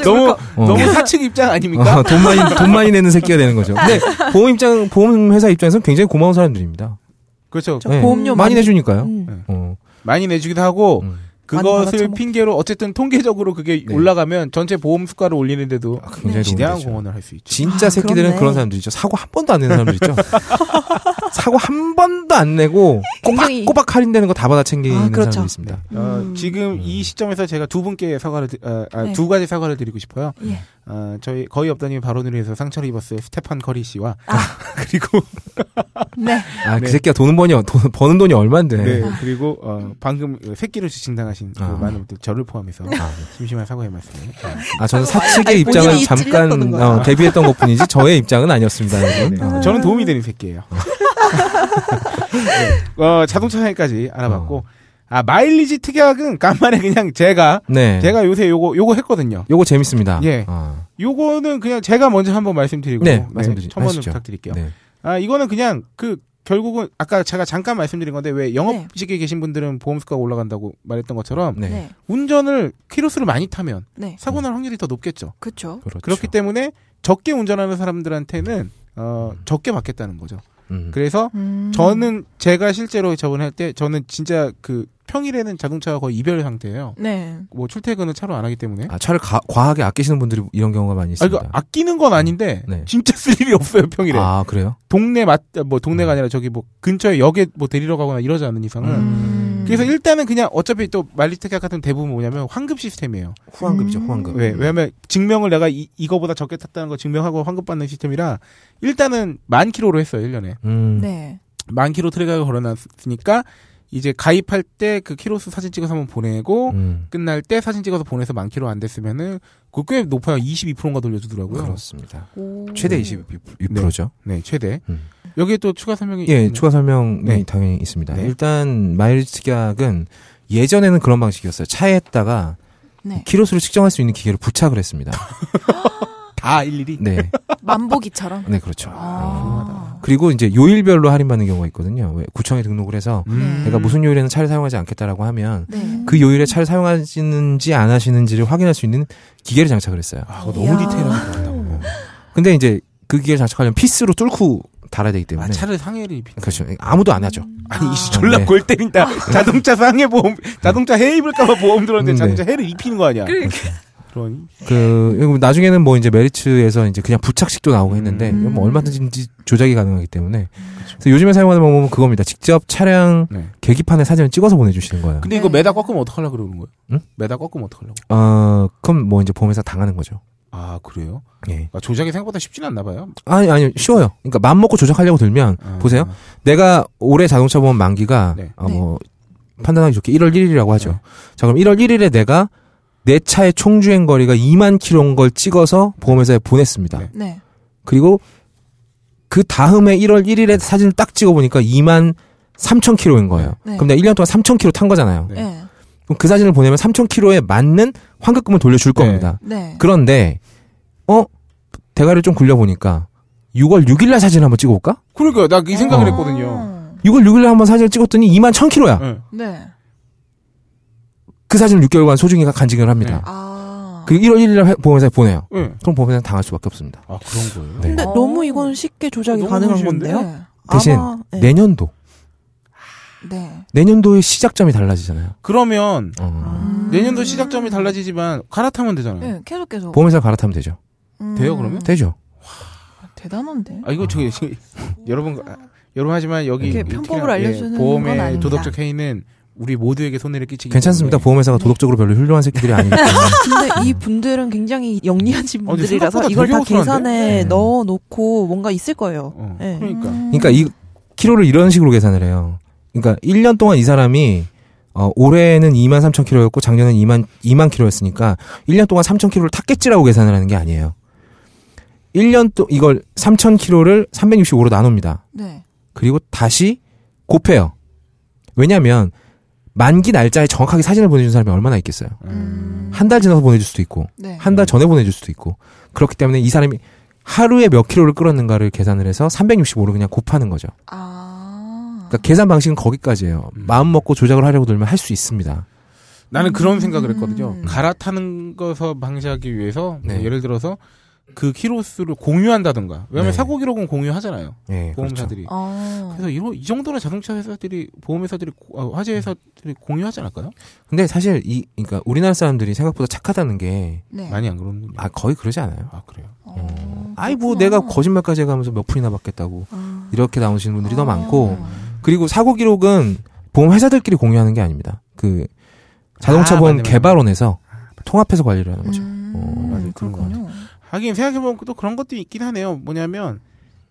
Speaker 4: 너무
Speaker 1: 그러니까
Speaker 7: 어.
Speaker 4: 너무 사측 입장 아닙니까?
Speaker 7: 어, 돈 많이 돈 많이 내는 새끼가 되는 거죠. 근데 보험 입장 보험 회사 입장에서는 굉장히 고마운 사람들입니다. 예.
Speaker 4: 그렇죠.
Speaker 6: 저 보험료 많이-
Speaker 7: 많이 내주니까요.
Speaker 6: 음.
Speaker 7: 어,
Speaker 4: 많이 내주기도 하고
Speaker 7: 음.
Speaker 6: 많이
Speaker 4: 그것을
Speaker 1: 뭐.
Speaker 6: 받아쳐먹-
Speaker 4: 핑계로 어쨌든 통계적으로 그게
Speaker 7: 네. 아,
Speaker 4: 올라가면 전체 보험 수가를 올리는데도
Speaker 7: 굉장히 도움이
Speaker 4: 지대한
Speaker 7: 되죠.
Speaker 4: 공헌을 할 수 있죠.
Speaker 7: 진짜
Speaker 6: 아,
Speaker 7: 새끼들은
Speaker 6: 그렇네.
Speaker 7: 그런 사람들이죠. 사고 한 번도 안 내는 사람들 있죠. 사고 한 번도 안 내고
Speaker 6: 굉장히-
Speaker 7: 꼬박 할인되는 거 다 받아 챙기는
Speaker 6: 아, 그렇죠.
Speaker 7: 사람들
Speaker 4: 네.
Speaker 7: 있습니다. 음.
Speaker 4: 어, 지금 이 시점에서 제가 두 분께 사과를 드- 아, 아,
Speaker 1: 네.
Speaker 4: 두 가지 사과를 드리고 싶어요.
Speaker 1: 예.
Speaker 4: 어, 저희 거의 없다님 발언으로 해서 상처를 입었어요. 스테판 커리 씨와 그리고
Speaker 1: 네.
Speaker 7: 아, 그
Speaker 4: 네.
Speaker 7: 새끼가 돈은 버니, 돈, 버는 돈이 얼만데.
Speaker 4: 네, 그리고 어, 방금 새끼로 지칭당하신 그
Speaker 7: 아. 네.
Speaker 4: 많은 분들 저를 포함해서 심심한 사과의 어, 말씀.
Speaker 7: 아, 저는 사측의
Speaker 6: 아니,
Speaker 7: 입장은
Speaker 6: 본인이
Speaker 7: 잠깐
Speaker 6: 찔렸다는 거야.
Speaker 7: 어, 데뷔했던 것 뿐이지 저의 입장은 아니었습니다.
Speaker 4: 네.
Speaker 7: 여러분. 어.
Speaker 4: 저는 도움이 되는 새끼예요.
Speaker 7: 아.
Speaker 4: 네. 어, 자동차 사기까지
Speaker 7: 어.
Speaker 4: 알아봤고 아 마일리지 특약은 간만에 그냥 제가
Speaker 7: 네.
Speaker 4: 제가 요새 요거 요거 했거든요.
Speaker 7: 요거 재밌습니다.
Speaker 4: 예.
Speaker 7: 어.
Speaker 4: 요거는 그냥 제가 먼저 한번 말씀드리고
Speaker 7: 네, 말씀드리-
Speaker 4: 첨언을
Speaker 7: 하시죠.
Speaker 4: 부탁드릴게요.
Speaker 7: 네.
Speaker 4: 아 이거는 그냥 그 결국은 아까 제가 잠깐 말씀드린 건데 왜
Speaker 1: 네.
Speaker 4: 영업직에 계신 분들은 보험수가가 올라간다고 말했던 것처럼
Speaker 7: 네.
Speaker 1: 네.
Speaker 4: 운전을 키로수를 많이 타면
Speaker 1: 네.
Speaker 4: 사고 날 확률이 더 높겠죠.
Speaker 1: 그렇죠.
Speaker 7: 그렇죠.
Speaker 4: 그렇기 때문에 적게 운전하는 사람들한테는 어, 적게 받겠다는 거죠.
Speaker 7: 음.
Speaker 4: 그래서
Speaker 1: 음.
Speaker 4: 저는 제가 실제로 저번에 할 때 저는 진짜 그 평일에는 자동차가 거의 이별 상태예요.
Speaker 1: 네.
Speaker 4: 뭐 출퇴근은 차로 안 하기 때문에.
Speaker 7: 아, 차를 가- 과하게 아끼시는 분들이 이런 경우가 많이
Speaker 4: 아,
Speaker 7: 있습니다.
Speaker 4: 이거 아끼는 건 아닌데
Speaker 7: 네.
Speaker 4: 진짜 쓸 일이 없어요 평일에.
Speaker 7: 아, 그래요?
Speaker 4: 동네 맞뭐 동네가
Speaker 7: 음.
Speaker 4: 아니라 저기 뭐 근처에 역에 뭐 데리러 가거나 이러지 않는 이상은
Speaker 1: 음.
Speaker 4: 그래서 일단은 그냥 어차피 또 말리특약 같은 대부분 뭐냐면 환급 시스템이에요.
Speaker 7: 후환급이죠,
Speaker 1: 음.
Speaker 7: 후환급.
Speaker 4: 왜? 왜냐면 증명을 내가 이, 이거보다 적게 탔다는 거 증명하고 환급 받는 시스템이라 일단은 만 킬로로 했어요 일년에
Speaker 7: 음.
Speaker 1: 네.
Speaker 4: 만 킬로 트랙을 걸어놨으니까 이제 가입할 때 그 키로수 사진 찍어서 한번 보내고
Speaker 7: 음.
Speaker 4: 끝날 때 사진 찍어서 보내서 만 킬로 안 됐으면은 그거 꽤 높아요. 22%인가 돌려주더라고요.
Speaker 7: 그렇습니다.
Speaker 6: 음.
Speaker 1: 오.
Speaker 7: 최대 22%죠.
Speaker 4: 네, 최대.
Speaker 7: 음.
Speaker 4: 여기에 또 추가 설명이
Speaker 7: 예,
Speaker 4: 있네요.
Speaker 7: 추가 설명이
Speaker 4: 네.
Speaker 7: 당연히 있습니다.
Speaker 4: 네.
Speaker 7: 일단 마일리지 특약은 예전에는 그런 방식이었어요. 차에다가
Speaker 1: 네.
Speaker 7: 키로수를 측정할 수 있는 기계를 부착을 했습니다.
Speaker 4: 다 일일이.
Speaker 7: 네,
Speaker 1: 만보기처럼.
Speaker 7: 네 그렇죠.
Speaker 1: 아.
Speaker 7: 그리고 이제 요일별로 할인받는 경우가 있거든요. 왜 구청에 등록을 해서
Speaker 1: 음.
Speaker 7: 내가 뭐 무슨 요일에는 차를 사용하지 않겠다라고 하면
Speaker 1: 네.
Speaker 7: 그 요일에 차를 사용하시는지 안 하시는지를 확인할 수 있는 기계를 장착을 했어요. 네.
Speaker 4: 아, 그거
Speaker 1: 이야.
Speaker 4: 너무 디테일하게 들어간다고.
Speaker 7: 근데 이제 그 기계를 장착하려면 피스로 뚫고 달아야 되기 때문에
Speaker 4: 아, 차를 상해를 입힌.
Speaker 7: 그렇죠. 아무도 안 하죠.
Speaker 4: 아니, 이씨,
Speaker 7: 아.
Speaker 4: 졸라
Speaker 7: 네.
Speaker 4: 골 때린다. 자동차 상해 보험, 자동차 해 입을까봐 보험 들었는데
Speaker 7: 음, 네.
Speaker 4: 자동차 해를 입히는 거 아니야. 그러니.
Speaker 7: 그 그리고 나중에는 뭐 이제 메리츠에서 이제 그냥 부착식도 나오고 했는데
Speaker 1: 음.
Speaker 7: 이건 뭐 얼마든지 조작이 가능하기 때문에
Speaker 4: 그렇죠.
Speaker 7: 그래서 요즘에 사용하는 방법은 그겁니다. 직접 차량
Speaker 4: 네.
Speaker 7: 계기판에 사진을 찍어서 보내주시는 거예요.
Speaker 4: 근데 이거
Speaker 1: 네.
Speaker 4: 매다 꺾으면 어떡하려고 그러는 거예요?
Speaker 7: 응?
Speaker 4: 매다 꺾으면 어떡하려고?
Speaker 7: 어 그럼 뭐 이제 보험회사 당하는 거죠.
Speaker 4: 아, 그래요?
Speaker 7: 예.
Speaker 4: 아, 조작이 생각보다 쉽진 않나 봐요.
Speaker 7: 아니 아니 쉬워요. 그러니까 마음 먹고 조작하려고 들면
Speaker 4: 아.
Speaker 7: 보세요. 내가 올해 자동차 보험 만기가
Speaker 4: 네.
Speaker 7: 아, 뭐 판단하기 좋게 1월 1일이라고 하죠. 자 그럼 1월 1일에 내가 내 차의 총주행 거리가 2만 킬로인 걸 찍어서 보험회사에 보냈습니다.
Speaker 4: 네.
Speaker 1: 네.
Speaker 7: 그리고 그 다음에 1월 1일에 사진을 딱 찍어보니까 2만 3천 킬로인 거예요.
Speaker 1: 네.
Speaker 7: 그럼 내가 1년 동안 3천 킬로 탄 거잖아요.
Speaker 4: 네.
Speaker 1: 네.
Speaker 7: 그럼 그 사진을 보내면 3천 킬로에 맞는 환급금을 돌려줄
Speaker 4: 네.
Speaker 7: 겁니다.
Speaker 1: 네.
Speaker 7: 그런데 어 대가리를 좀 굴려보니까 6월 6일날 사진 을 한번 찍어볼까?
Speaker 4: 그러니까, 나 이
Speaker 1: 아.
Speaker 4: 생각을
Speaker 7: 어.
Speaker 4: 했거든요.
Speaker 7: 6월 6일날 한번 사진을 찍었더니 2만 1천 킬로야.
Speaker 4: 네.
Speaker 1: 네.
Speaker 7: 그 사진을 6개월간 소중히 간직을 합니다.
Speaker 1: 아.
Speaker 7: 그리고 1월 1일날 보험회사에 보내요.
Speaker 4: 네.
Speaker 7: 그럼 보험회사는 당할 수밖에 없습니다.
Speaker 4: 아, 그런 거예요?
Speaker 7: 네.
Speaker 6: 근데
Speaker 1: 어.
Speaker 6: 너무 이건 쉽게 조작이
Speaker 4: 너무
Speaker 6: 가능한
Speaker 4: 쉬운데?
Speaker 6: 건데요.
Speaker 1: 네.
Speaker 7: 대신
Speaker 6: 아마, 예.
Speaker 7: 내년도
Speaker 1: 네.
Speaker 7: 내년도의 시작점이 달라지잖아요.
Speaker 4: 그러면,
Speaker 1: 아.
Speaker 7: 어.
Speaker 4: 내년도 시작점이 달라지지만, 갈아타면
Speaker 1: 음.
Speaker 4: 되잖아요.
Speaker 1: 네, 계속 계속.
Speaker 7: 보험회사 갈아타면 되죠.
Speaker 1: 음.
Speaker 4: 돼요, 그러면?
Speaker 7: 되죠.
Speaker 1: 대단한데.
Speaker 4: 아, 이거 저기, 저기, 여러분, 아, 여러분 하지만 여기.
Speaker 1: 이렇게
Speaker 4: 특히나,
Speaker 1: 편법을
Speaker 4: 예,
Speaker 1: 알려주는 건
Speaker 4: 보험의
Speaker 1: 아닙니다.
Speaker 4: 도덕적 해이는 우리 모두에게 손해를 끼치기
Speaker 7: 괜찮습니다.
Speaker 4: 때문에.
Speaker 7: 보험회사가 도덕적으로 별로 훌륭한 새끼들이 아니기 때문에.
Speaker 6: 근데 이 분들은 굉장히 영리하신
Speaker 4: 어, 근데
Speaker 6: 분들이라서
Speaker 4: 생각보다
Speaker 6: 이걸 다
Speaker 4: 되게 우수한데?
Speaker 6: 계산에
Speaker 7: 네.
Speaker 6: 넣어 놓고 뭔가 있을 거예요.
Speaker 4: 어,
Speaker 1: 네.
Speaker 6: 예.
Speaker 4: 그러니까.
Speaker 1: 음.
Speaker 7: 그러니까 이 키로를 이런 식으로 계산을 해요. 그러니까 1년 동안 이 사람이 어, 올해는 2만 3천 키로였고 작년은 2만 2만 키로였으니까 1년 동안 3천 키로를 탔겠지라고 계산을 하는 게 아니에요. 1년 또 이걸 3천 키로를 365로 나눕니다.
Speaker 1: 네.
Speaker 7: 그리고 다시 곱해요. 왜냐하면 만기 날짜에 정확하게 사진을 보내준 사람이 얼마나 있겠어요.
Speaker 1: 음.
Speaker 7: 한 달 지나서 보내줄 수도 있고
Speaker 1: 네.
Speaker 7: 한 달 전에 보내줄 수도 있고 그렇기 때문에 이 사람이 하루에 몇 킬로를 끌었는가를 계산을 해서 365로 그냥 곱하는 거죠.
Speaker 1: 아.
Speaker 7: 그러니까 계산 방식은 거기까지예요.
Speaker 4: 음.
Speaker 7: 마음 먹고 조작을 하려고 들면 할 수 있습니다.
Speaker 4: 나는 그런 생각을 했거든요.
Speaker 1: 음.
Speaker 4: 갈아타는 것을 방지하기 위해서 뭐
Speaker 7: 네.
Speaker 4: 예를 들어서 그 키로수를 공유한다던가. 왜냐면
Speaker 7: 네.
Speaker 4: 사고 기록은 공유하잖아요.
Speaker 7: 예,
Speaker 4: 보험사들이.
Speaker 1: 어.
Speaker 4: 그래서 이러, 이 정도는 자동차 회사들이 보험 회사들이 고- 아, 화재 회사들이 공유하지 않을까요?
Speaker 7: 근데 사실 이 그러니까 우리나라 사람들이 생각보다 착하다는 게
Speaker 1: 네.
Speaker 4: 많이 안 그러는군요.
Speaker 7: 아, 거의 그러지 않아요.
Speaker 4: 아, 그래요.
Speaker 1: 어,
Speaker 7: 아이 뭐
Speaker 1: 그렇구나.
Speaker 7: 내가 거짓말까지 해가면서 몇 푼이나 받겠다고
Speaker 1: 아.
Speaker 7: 이렇게 나오시는 분들이 더
Speaker 1: 아.
Speaker 7: 많고 그리고 사고 기록은 보험 회사들끼리 공유하는 게 아닙니다. 그 자동차
Speaker 4: 아,
Speaker 7: 보험
Speaker 4: 맞네, 맞네.
Speaker 7: 개발원에서 통합해서 관리를 하는 거죠.
Speaker 1: 음,
Speaker 7: 어,
Speaker 4: 맞아요. 그런 거
Speaker 1: 그렇군요.
Speaker 4: 하긴 생각해보면 또 그런 것도 있긴 하네요. 뭐냐면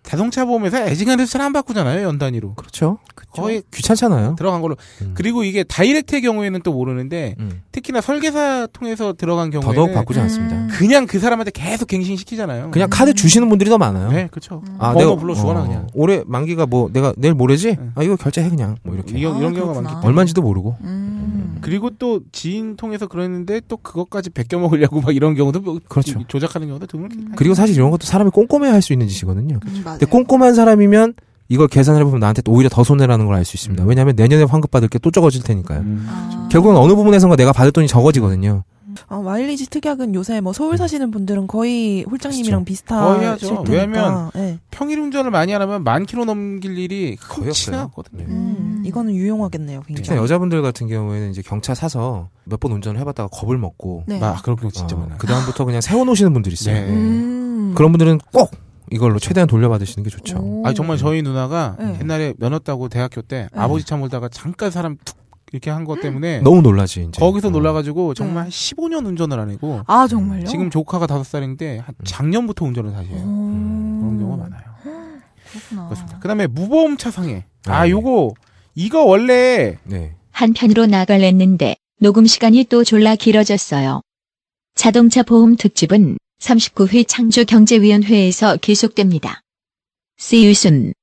Speaker 4: 자동차 보험에서 애지간해서 차를 안 바꾸잖아요 연 단위로.
Speaker 7: 그렇죠.
Speaker 4: 거의
Speaker 7: 귀찮잖아요.
Speaker 4: 들어간 걸로.
Speaker 7: 음.
Speaker 4: 그리고 이게 다이렉트의 경우에는 또 모르는데
Speaker 7: 음.
Speaker 4: 특히나 설계사 통해서 들어간 경우에는
Speaker 7: 더더욱 바꾸지
Speaker 1: 음.
Speaker 7: 않습니다.
Speaker 4: 그냥 그 사람한테 계속 갱신시키잖아요.
Speaker 7: 그냥 카드 주시는 분들이 더 많아요.
Speaker 4: 네, 그렇죠.
Speaker 1: 음.
Speaker 7: 아,
Speaker 4: 번호
Speaker 7: 내가-
Speaker 4: 불러주거나 그냥.
Speaker 7: 올해 만기가 뭐 내가 내일 모레지?
Speaker 4: 네.
Speaker 7: 아 이거 결제해 그냥 뭐 이렇게.
Speaker 4: 이런,
Speaker 1: 아,
Speaker 4: 이런 경우가
Speaker 1: 그렇구나.
Speaker 4: 많기 때문에.
Speaker 7: 얼마인지도 모르고.
Speaker 1: 음.
Speaker 4: 그리고 또 지인 통해서 그랬는데 또 그것까지 베껴 먹으려고 막 이런 경우도 뭐
Speaker 7: 그렇죠.
Speaker 4: 이- 조작하는 경우도 드물.
Speaker 7: 그리고 사실 이런 것도 사람이 꼼꼼해야 할 수 있는 짓이거든요.
Speaker 1: 음, 맞아요.
Speaker 7: 근데 꼼꼼한 사람이면 이걸 계산을 해보면 나한테 또 오히려 더 손해라는 걸 알 수 있습니다.
Speaker 4: 음.
Speaker 7: 왜냐하면 내년에 환급받을 게 또 적어질 테니까요.
Speaker 1: 아.
Speaker 7: 결국은 어느 부분에선가 내가 받을 돈이 적어지거든요.
Speaker 4: 네.
Speaker 6: 아, 마일리지 특약은 요새 뭐 서울 사시는 분들은 거의 홀장님이랑 비슷하실
Speaker 4: 음. 거의 하죠.
Speaker 6: 테니까.
Speaker 4: 왜냐면
Speaker 6: 네.
Speaker 4: 평일 운전을 많이 안 하면 만 킬로 넘길 일이 거의
Speaker 7: 없어요.
Speaker 4: 없거든요.
Speaker 6: 음, 이거는 유용하겠네요.
Speaker 7: 특히나
Speaker 6: 굉장히.
Speaker 7: 여자분들 같은 경우에는 이제 경차 사서 몇 번 운전을 해봤다가 겁을 먹고
Speaker 1: 네.
Speaker 4: 아 그런 경우 진짜
Speaker 7: 어,
Speaker 4: 많아요.
Speaker 7: 그다음부터 그냥 세워놓으시는 분들이 있어요.
Speaker 4: 네.
Speaker 1: 음.
Speaker 7: 그런 분들은 꼭 이걸로 최대한 돌려받으시는 게 좋죠.
Speaker 1: 그렇죠.
Speaker 4: 아 정말 저희 누나가
Speaker 6: 네.
Speaker 4: 옛날에 면허 따고 대학교 때
Speaker 1: 네.
Speaker 4: 아버지 차 몰다가 잠깐 사람 툭 이렇게 한
Speaker 1: 음.
Speaker 4: 것 때문에
Speaker 7: 너무 놀라지 이제.
Speaker 4: 거기서
Speaker 7: 어.
Speaker 4: 놀라가지고
Speaker 6: 네.
Speaker 4: 정말 15년 운전을 안 하고
Speaker 1: 아 정말요?
Speaker 4: 지금 조카가 다섯 살인데 한
Speaker 7: 음.
Speaker 4: 작년부터 운전을 다시 해요.
Speaker 1: 음.
Speaker 4: 그런 경우가 많아요.
Speaker 1: 그렇구나.
Speaker 4: 그렇습니다. 그다음에 무보험 차상해. 아,
Speaker 7: 아, 예.
Speaker 4: 요거 이거 원래
Speaker 7: 네.
Speaker 3: 한편으로 나갈랬는데 녹음 시간이 또 졸라 길어졌어요. 자동차 보험 특집은 39회 창조경제위원회에서 계속됩니다. See you soon.